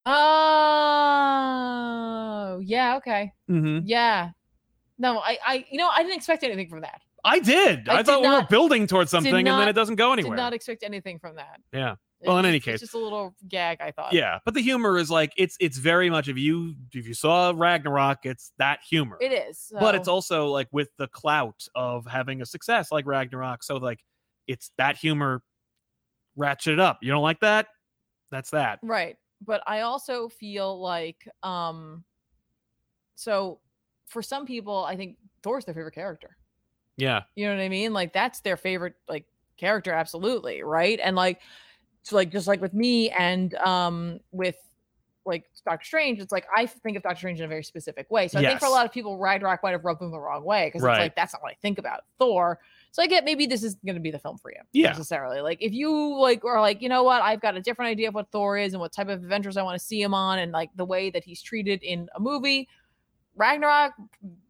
S2: Oh yeah, okay,
S1: mm-hmm.
S2: yeah. No, I, I, you know, I didn't expect anything from that.
S1: I did.
S2: I
S1: I,
S2: did
S1: thought we were
S2: not-
S1: building towards something, and then
S2: not-
S1: it doesn't go
S2: I Did
S1: anywhere.
S2: not expect anything from that.
S1: Yeah.
S2: It
S1: Well, in
S2: was-
S1: any
S2: it's
S1: case-
S2: just a little gag. I thought.
S1: Yeah, but the humor is like it's it's very much if you if you saw Ragnarok, it's that humor.
S2: it is.
S1: But it's
S2: so-
S1: also like with the clout of having a success like Ragnarok, so like it's that humor ratcheted up. You don't like that? That's that.
S2: right. But I also feel like, um, so for some people, I think Thor's their favorite character.
S1: Yeah.
S2: You know what I mean? Like that's their favorite like character, absolutely, right? And like so like just like with me and um with like Doctor Strange, it's like I think of Doctor Strange in a very specific way. So I think for a
S1: Yes.
S2: lot of people, Ragnarok might have rubbed them the wrong way because
S1: Right.
S2: it's like that's not what I think about Thor. So I get maybe this isn't going to be the film for you
S1: Yeah.
S2: necessarily. Like if you like are like you know what I've got a different idea of what Thor is and what type of adventures I want to see him on and like the way that he's treated in a movie, Ragnarok.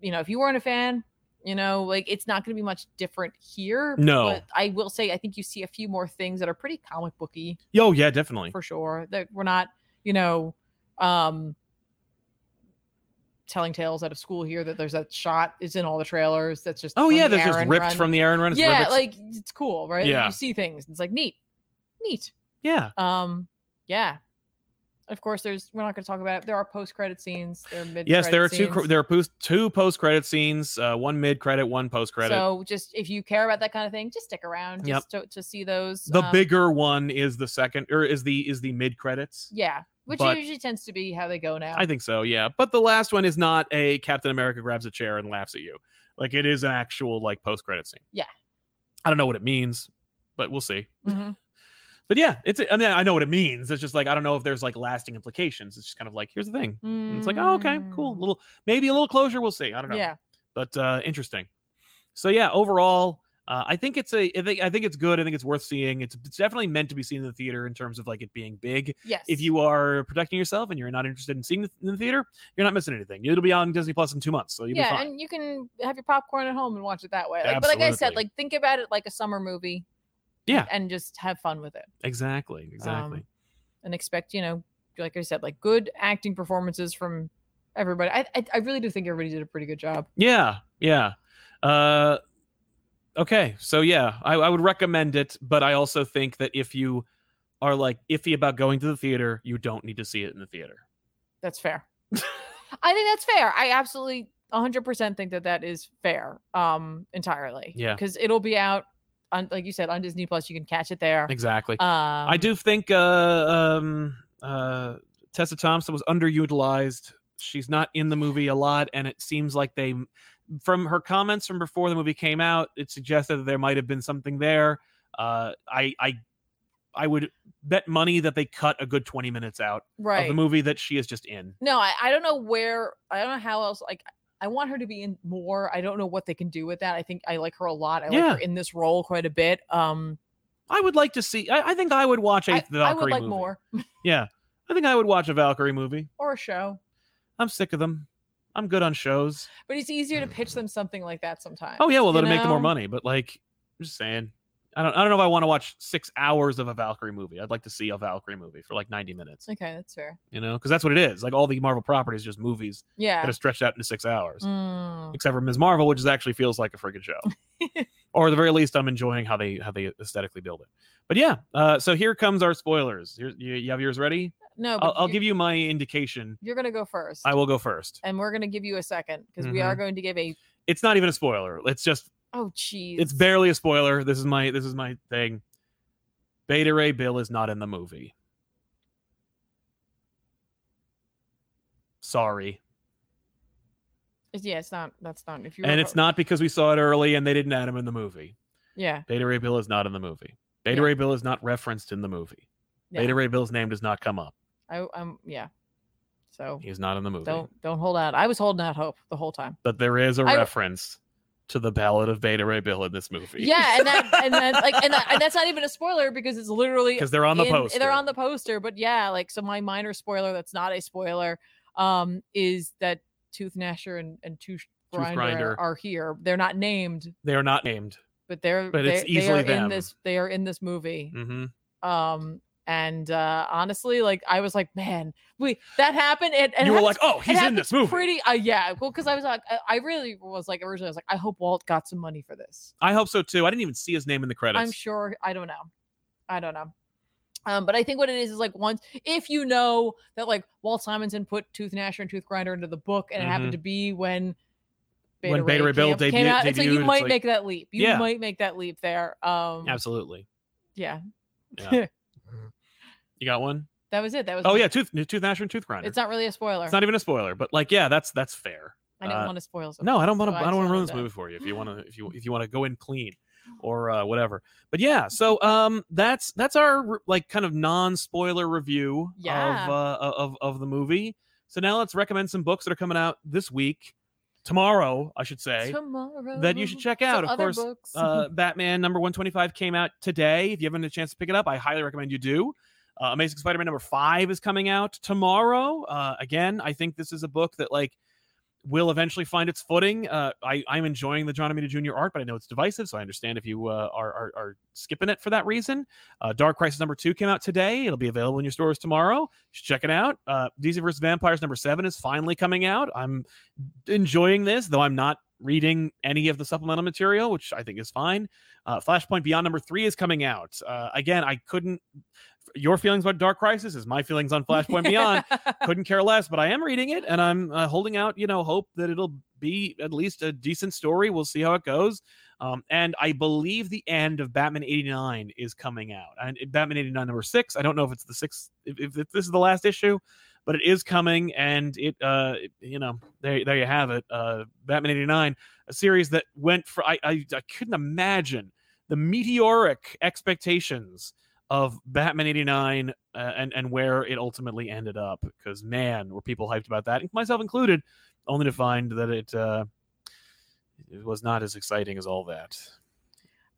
S2: You know if you weren't a fan, you know like it's not going to be much different here.
S1: No.
S2: but I will say I think you see a few more things that are pretty comic booky
S1: Yo, yeah, definitely.
S2: for sure. That we're not, you know, um telling tales out of school here that there's that shot is in all the trailers. That's just
S1: Oh
S2: from
S1: yeah,
S2: the
S1: that's just
S2: Aaron
S1: ripped
S2: run.
S1: from the Aaron Run. It's
S2: yeah,
S1: ribbits.
S2: like it's cool, right? Like,
S1: Yeah.
S2: you see things. It's like neat, neat.
S1: yeah.
S2: Um, yeah. of course, there's we're not going to talk about it. There are post credit scenes. There are mid.
S1: Yes, there are two. cr- There are post, two post credit scenes. Uh, one mid credit, one post credit.
S2: So just if you care about that kind of thing, just stick around
S1: Yep.
S2: just to, to see those.
S1: the
S2: um,
S1: bigger one is the second, or is the is the mid credits.
S2: Yeah, which
S1: but-
S2: usually tends to be how they go now.
S1: I think so, yeah. But the last one is not a Captain America grabs a chair and laughs at you. Like it is an actual like post credit scene.
S2: Yeah.
S1: I don't know what it means, but we'll see.
S2: Mhm.
S1: But yeah, it's I mean I know what it means. It's just like I don't know if there's like lasting implications. It's just kind of like here's the thing. And it's like, oh, okay, cool.
S2: Mm-hmm. Mm.
S1: Little maybe a little closure, we'll see. I don't know.
S2: Yeah.
S1: But uh interesting. So yeah, overall, uh, I think it's a I think I think it's good. I think it's worth seeing. It's, it's definitely meant to be seen in the theater in terms of like it being big
S2: Yes.
S1: if you are protecting yourself and you're not interested in seeing it in the theater, you're not missing anything. It'll be on Disney Plus in two months, so you'll
S2: yeah,
S1: be fine.
S2: and you can have your popcorn at home and watch it that way. Like, but like I said,
S1: Absolutely.
S2: like think about it like a summer movie.
S1: Yeah.
S2: And just have fun with it.
S1: Exactly, exactly.
S2: Um, and expect, you know, like I said, like good acting performances from everybody. I I, I really do think everybody did a pretty good job.
S1: yeah, yeah. Uh, okay, so yeah, I, I would recommend it, but I also think that if you are like iffy about going to the theater, you don't need to see it in the theater.
S2: That's fair. I think that's fair. I absolutely 100% think that that is fair um entirely.
S1: Yeah.
S2: Cuz it'll be out on like you said on Disney Plus you can catch it there.
S1: Exactly.
S2: Um
S1: I do think uh, um, uh, Tessa Thompson was underutilized. She's not in the movie a lot, and it seems like they, from her comments from before the movie came out, it suggested that there might have been something there. Uh, I, I, I would bet money that they cut a good twenty minutes out
S2: right.
S1: of the movie that she is just in.
S2: No, I, I don't know where I don't know how else like I want her to be in more. I don't know what they can do with that. I think I like her a lot. I
S1: Yeah.
S2: like her in this role quite a bit. Um
S1: I would like to see. I, I think I would watch a
S2: I,
S1: Valkyrie
S2: I would like
S1: movie.
S2: more
S1: Yeah, I think I would watch a Valkyrie movie.
S2: or a show.
S1: I'm sick of them. I'm good on shows.
S2: But it's easier to pitch them something like that sometimes.
S1: Mm. Oh yeah, well
S2: you
S1: that'll make them more
S2: know?
S1: money. But like, I'm just saying, I don't, I don't know if I want to watch six hours of a Valkyrie movie. I'd like to see a Valkyrie movie for like 90 minutes,
S2: Okay, that's fair.
S1: you know, because that's what it is. Like all the Marvel properties, just movies that
S2: Yeah.
S1: are stretched out into six hours,
S2: Mm.
S1: except for Ms. Marvel, which is actually feels like a freaking show. or at the very least, I'm enjoying how they how they aesthetically build it. But yeah, uh, so here comes our spoilers. Here, you, you have yours ready.
S2: No, but
S1: I'll, I'll give you my indication.
S2: You're gonna go first,
S1: I will go first.
S2: and we're gonna give you a second because we
S1: Mm-hmm.
S2: are going to give a.
S1: It's not even a spoiler. It's just
S2: Oh, jeez.
S1: it's barely a spoiler. This is my this is my thing. Beta Ray Bill is not in the movie. Sorry.
S2: It's- Yeah, it's not. That's not. If you
S1: And
S2: were-
S1: it's not because we saw it early and they didn't add him in the movie.
S2: Yeah.
S1: Beta Ray Bill is not in the movie. Beta
S2: Yeah.
S1: Ray Bill is not referenced in the movie.
S2: yeah.
S1: Beta Ray Bill's name does not come up.
S2: I, I'm. Yeah. So
S1: He's not in the movie.
S2: don't don't hold out. I was holding out hope the whole time.
S1: But there is a
S2: I-
S1: reference to the ballad of Beta Ray Bill in this movie.
S2: Yeah, and that and that like and, that, and that's not even a spoiler because it's literally
S1: Because they're on the
S2: in-
S1: poster.
S2: They're on the poster, but yeah, like so my minor spoiler that's not a spoiler um is that Tooth Gnasher and, and Tooth Grinder,
S1: Grinder.
S2: are here. They're not named,
S1: They are not named.
S2: but they're
S1: But
S2: they,
S1: it's
S2: they
S1: easily
S2: are
S1: them.
S2: in this they are in this movie.
S1: hmm
S2: Um and uh honestly, like I was like, man, we that happened and, and
S1: You
S2: it
S1: were
S2: happens
S1: like, oh,
S2: it
S1: he's in
S2: happens
S1: this movie.
S2: Pretty, uh, yeah. Well, because I was like, I, I really was like originally, I was like, I hope Walt got some money for this.
S1: I hope so too. I didn't even see his name in the credits.
S2: I'm sure. I don't know. I don't know. Um, but I think what it is is like once if you know that like Walt Simonson put Tooth Gnasher and Tooth Grinder into the book, and it happened
S1: Mhm.
S2: to be when
S1: When Beta Ray Bill
S2: Camp
S1: debu-
S2: came out, it's like
S1: debuted,
S2: you
S1: it's
S2: might
S1: like-
S2: make that leap. You
S1: Yeah.
S2: might make that leap there. Um,
S1: Absolutely.
S2: yeah.
S1: Yeah. You got one?
S2: that was it. That was.
S1: Oh
S2: my-
S1: yeah, tooth tooth gnasher and tooth grinder.
S2: it's not really a spoiler.
S1: It's not even a spoiler, but like yeah, that's that's fair.
S2: I didn't
S1: uh,
S2: want to spoil. Something,
S1: No, I don't want
S2: so
S1: to. I don't want to ruin
S2: spoiled
S1: this
S2: it.
S1: movie for you if you want to. If you if you want to go in clean, or uh, whatever. But yeah, so um, that's that's our re- like kind of non spoiler review
S2: Yeah.
S1: of uh of of the movie. So now let's recommend some books that are coming out this week, tomorrow, I should say.
S2: Tomorrow.
S1: that you should check
S2: Some
S1: out. Of
S2: other
S1: course,
S2: books.
S1: uh, Batman number 125 came out today. If you haven't had a chance to pick it up, I highly recommend you do. Uh, Amazing Spider-Man number five is coming out tomorrow. Uh, again, I think this is a book that like will eventually find its footing. Uh, I, I'm enjoying the John Romita Jr. art, but I know it's divisive, so I understand if you uh, are, are are skipping it for that reason. Uh, Dark Crisis number two came out today. It'll be available in your stores tomorrow. You should check it out. Uh, DC vs. Vampires number seven is finally coming out. I'm enjoying this, though I'm not reading any of the supplemental material, which I think is fine. Uh, Flashpoint Beyond number three is coming out. Uh, again, I couldn't. your feelings about Dark Crisis is my feelings on Flashpoint Beyond. Couldn't care less, but I am reading it and I'm uh, holding out, you know, hope that it'll be at least a decent story. We'll see how it goes. Um, and I believe the end of Batman 89 is coming out. And it- Batman 89 number six. I don't know if it's the sixth, if, if, if this is the last issue, but it is coming. And it, uh, it- you know, there, there you have it. Uh, Batman 89, a series that went for, I, I, I couldn't imagine the meteoric expectations of Batman 89 uh, and, and where it ultimately ended up. Because, man, were people hyped about that, myself included, only to find that it, uh, it was not as exciting as all that.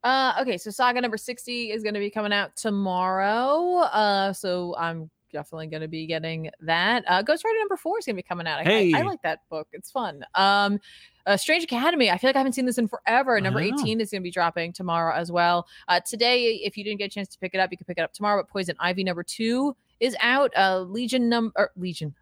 S2: Uh, okay, so Saga number 60 is going to be coming out tomorrow. Uh, so I'm definitely going to be getting that. Uh, Ghost Rider number 4 is going to be coming out. I, I- I,
S1: Hey.
S2: like that book. It's fun. Um, uh, Strange Academy. I feel like I haven't seen this in forever. Number
S1: I know.
S2: 18 is going to be dropping tomorrow as well. Uh, today, if you didn't get a chance to pick it up, you can pick it up tomorrow. But Poison Ivy number 2 is out. Uh, Legion number Legion.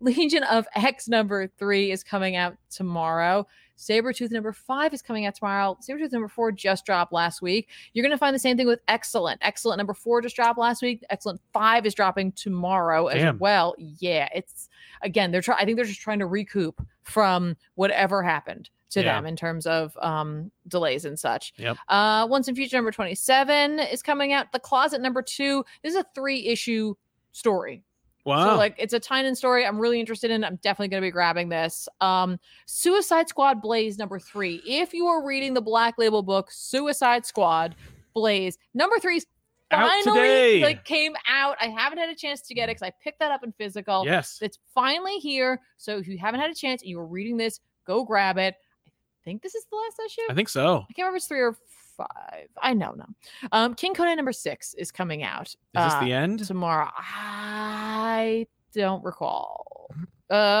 S2: Legion of X number 3 is coming out tomorrow. Sabretooth number five is coming out tomorrow. Sabretooth number four just dropped last week. You're going to find the same thing with Excellent. Excellent number four just dropped last week. Excellent five is dropping tomorrow as
S1: Damn.
S2: well. Yeah, it's again, they're trying, I think they're just trying to recoup from whatever happened to
S1: Yeah.
S2: them in terms of um, delays and such.
S1: Yep.
S2: Uh, Once in Future number 27 is coming out. The Closet number two. This is a three issue story.
S1: Wow.
S2: So like it's a Tynan story. I'm really interested in. I'm definitely going to be grabbing this. Um, Suicide Squad Blaze number three. If you are reading the Black Label book, Suicide Squad Blaze number three's
S1: Out
S2: finally
S1: today.
S2: like came out. I haven't had a chance to get it because I picked that up in physical.
S1: yes.
S2: It's finally here. So if you haven't had a chance and you were reading this, go grab it. I think this is the last issue.
S1: I think so.
S2: I can't remember if it's three or five. I know no. Um, King Conan number six is coming out.
S1: Is this
S2: Uh,
S1: the end?
S2: tomorrow. I don't recall.
S1: Mm-hmm.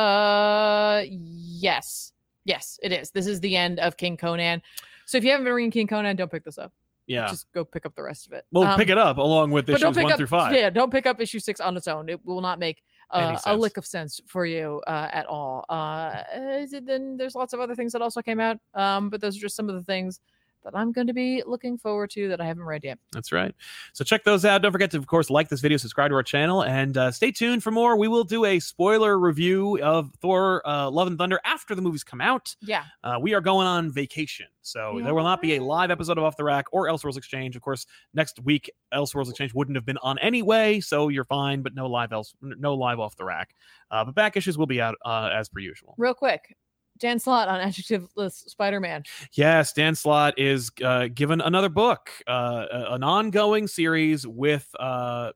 S2: Uh yes. Yes, it is. This is the end of King Conan. So if you haven't been reading King Conan, don't pick this up.
S1: Yeah.
S2: Just go pick up the rest of it.
S1: well,
S2: Um,
S1: pick it up along with
S2: but
S1: issues
S2: don't pick
S1: one
S2: up,
S1: through five.
S2: Yeah, don't pick up issue six on its own. It will not make uh,
S1: Any
S2: a
S1: sense.
S2: lick of sense for you uh, at all. Uh, is it- then there's lots of other things that also came out, um, but those are just some of the things that I'm going to be looking forward to that I haven't read yet.
S1: That's right. So check those out. Don't forget to, of course, like this video, subscribe to our channel, and uh, stay tuned for more. We will do a spoiler review of Thor: uh, Love and Thunder after the movies come out.
S2: Yeah,
S1: Uh, we are going on vacation, so
S2: We
S1: there will not be a
S2: are.
S1: live episode of Off the Rack or Elseworlds Exchange. Of course, next week Elseworlds Exchange wouldn't have been on anyway, so you're fine. But no live else, no live Off the Rack. Uh, but back issues will be out uh, as per usual.
S2: real quick. Dan Slot on adjective list Spider Man.
S1: Yes, Dan Slott is uh, given another book, uh, a- an ongoing series with uh,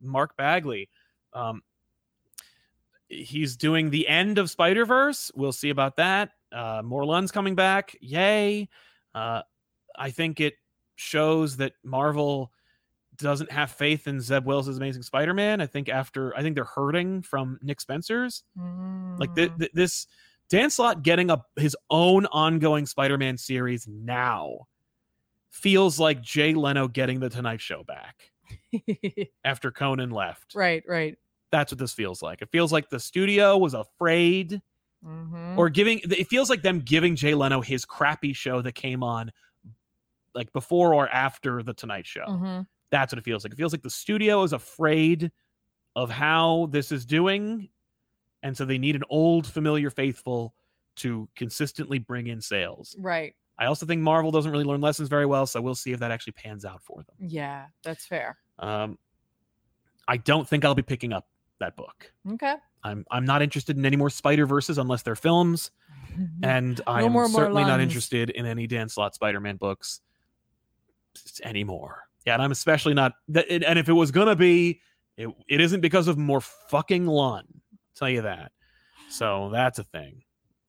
S1: Mark Bagley. Um, he's doing the end of Spider Verse. We'll see about that. Uh, Morlun's coming back. Yay! Uh, I think it shows that Marvel doesn't have faith in Zeb Wells' Amazing Spider-Man. I think after I think they're hurting from Nick Spencer's like th-
S2: Mm-hmm.
S1: th- this Dan Slott getting a his own ongoing Spider-Man series now feels like Jay Leno getting the Tonight Show back after Conan left.
S2: right, right.
S1: That's what this feels like. It feels like the studio was afraid
S2: Mhm.
S1: or giving it feels like them giving Jay Leno his crappy show that came on like before or after the Tonight Show.
S2: Mhm.
S1: That's what it feels like. It feels like the studio is afraid of how this is doing. And so they need an old, familiar faithful to consistently bring in sales.
S2: right.
S1: I also think Marvel doesn't really learn lessons very well. So we'll see if that actually pans out for them.
S2: Yeah, that's fair.
S1: Um, I don't think I'll be picking up that book.
S2: Okay.
S1: I'm, I'm not interested in any more Spider Verses unless they're films. And I'm
S2: Mm-hmm. more
S1: certainly not
S2: Marlons.
S1: interested in any Dan Slott Spider Man books s- anymore. Yeah, and I'm especially not. That, and and if it was gonna be, it, it isn't because of more fucking Lun. Tell you that. So that's a thing.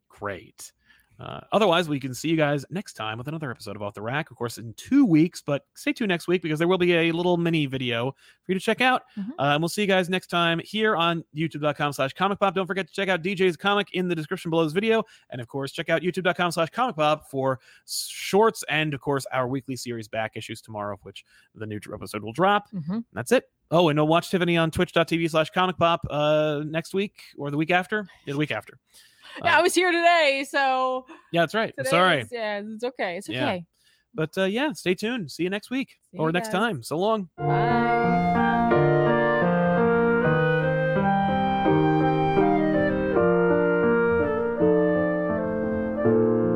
S1: Great. Uh, otherwise, we can see you guys next time with another episode of Off the Rack, of course, in two weeks. But stay tuned next week because there will be a little mini video for you to check out.
S2: Mhm.
S1: Uh, and we'll see you guys next time here on youtube.com slash comic pop. Don't forget to check out DJ's comic in the description below this video. And of course, check out youtube.com slash comic pop for s- shorts and, of course, our weekly series back issues tomorrow, of which the new episode will drop.
S2: Mhm.
S1: And that's it. Oh, and uh, watch Tiffany on twitch.tv slash comic pop uh, next week or the week after. Yeah, the week after.
S2: Yeah,
S1: Uh,
S2: I was here today, so
S1: Yeah, that's right.
S2: today
S1: Sorry.
S2: is- Yeah, it's okay. It's
S1: Yeah.
S2: okay.
S1: But uh, yeah, stay tuned. See you next week
S2: See
S1: or
S2: you
S1: next
S2: guys.
S1: time. So long.
S2: Bye.
S3: Bye.